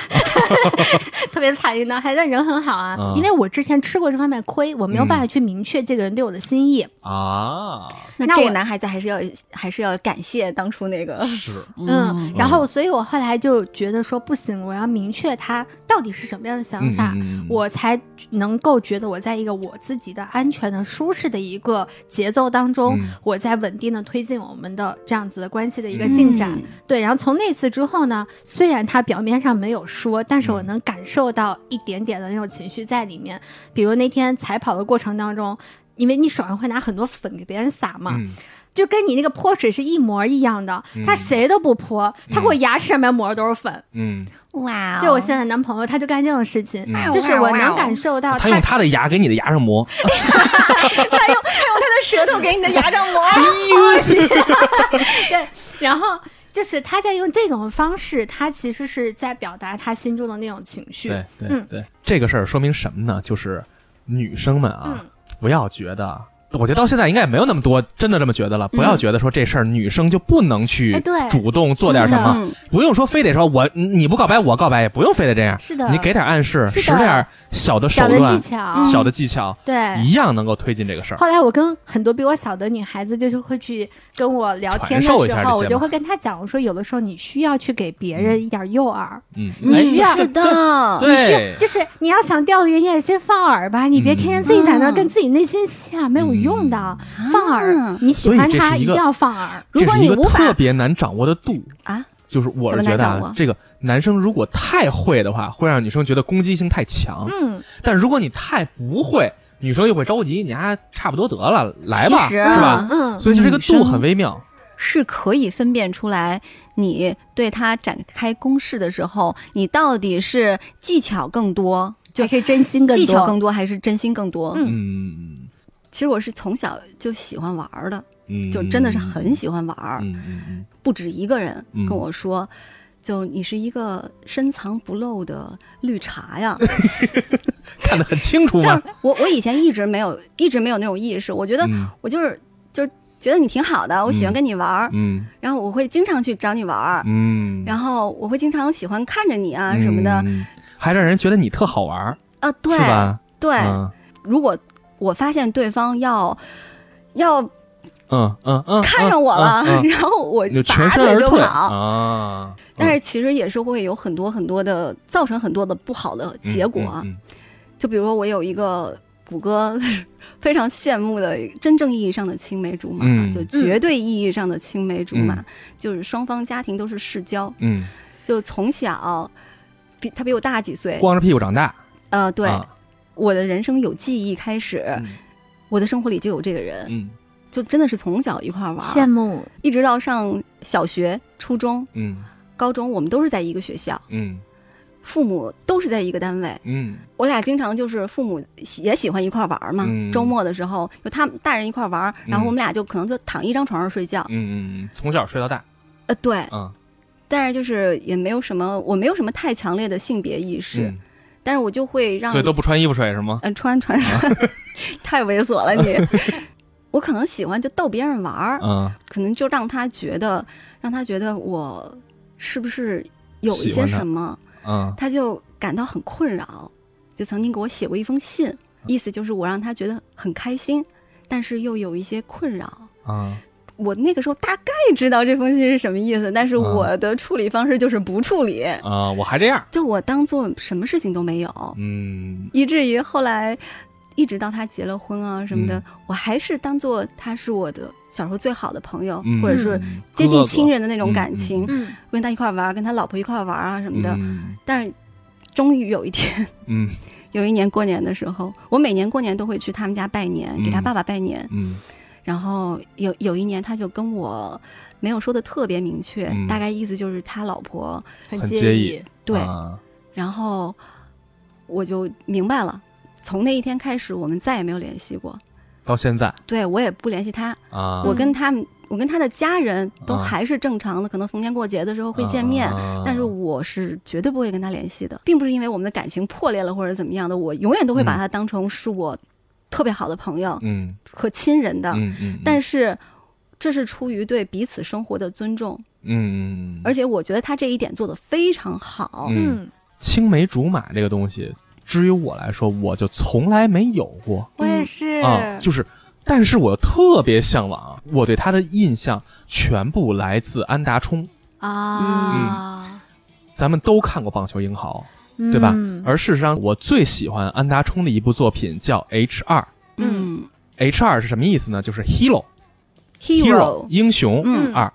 Speaker 2: 特别惨一男孩，但人很好啊。
Speaker 3: 嗯
Speaker 2: 因为我之前吃过这方面亏，我没有办法去明确这个人对我的心意。
Speaker 3: 啊，
Speaker 4: 那
Speaker 2: 那
Speaker 4: 这个
Speaker 2: 我
Speaker 4: 男孩子还是要还是要感谢当初那
Speaker 2: 呃
Speaker 4: 个。
Speaker 3: 是，
Speaker 2: 嗯，然后所以我后来就觉得说不行，我要明确他到底是什么样的想法。
Speaker 3: 嗯嗯嗯
Speaker 2: 我才能够觉得我在一个我自己的安全的、舒适的一个节奏当中，
Speaker 3: 嗯
Speaker 2: 我在稳定的推进我们的这样子的关系的一个进
Speaker 3: 嗯
Speaker 2: 展。
Speaker 4: 嗯
Speaker 2: 对，然后从那次之后呢，虽然他表面上没有说，但是我
Speaker 3: 嗯
Speaker 2: 能感受到一点点的那种情绪在里面。比如那天彩跑的过程当中。因为你手上会拿很多粉给别人撒嘛，
Speaker 3: 嗯
Speaker 2: 就跟你那个泼水是一模一样的。他
Speaker 3: 嗯
Speaker 2: 谁都不泼，他给我牙齿上面抹的都是粉，
Speaker 3: 嗯，
Speaker 4: 哇哦
Speaker 2: 就我现在男朋友，他就干这种事情，
Speaker 3: 嗯
Speaker 2: 就是我能感受到
Speaker 3: 他用他的牙给你的牙上 磨，
Speaker 4: 他用他用他的舌头给你的牙上 磨，
Speaker 3: 哎
Speaker 2: 对，然后就是他在用这种方式，他其实是在表达他心中的那种情绪。
Speaker 3: 对对
Speaker 2: 嗯
Speaker 3: 对，这个事儿说明什么呢？就是女生们啊，
Speaker 2: 嗯
Speaker 3: 不要觉得，我觉得到现在应该也没有那么多真的这么觉得了。不要觉得说这事儿女生就不能去
Speaker 2: 嗯哎对
Speaker 3: 主动做点什么，
Speaker 4: 嗯，
Speaker 3: 不用说非得说我你不告白我告白，也不用非得这样。
Speaker 2: 是的，
Speaker 3: 你给点暗示，
Speaker 2: 是的
Speaker 3: 使点小的手
Speaker 2: 小的技
Speaker 3: 段、
Speaker 2: 巧，嗯
Speaker 4: 嗯
Speaker 3: 小的技巧，
Speaker 2: 对。
Speaker 3: 一样能够推进这个事儿。
Speaker 2: 后来我跟很多比我小的女孩子，就是会去跟我聊天的
Speaker 3: 传授一
Speaker 2: 时
Speaker 3: 下这
Speaker 2: 候，
Speaker 3: 些
Speaker 2: 我就
Speaker 3: 嘛
Speaker 2: 会跟她讲，我说有的时候你需要去给别人一点诱饵，
Speaker 3: 嗯，
Speaker 2: 你
Speaker 3: 哎，
Speaker 2: 需要
Speaker 4: 是的，
Speaker 3: 对，
Speaker 2: 就是你要想钓鱼，你也先放饵吧，你别天天自己在那儿跟自己内心戏啊，没有用的。放饵
Speaker 4: 嗯，
Speaker 2: 你喜欢
Speaker 3: 所以这
Speaker 2: 他
Speaker 3: 是
Speaker 2: 一
Speaker 3: 一个
Speaker 2: 定要放饵。
Speaker 4: 如
Speaker 3: 啊这
Speaker 4: 果
Speaker 3: 是一
Speaker 4: 你
Speaker 3: 个
Speaker 4: 无法
Speaker 3: 特别难掌握的度
Speaker 4: 啊。
Speaker 3: 就是我是
Speaker 4: 怎么
Speaker 3: 觉
Speaker 4: 难
Speaker 3: 得
Speaker 4: 掌握
Speaker 3: 啊，这个男生如果太会的话，会让女生觉得攻击性太强；
Speaker 2: 嗯，
Speaker 3: 但如果你太不会，女生又会着急，你还差不多得了，来吧，
Speaker 4: 其实
Speaker 3: 是
Speaker 4: 啊
Speaker 3: 吧？
Speaker 2: 嗯，
Speaker 3: 所以就这个
Speaker 4: 女
Speaker 3: 度
Speaker 4: 生
Speaker 3: 很微妙。
Speaker 4: 是可以分辨出来，你对他展开攻势的时候，你到底是技巧更多，
Speaker 2: 就可以真心更
Speaker 4: 技巧
Speaker 2: 多
Speaker 4: 更多还是真心更多？
Speaker 2: 嗯
Speaker 3: 嗯
Speaker 4: 其实我是从小就喜欢玩儿的，
Speaker 3: 嗯，
Speaker 4: 就真的是很喜欢玩儿，
Speaker 3: 嗯嗯嗯
Speaker 4: 不止一个人
Speaker 3: 嗯
Speaker 4: 跟我说。就你是一个深藏不露的绿茶 呀！
Speaker 3: 嗯，看得很清楚
Speaker 4: 就
Speaker 3: 嘛
Speaker 4: 是。我，我以前一直没有，一直没有那种意识。我觉得
Speaker 3: 嗯
Speaker 4: 我就是就是觉得你挺好的，我喜欢
Speaker 3: 嗯
Speaker 4: 跟你玩儿，
Speaker 3: 嗯
Speaker 4: 然后我会经常去找你玩儿，
Speaker 3: 嗯，
Speaker 4: 然
Speaker 3: 后
Speaker 4: 后我会经常喜欢看着你啊什么的，
Speaker 3: 还让人觉得你特好玩儿，
Speaker 4: 啊，对
Speaker 3: 是吧？
Speaker 4: 对，
Speaker 3: 嗯
Speaker 4: 如果我发现对方要要
Speaker 3: 嗯嗯嗯，
Speaker 4: 看上我了，
Speaker 3: 嗯嗯嗯
Speaker 4: 然后我
Speaker 3: 你就
Speaker 4: 拔
Speaker 3: 全身
Speaker 4: 腿
Speaker 3: 而
Speaker 4: 就
Speaker 3: 退
Speaker 4: 跑，
Speaker 3: 啊。
Speaker 4: 但是其实也是会有很多很多的造成很多的不好的
Speaker 3: 嗯
Speaker 4: 结果，啊
Speaker 3: 嗯嗯
Speaker 4: 就比如说我有一个谷歌非常羡慕的真正意义上的青梅竹马，
Speaker 3: 嗯
Speaker 4: 就绝对意义上的青梅竹马，就是双方家庭都是世交，
Speaker 3: 嗯，
Speaker 4: 就从小比他比我大几岁
Speaker 3: 嗯，光着屁股长大，
Speaker 4: 呃，对、
Speaker 3: 啊
Speaker 4: 我的人生有记忆开始，我的生活里就有这个人，
Speaker 3: 嗯
Speaker 4: 就真的是从小一块儿玩儿，
Speaker 2: 羡慕。
Speaker 4: 一直到上小学、初中、
Speaker 3: 嗯
Speaker 4: 高中，我们都是在一个学校，
Speaker 3: 嗯
Speaker 4: 父母都是在一个单位，
Speaker 3: 嗯
Speaker 4: 我俩经常就是父母喜也喜欢一块儿玩儿嘛，
Speaker 3: 嗯
Speaker 4: 周末的时候就他们大人一块儿玩儿，然后我们俩就可能就躺一张床上睡觉，
Speaker 3: 嗯嗯，从小睡到大，
Speaker 4: 呃，对，
Speaker 3: 嗯，
Speaker 4: 但是就是也没有什么，我没有什么太强烈的性别意识，
Speaker 3: 嗯，
Speaker 4: 但是我就会让
Speaker 3: 所以都不啊穿衣服睡是吗？
Speaker 4: 嗯，穿穿穿， 太猥琐了你。 我可能喜欢就逗别人玩儿，
Speaker 3: 嗯，
Speaker 4: 可能就让他觉得，让他觉得我是不是有一
Speaker 3: 喜
Speaker 4: 些
Speaker 3: 欢他
Speaker 4: 什么，
Speaker 3: 嗯
Speaker 4: 他就感到很困扰。就曾经给我写过一封信，
Speaker 3: 嗯
Speaker 4: 意思就是我让他觉得很开心，但是又有一些困扰。
Speaker 3: 嗯
Speaker 4: 我那个时候大概知道这封信是什么意思，但是
Speaker 3: 嗯
Speaker 4: 我的处理方式就是不处理，
Speaker 3: 啊，我还这样，
Speaker 4: 就我当做什么事情都没有。
Speaker 3: 嗯
Speaker 4: 以至于后来一直到他结了婚啊什么的，
Speaker 3: 嗯
Speaker 4: 我还是当做他是我的小时候最好的朋友，
Speaker 3: 嗯，
Speaker 4: 或者是接近亲人的那种感情，
Speaker 2: 嗯，
Speaker 4: 我跟他一块玩，跟他老婆一块玩啊什么的。
Speaker 3: 嗯
Speaker 4: 但是终于有一天，
Speaker 3: 嗯
Speaker 4: 有一年过年的时候，我每年过年都会去他们家拜年，
Speaker 3: 嗯
Speaker 4: 给他爸爸拜年。
Speaker 3: 嗯
Speaker 4: 然后有有一年，他就跟我没有说的特别明确，
Speaker 3: 嗯
Speaker 4: 大概意思就是他老婆
Speaker 2: 很
Speaker 3: 很
Speaker 2: 介
Speaker 3: 介
Speaker 2: 意
Speaker 3: 意。
Speaker 4: 对，
Speaker 3: 啊
Speaker 4: 然后我就明白了。从那一天开始，我们再也没有联系过。
Speaker 3: 到现在
Speaker 4: 对我也不联系他，
Speaker 3: 啊，
Speaker 4: 我跟他们，我跟他的家人都
Speaker 3: 啊
Speaker 4: 还是正常的，可能逢年过节的时候会见面，但是
Speaker 3: 嗯
Speaker 4: 我是绝对不会跟他联系的，并不是因为我们的感情破裂了或者怎么样的，我永远都会把
Speaker 3: 嗯
Speaker 4: 他当成是我特别好的朋友
Speaker 3: 嗯
Speaker 4: 和亲人的，
Speaker 3: 嗯嗯，
Speaker 4: 但
Speaker 3: 是
Speaker 4: 是。这是出于对彼此生活的尊重，
Speaker 3: 嗯嗯，
Speaker 4: 而且我觉得他这一点做得非常好。
Speaker 3: 嗯，
Speaker 2: 嗯，
Speaker 3: 青梅竹马这个东西，至于我来说，我就从来没有过，
Speaker 2: 我也
Speaker 4: 嗯
Speaker 2: 是。
Speaker 3: 啊，就是，但是我特别向往，我对他的印象全部来自安达充。嗯
Speaker 2: 啊，
Speaker 3: 咱们都看过《棒球英豪》，
Speaker 2: 嗯
Speaker 3: 对吧？啊而事实上，我最喜欢安达充的一部作品叫《H 二》。
Speaker 4: 嗯
Speaker 3: H 二是什么意思呢？就是 hero
Speaker 4: ，hero，
Speaker 3: 英雄
Speaker 4: 嗯
Speaker 3: 二、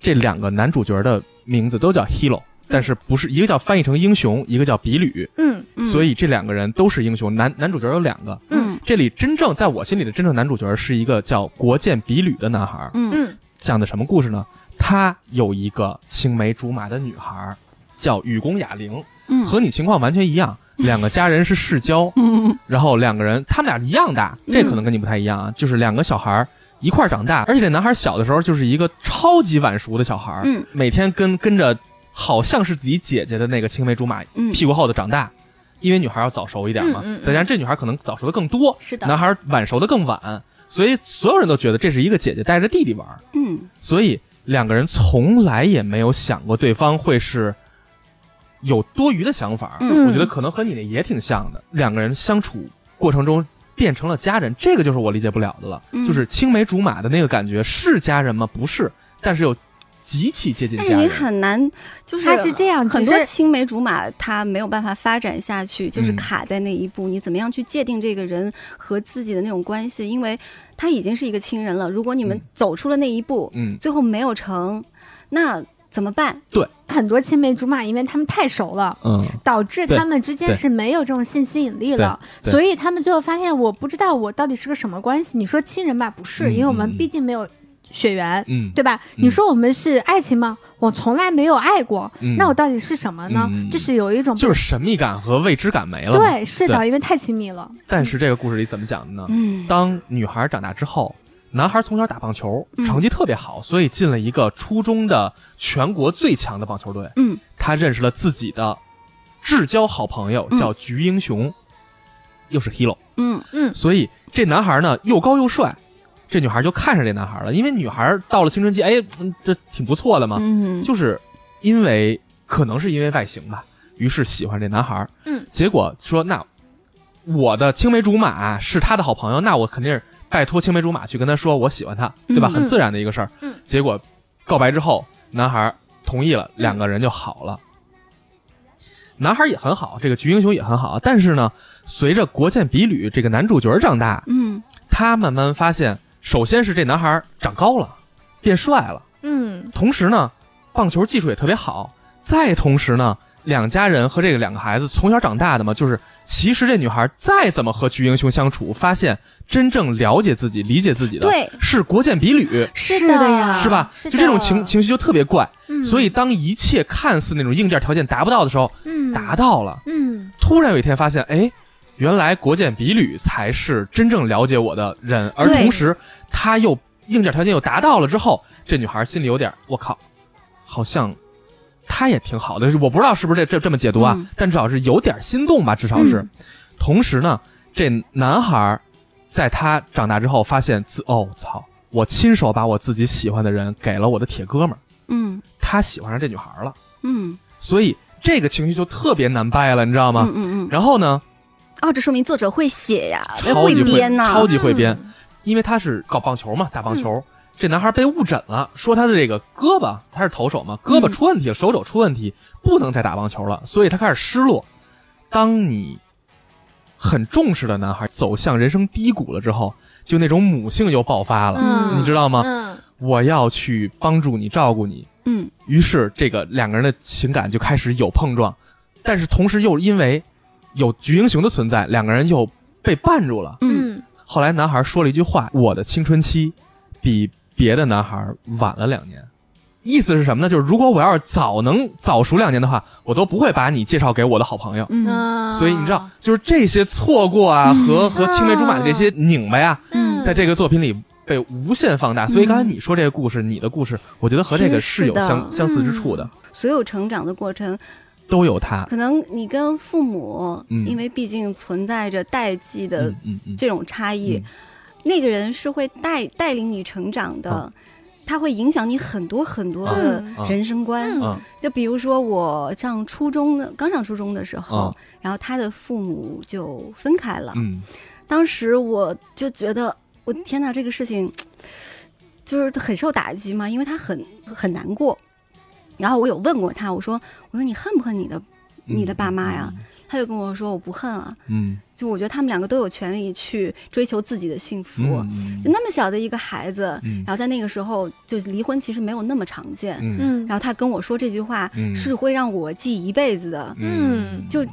Speaker 3: 这两个男主角的名字都叫
Speaker 4: 嗯
Speaker 3: hero，但是不是一个叫翻译成英雄，一个叫比吕，
Speaker 2: 嗯
Speaker 4: 嗯
Speaker 3: 所以这两个人都是英雄。男男主角有两个，
Speaker 4: 嗯
Speaker 3: 这里真正在我心里的真正男主角是一个叫国见比吕的男孩。
Speaker 4: 嗯
Speaker 2: 嗯
Speaker 3: 讲的什么故事呢？他有一个青梅竹马的女孩儿，叫雨宫雅玲，
Speaker 4: 嗯
Speaker 3: 和你情况完全一样，两个家人是世交，
Speaker 4: 嗯
Speaker 3: 然后两个人他们俩一样大，这可能跟你不太一样啊，就是两个小孩儿一块儿长大，而且这男孩小的时候就是一个超级晚熟的小孩儿，
Speaker 4: 嗯
Speaker 3: 每天跟跟着好像是自己姐姐的那个青梅竹马
Speaker 4: 嗯
Speaker 3: 屁股后头长大，因为女孩要早熟一点嘛
Speaker 4: 嗯嗯嗯，
Speaker 3: 再加上这女孩可能早熟的更多，
Speaker 2: 是
Speaker 3: 男，孩晚熟的更晚，所以所有人都觉得这是一个姐姐带着弟弟玩儿，
Speaker 4: 嗯
Speaker 3: 所以两个人从来也没有想过对方会是有多余的想法。
Speaker 4: 嗯
Speaker 3: 我觉得可能和你那也挺像的，两个人相处过程中变成了家人，这个就是我理解不了的了，
Speaker 4: 嗯
Speaker 3: 就是青梅竹马的那个感觉是家人吗？不是，但是又极其接近
Speaker 4: 但是
Speaker 3: 家人。
Speaker 4: 哎你很难，就是
Speaker 2: 他是这
Speaker 3: 啊
Speaker 2: 样，
Speaker 4: 很
Speaker 2: 其
Speaker 4: 多
Speaker 2: 实
Speaker 4: 青梅竹马，它没有办法发展下去，就是
Speaker 3: 嗯
Speaker 4: 卡在那一步。你怎么样去界定这个人和自己的那种关系？因为他已经是一个亲人了。如果你们
Speaker 3: 嗯
Speaker 4: 走出了那一步，
Speaker 3: 嗯，
Speaker 4: 最后没有成，那怎么办？
Speaker 2: 很多青梅竹马，因为他们太熟了。
Speaker 3: 嗯，
Speaker 2: 导致他们之间
Speaker 3: 对
Speaker 2: 是没有这种性吸引力了，
Speaker 3: 对对
Speaker 2: 所以他们最后发现，我不知道我到底是个什么关系。你说亲人吧，不是，
Speaker 3: 嗯
Speaker 2: 因为我
Speaker 3: 嗯
Speaker 2: 们
Speaker 3: 嗯
Speaker 2: 毕竟没有血缘，
Speaker 3: 嗯，
Speaker 2: 对吧？
Speaker 3: 嗯
Speaker 2: 你说我们是爱情吗？我从来没有爱过，
Speaker 3: 嗯
Speaker 2: 那我到底是什么呢？
Speaker 3: 嗯嗯嗯
Speaker 2: 就是有一种
Speaker 3: 就是神秘感和未知感没了。，
Speaker 2: 对，是的，
Speaker 3: 对
Speaker 2: 因为太亲密了，
Speaker 3: 但是这个故事里怎么讲的呢？
Speaker 4: 嗯
Speaker 3: 当女孩长大之后，男孩从小打棒球，
Speaker 4: 嗯
Speaker 3: 成绩特别好，所以进了一个初中的全国最强的棒球队。
Speaker 4: 嗯，
Speaker 3: 他认识了自己的至交好朋友，
Speaker 4: 嗯
Speaker 3: 叫菊英雄，又是 Hero。
Speaker 4: 嗯
Speaker 3: 所以这男孩呢又高又帅，这女孩就看上这男孩了，因为女孩到了青春期，哎，嗯这挺不错的嘛，
Speaker 4: 嗯，
Speaker 3: 就是因为可能是因为外形吧，于是喜欢这男孩。
Speaker 2: 嗯，
Speaker 3: 结果说那我的青梅竹马是他的好朋友，那我肯定是拜托青梅竹马去跟他说我喜欢他，对吧？
Speaker 4: 嗯
Speaker 3: 很自然的一个事儿。
Speaker 2: 嗯，
Speaker 3: 结果告白之后，男孩同意了，两个人就好了。男孩也很好，这个菊英雄也很好，但是呢，随着国见比吕这个男主角长大，
Speaker 4: 嗯
Speaker 3: 他慢慢发现，首先是这男孩长高了，变帅了。
Speaker 2: 嗯
Speaker 3: 同时呢，棒球技术也特别好。再同时呢，两家人和这个两个孩子从小长大的嘛，就是其实这女孩再怎么和菊英雄相处，发现真正了解自己、理解自己的，
Speaker 2: 对，
Speaker 3: 是国见比吕，
Speaker 2: 是
Speaker 4: 的
Speaker 2: 呀，
Speaker 4: 啊
Speaker 3: 是吧？
Speaker 2: 是的
Speaker 3: 就这种情情绪就特别怪。
Speaker 2: 嗯
Speaker 3: 所以当一切看似那种硬件条件达不到的时候，
Speaker 2: 嗯
Speaker 3: 达到了。
Speaker 2: 嗯
Speaker 3: 突然有一天发现，哎，原来国见比吕才是真正了解我的人，而
Speaker 4: 对
Speaker 3: 同时他又硬件条件又达到了之后，这女孩心里有点，我靠，好像他也挺好的，就是我不知道是不是这这这么解读啊，
Speaker 4: 嗯
Speaker 3: 但至少是有点心动吧，至少是。同时呢，这男孩在他长大之后发现自，哦操，我亲手把我自己喜欢的人给了我的铁哥们儿，
Speaker 4: 嗯
Speaker 3: 他喜欢上这女孩了，
Speaker 4: 嗯
Speaker 3: 所以这个情绪就特别难掰了，你知道吗？
Speaker 4: 嗯嗯嗯，
Speaker 3: 然后呢？
Speaker 4: 哦，这说明作者会写呀，
Speaker 3: 超级
Speaker 4: 编呐、嗯
Speaker 3: 超级会编，因为他是搞棒球嘛，打棒球。这男孩被误诊了，说他的这个胳膊，他是投手嘛，胳
Speaker 4: 嗯
Speaker 3: 膊出问题了，手肘出问题，不能再打棒球了，所以他开始失落。当你很重视的男孩走向人生低谷了之后，就那种母性又爆发了，
Speaker 2: 嗯
Speaker 3: 你知道吗？
Speaker 2: 嗯
Speaker 3: 我要去帮助你，照顾你。
Speaker 4: 嗯
Speaker 3: 于是这个两个人的情感就开始有碰撞，但是同时又因为有菊英雄的存在，两个人又被绊住了。
Speaker 4: 嗯
Speaker 2: 嗯
Speaker 3: 后来男孩说了一句话：“我的青春期比别的男孩晚了两年。”意思是什么呢？就是如果我要是早能早熟两年的话，我都不会把你介绍给我的好朋友。
Speaker 4: 嗯
Speaker 2: 嗯，
Speaker 3: 所以你知道，就是这些错过啊，和和青梅竹
Speaker 4: 啊
Speaker 3: 马的这些拧巴呀，
Speaker 2: 嗯，
Speaker 3: 在这个作品里被无限放大。所以刚才你说这个故事，你的故事，我觉得和这个是
Speaker 4: 嗯
Speaker 3: 有
Speaker 4: 其实是的
Speaker 3: 相相似之处的，
Speaker 4: 所有成长的过程，
Speaker 3: 都有它。
Speaker 4: 可能你跟父母，
Speaker 3: 嗯
Speaker 4: 因为毕竟存在着代际的
Speaker 3: 嗯嗯嗯
Speaker 4: 这种差异，
Speaker 3: 嗯
Speaker 4: 那个人是会带带领你成长的。
Speaker 3: 啊
Speaker 4: 他会影响你很多很多的
Speaker 3: 啊啊
Speaker 4: 人生观，
Speaker 2: 嗯
Speaker 3: 啊
Speaker 4: 就比如说我上初中的，刚上初中的时候，
Speaker 3: 啊
Speaker 4: 然后他的父母就分开了，
Speaker 3: 嗯
Speaker 4: 当时我就觉得，我的天哪，这个事情就是很受打击嘛，因为他很很难过。然后我有问过他，我说我说你恨不恨你的？你的爸妈呀，他就跟我说我不恨啊，
Speaker 3: 嗯，
Speaker 4: 就我觉得他们两个都有权利去追求自己的幸福。
Speaker 3: 嗯
Speaker 4: 就那么小的一个孩子，
Speaker 3: 嗯
Speaker 4: 然后在那个时候就离婚其实没有那么常见。
Speaker 3: 嗯嗯
Speaker 2: 嗯
Speaker 4: 然后他跟我说这句话、
Speaker 3: 嗯
Speaker 4: 是会让我记一辈子的，
Speaker 2: 嗯
Speaker 4: 就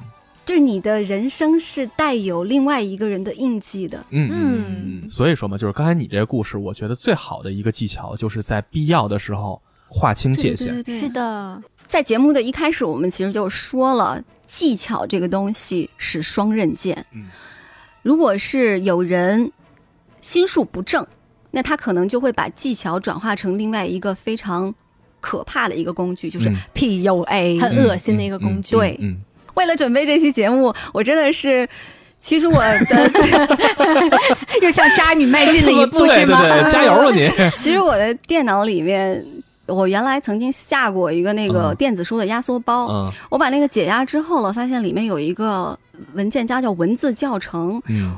Speaker 4: 就是你的人生是带有另外一个人的印记的。
Speaker 3: 嗯
Speaker 2: 嗯
Speaker 3: 所以说嘛，就是刚才你这个故事，我觉得最好的一个技巧就是在必要的时候划清界
Speaker 4: 对
Speaker 3: 限。
Speaker 4: 对对对
Speaker 2: 是的，
Speaker 4: 在节目的一开始，我们其实就说了，技巧这个东西是双刃剑。
Speaker 3: 嗯
Speaker 4: 如果是有人心术不正，那他可能就会把技巧转化成另外一个非常可怕的一个工具，就是
Speaker 3: 嗯
Speaker 4: PUA。
Speaker 2: 很恶心的一个工具。
Speaker 4: 对
Speaker 3: 嗯，嗯
Speaker 4: 为了准备这期节目，我真的是。其实我 的，
Speaker 2: 又向渣女迈进了一步，
Speaker 3: 对
Speaker 2: 是
Speaker 3: 对
Speaker 2: 吗？
Speaker 3: 对，加油吧啊 你！
Speaker 4: 其实我的电脑里面，我原来曾经下过一个那个
Speaker 3: 嗯
Speaker 4: 电子书的压缩
Speaker 2: 哦
Speaker 4: 包，
Speaker 3: 嗯
Speaker 4: 我把那个解压之后了，发现里面有一个文件夹叫文字教程，
Speaker 3: 嗯，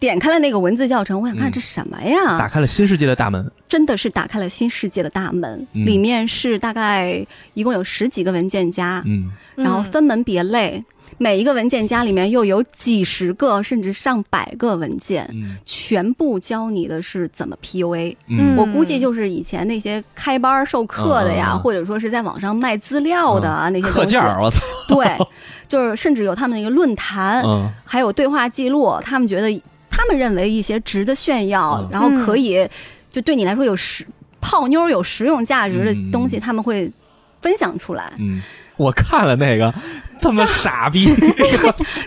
Speaker 4: 点开了那个文字教程，我想看
Speaker 3: 嗯
Speaker 4: 这什么呀？
Speaker 3: 打开了新世界的大
Speaker 2: 哦
Speaker 3: 门。
Speaker 4: 真的是打开了新世界的大门，
Speaker 3: 嗯
Speaker 4: 里面是大概一共有十几个文件夹，
Speaker 3: 嗯
Speaker 4: 然后分门别类，每一个文件夹里面又有几十个甚至上百个文件。
Speaker 3: 嗯
Speaker 4: 全部教你的是怎么 PUA，、
Speaker 2: 嗯
Speaker 4: 我估计就是以前那些开班儿授课的呀，
Speaker 3: 嗯嗯嗯嗯
Speaker 4: 或者说是在网上卖资料的啊、那些
Speaker 3: 课
Speaker 4: 东西
Speaker 3: 件，儿，我操！
Speaker 4: 对，就是甚至有他们的一个论坛，
Speaker 3: 嗯
Speaker 4: 还有对话记录，他们觉得他们认为一些值得炫耀，
Speaker 3: 嗯
Speaker 4: 然后可以就对你来说有实泡妞有实用价值的东西，
Speaker 3: 嗯
Speaker 4: 他们会分享出来。
Speaker 3: 嗯，我看了那个，他妈傻 逼，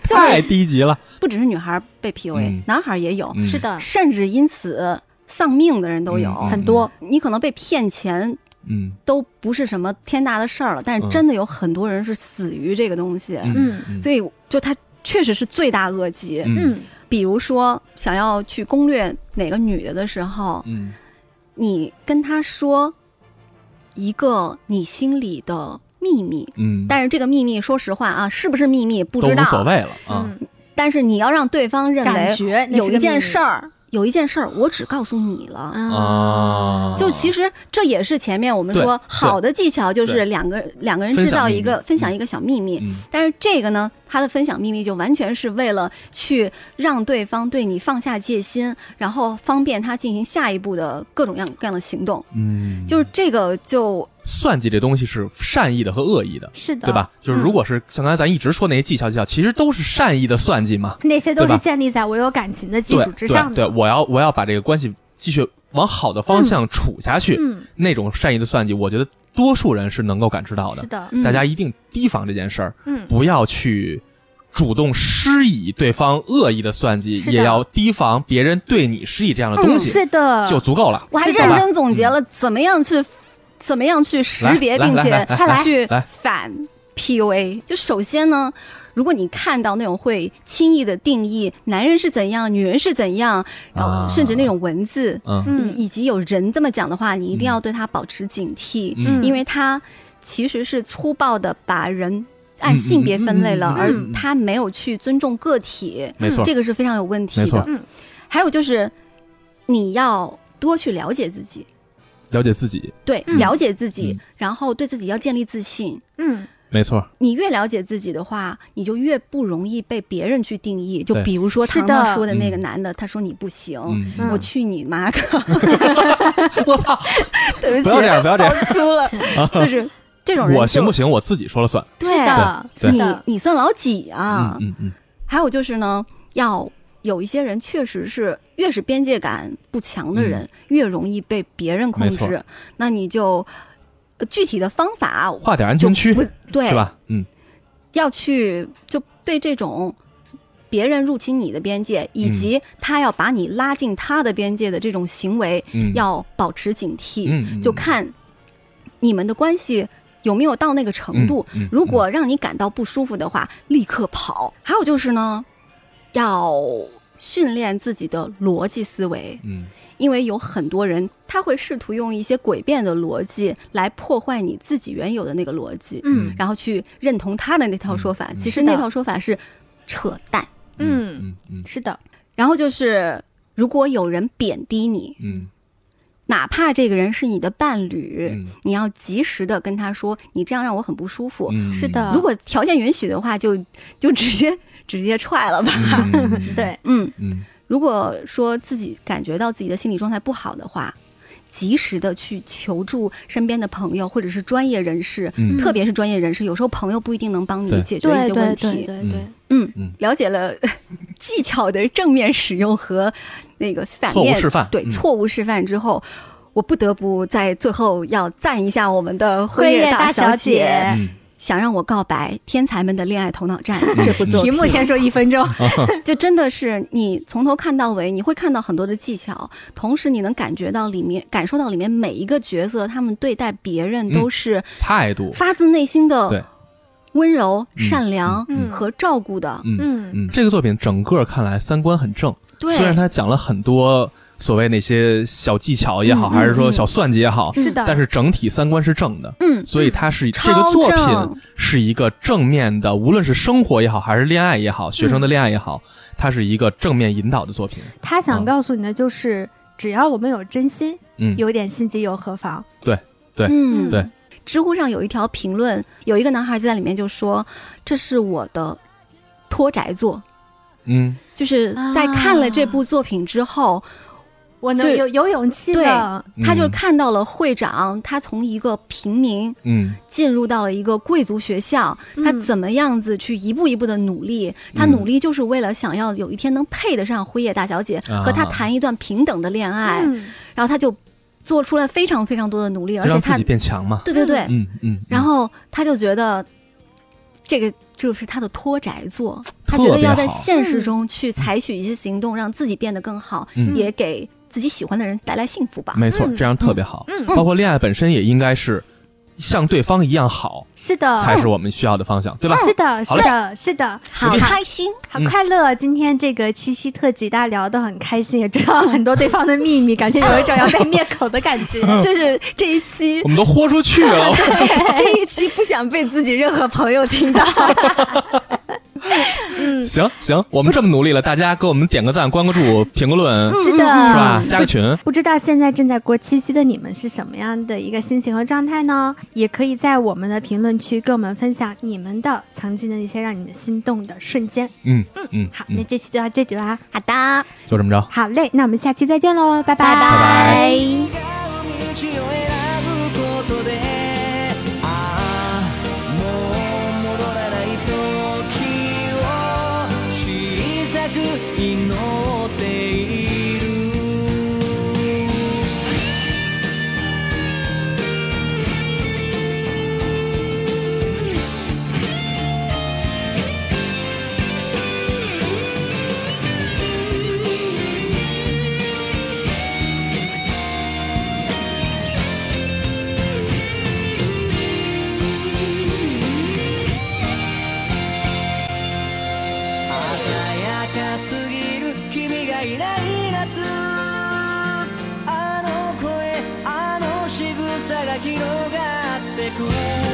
Speaker 3: 太低级了。
Speaker 4: 不只是女孩被 PUA，、
Speaker 3: 嗯
Speaker 4: 男孩也有，
Speaker 3: 嗯
Speaker 2: 是的，
Speaker 4: 甚至因此丧命的人都有。
Speaker 3: 嗯
Speaker 2: 很多。
Speaker 4: 你可能被骗钱
Speaker 3: 嗯
Speaker 4: 都不是什么天大的事儿了，但是
Speaker 3: 嗯
Speaker 4: 真的有很多人是死于这个东西，
Speaker 2: 嗯
Speaker 4: 所以就他确实是罪大恶极。
Speaker 2: 嗯，
Speaker 4: 比如说，想要去攻略哪个女的的时候，
Speaker 3: 嗯
Speaker 4: 你跟她说一个你心里的秘密，
Speaker 3: 嗯，
Speaker 4: 但是这个秘密，说实话啊，是不是秘密不
Speaker 3: 都
Speaker 4: 知
Speaker 3: 无
Speaker 4: 道，
Speaker 3: 所谓了啊。
Speaker 2: 嗯，
Speaker 4: 但是你要让对方认
Speaker 2: 感
Speaker 4: 为
Speaker 2: 觉
Speaker 4: 有一件事
Speaker 2: 儿
Speaker 4: 儿，有一件事儿，我只告诉你了。
Speaker 2: 嗯
Speaker 3: 啊
Speaker 4: 就其实这也是前面我们说
Speaker 3: 对
Speaker 4: 好的技巧，就是
Speaker 3: 对
Speaker 4: 两个两个人
Speaker 3: 分
Speaker 4: 制
Speaker 3: 享
Speaker 4: 造
Speaker 3: 秘
Speaker 4: 一个
Speaker 3: 密
Speaker 4: 分享一个小秘密，
Speaker 3: 嗯
Speaker 4: 但是这个呢，他的分享秘密就完全是为了去让对方对你放下戒心，然后方便他进行下一步的各种样各样的行动。
Speaker 3: 嗯，
Speaker 4: 就是这个就
Speaker 3: 算计这东西是善意的和恶意的，
Speaker 2: 是的，嗯
Speaker 3: 对？吧？就是如果是像刚才咱一直说那些技巧技巧，其实都是善意的算计嘛。
Speaker 2: 那些都
Speaker 3: 对
Speaker 2: 是
Speaker 3: 吧
Speaker 2: 建立在我有感情的基
Speaker 3: 对
Speaker 2: 础之上的。
Speaker 3: 对，对，我要我要把这个关系继续往好的方向处下去，
Speaker 2: 嗯，
Speaker 3: 那种善意的算计，我觉得多数人是能够感知到
Speaker 2: 是
Speaker 3: 的。
Speaker 2: 的，
Speaker 4: 嗯
Speaker 3: 大家一定提防这件事儿，
Speaker 2: 嗯，
Speaker 3: 不要去主动施以对方恶意的算计，
Speaker 2: 是的嗯
Speaker 3: 也要提防别人对你施以这样的东西，
Speaker 2: 是的，
Speaker 3: 就足够了。
Speaker 4: 我还
Speaker 2: 是的
Speaker 4: 认真总结了怎么样去怎么样去识别，
Speaker 3: 嗯来
Speaker 4: 并
Speaker 3: 来来
Speaker 4: 且
Speaker 3: 来
Speaker 2: 来
Speaker 4: 去
Speaker 3: 来
Speaker 4: 反 PUA。就首先呢。如果你看到那种会轻易的定义男人是怎样，女人是怎样，然后
Speaker 3: 啊
Speaker 4: 甚至那种文字，
Speaker 3: 嗯
Speaker 2: 嗯
Speaker 4: 以以及有人这么讲的话，你一定
Speaker 3: 嗯
Speaker 4: 要对他保持警惕。
Speaker 2: 嗯，
Speaker 4: 因为它其实是粗暴的把人按性别分类了，
Speaker 3: 嗯嗯嗯
Speaker 4: 而
Speaker 3: 嗯嗯
Speaker 4: 它没有去尊重个体，
Speaker 3: 没错，
Speaker 4: 这个是非常有问题
Speaker 3: 没
Speaker 4: 的
Speaker 3: 错。
Speaker 2: 嗯
Speaker 4: 还有就是，你要多去了解自己，
Speaker 3: 了解自己，
Speaker 4: 对，
Speaker 2: 嗯
Speaker 4: 了解自己
Speaker 3: 嗯，
Speaker 4: 然后对自己要建立自信。
Speaker 2: 嗯
Speaker 3: 没错，
Speaker 4: 你越了解自己的话，你就越不容易被别人去定义。就
Speaker 3: 对
Speaker 4: 比如说
Speaker 2: 是
Speaker 4: 他
Speaker 2: 的
Speaker 4: 刚说的那个
Speaker 3: 嗯
Speaker 4: 男的，他说你不行，
Speaker 3: 嗯，
Speaker 2: 嗯
Speaker 4: 我去你妈个！
Speaker 3: 我操，
Speaker 4: 对
Speaker 3: 不要这样，不要这样，
Speaker 4: 爆粗了，就是这种人就，
Speaker 3: 我行不行？我自己说了算。
Speaker 4: 对
Speaker 2: 是的，嗯
Speaker 3: 对
Speaker 2: 是
Speaker 4: 你
Speaker 2: 的，
Speaker 4: 你算老几啊？
Speaker 3: 嗯嗯
Speaker 4: 还有就是呢，要有一些人确实是越是边界感不强的人，越容易被别人控
Speaker 3: 嗯没
Speaker 4: 制。那你就、呃具体的方法
Speaker 3: 嗯，画点安全区
Speaker 4: 不对
Speaker 3: 是吧？嗯
Speaker 4: 要去就对这种。别人入侵你的边界，以
Speaker 3: 嗯
Speaker 4: 及他要把你拉进他的边界的这种行为，
Speaker 3: 嗯，
Speaker 4: 要保持警惕。
Speaker 3: 嗯嗯
Speaker 4: 就看你们的关系有没有到那个程度。
Speaker 3: 嗯嗯
Speaker 4: 如果让你感到不舒服的话，立刻跑。还有就是呢，要训练自己的逻辑思维，
Speaker 3: 嗯
Speaker 4: 因为有很多人他会试图用一些诡辩的逻辑来破坏你自己原有的那个逻辑，
Speaker 2: 嗯
Speaker 4: 然后去认同他的那套说法。
Speaker 3: 嗯嗯
Speaker 4: 其实
Speaker 2: 是的
Speaker 4: 那套说法是扯淡。
Speaker 2: 嗯，
Speaker 3: 嗯嗯
Speaker 2: 是的，
Speaker 4: 然后就是，如果有人贬低你，
Speaker 3: 嗯
Speaker 4: 哪怕这个人是你的伴侣，
Speaker 3: 嗯
Speaker 4: 你要及时的跟他说，你这样让我很不舒服。
Speaker 3: 嗯，
Speaker 2: 是的
Speaker 4: 如果条件允许的话，就就直接 直接踹了吧。
Speaker 3: 嗯，嗯，
Speaker 2: 对，
Speaker 4: 嗯，
Speaker 3: 嗯
Speaker 4: 如果说自己感觉到自己的心理状态不好的话，及时的去求助身边的朋友或者是专业人士，
Speaker 3: 嗯
Speaker 4: 特别是专业人士，有时候朋友不一定能帮你
Speaker 3: 对
Speaker 4: 解决一
Speaker 2: 对
Speaker 4: 些问
Speaker 2: 对
Speaker 4: 题。
Speaker 2: 对对对
Speaker 3: 嗯，
Speaker 4: 嗯
Speaker 3: 嗯，
Speaker 4: 了解了 技巧的正面使用和那个反
Speaker 3: 错误
Speaker 4: 面
Speaker 3: 示范
Speaker 4: 对
Speaker 3: 嗯
Speaker 4: 错误示范之后，我不得不在最后要赞一下我们的
Speaker 2: 辉
Speaker 4: 夜
Speaker 2: 夜大
Speaker 4: 小
Speaker 2: 小姐
Speaker 3: 嗯
Speaker 4: 想让我告白，天才们的恋爱头脑战
Speaker 3: 嗯
Speaker 4: 这部作
Speaker 2: 题
Speaker 4: 品，
Speaker 2: 目先说一分钟，
Speaker 4: 就真的是你从头看到尾，你会看到很多的技巧，同时你能感觉到里面，感受到里面每一个角色他们对待别人都是
Speaker 3: 态度，
Speaker 4: 发自内心
Speaker 3: 嗯对
Speaker 4: 的温柔、
Speaker 3: 嗯
Speaker 4: 善良
Speaker 2: 嗯
Speaker 4: 和照顾的。
Speaker 3: 嗯
Speaker 2: 嗯，
Speaker 3: 嗯，这个作品整个看来三观很正，
Speaker 4: 对
Speaker 3: 虽然他讲了很多所谓那些小技巧也好，
Speaker 4: 嗯嗯
Speaker 3: 还是说
Speaker 4: 嗯
Speaker 3: 小算计也好，
Speaker 2: 是的，
Speaker 3: 但是整体三观是正的。
Speaker 4: 嗯，
Speaker 3: 所以它是这
Speaker 4: 超
Speaker 3: 个作
Speaker 4: 正
Speaker 3: 品是一个正面的，无论是生活也好，还是恋爱也
Speaker 4: 嗯
Speaker 3: 好，学生的恋爱也好，它是一个正面引导的作品。
Speaker 2: 他想
Speaker 3: 嗯
Speaker 2: 告诉你的就是，只要我们有真心，
Speaker 3: 嗯，
Speaker 2: 有点心机又何妨？
Speaker 3: 对
Speaker 4: 嗯，
Speaker 3: 对。
Speaker 4: 知乎上有一条评论，有一个男孩就在里面就说：“这是我的拖宅作。
Speaker 3: 嗯”
Speaker 4: 就是在看了这部作品之后，
Speaker 2: 我
Speaker 4: 就
Speaker 2: 能有有勇气
Speaker 4: 对
Speaker 2: 了。
Speaker 3: 嗯
Speaker 4: 他就看到了会长，他从一个平民
Speaker 3: 嗯
Speaker 4: 进入到了一个贵族学校，
Speaker 2: 嗯
Speaker 4: 他怎么样子去一步一步的努力？
Speaker 3: 嗯
Speaker 4: 他努力就是为了想要有一天能配得上辉夜大小姐，
Speaker 3: 啊
Speaker 4: 和她谈一段平等的恋爱。
Speaker 2: 嗯
Speaker 4: 然后他就做出了非常非常多的努力，而
Speaker 3: 就
Speaker 4: 且
Speaker 3: 让自
Speaker 4: 他
Speaker 3: 己变强嘛。
Speaker 4: 对对对，
Speaker 3: 嗯嗯，
Speaker 4: 然后他就觉得这个就是他的拖宅作，他
Speaker 3: 特
Speaker 4: 觉得
Speaker 3: 别
Speaker 4: 要在
Speaker 3: 好
Speaker 4: 现实中去采取一些行动，让自己变得更好，
Speaker 3: 嗯
Speaker 4: 也给自己喜欢的人带来幸福吧。
Speaker 3: 没错，
Speaker 2: 嗯
Speaker 3: 这样特别好。
Speaker 2: 嗯，
Speaker 3: 包括恋爱本身也应该是像对方一样好，
Speaker 2: 是
Speaker 4: 哦
Speaker 2: 的，
Speaker 3: 才是我们需要的方向，对吧？
Speaker 2: 是的，是
Speaker 3: 好嘞
Speaker 2: 的，是的，
Speaker 4: 好开心，
Speaker 2: 好
Speaker 3: 嗯
Speaker 2: 快乐！啊今天这个七夕特辑，大家聊得很开心，也知道很多对方的秘密，感觉有一种要被灭口的感 觉。
Speaker 4: 就是这一 期
Speaker 3: 我们都豁出去了，
Speaker 4: 这一期不想被自己任何朋友听到。嗯
Speaker 3: 行行，我们这么努力了，大家给我们点个赞、关个注、评个论，
Speaker 4: 嗯
Speaker 3: 是
Speaker 2: 是的，
Speaker 3: 吧？加个群，
Speaker 2: 不知道现在正在过七夕的你们是什么样的一个心情和状态呢？也可以在我们的评论区跟我们分享你们的曾经的一些让你们心动的瞬间。
Speaker 3: 嗯嗯
Speaker 2: 好，那
Speaker 3: 嗯，
Speaker 2: 这期就到这里啦。
Speaker 4: 好的，
Speaker 3: 就这么着。
Speaker 2: 好嘞，那我们下期再见喽，拜
Speaker 4: 拜
Speaker 3: 拜
Speaker 5: 違う道を選ぶことでああもう戻らない時を小さく祈っている鮮やかすぎる君がいない夏あの声あの仕草が広がってく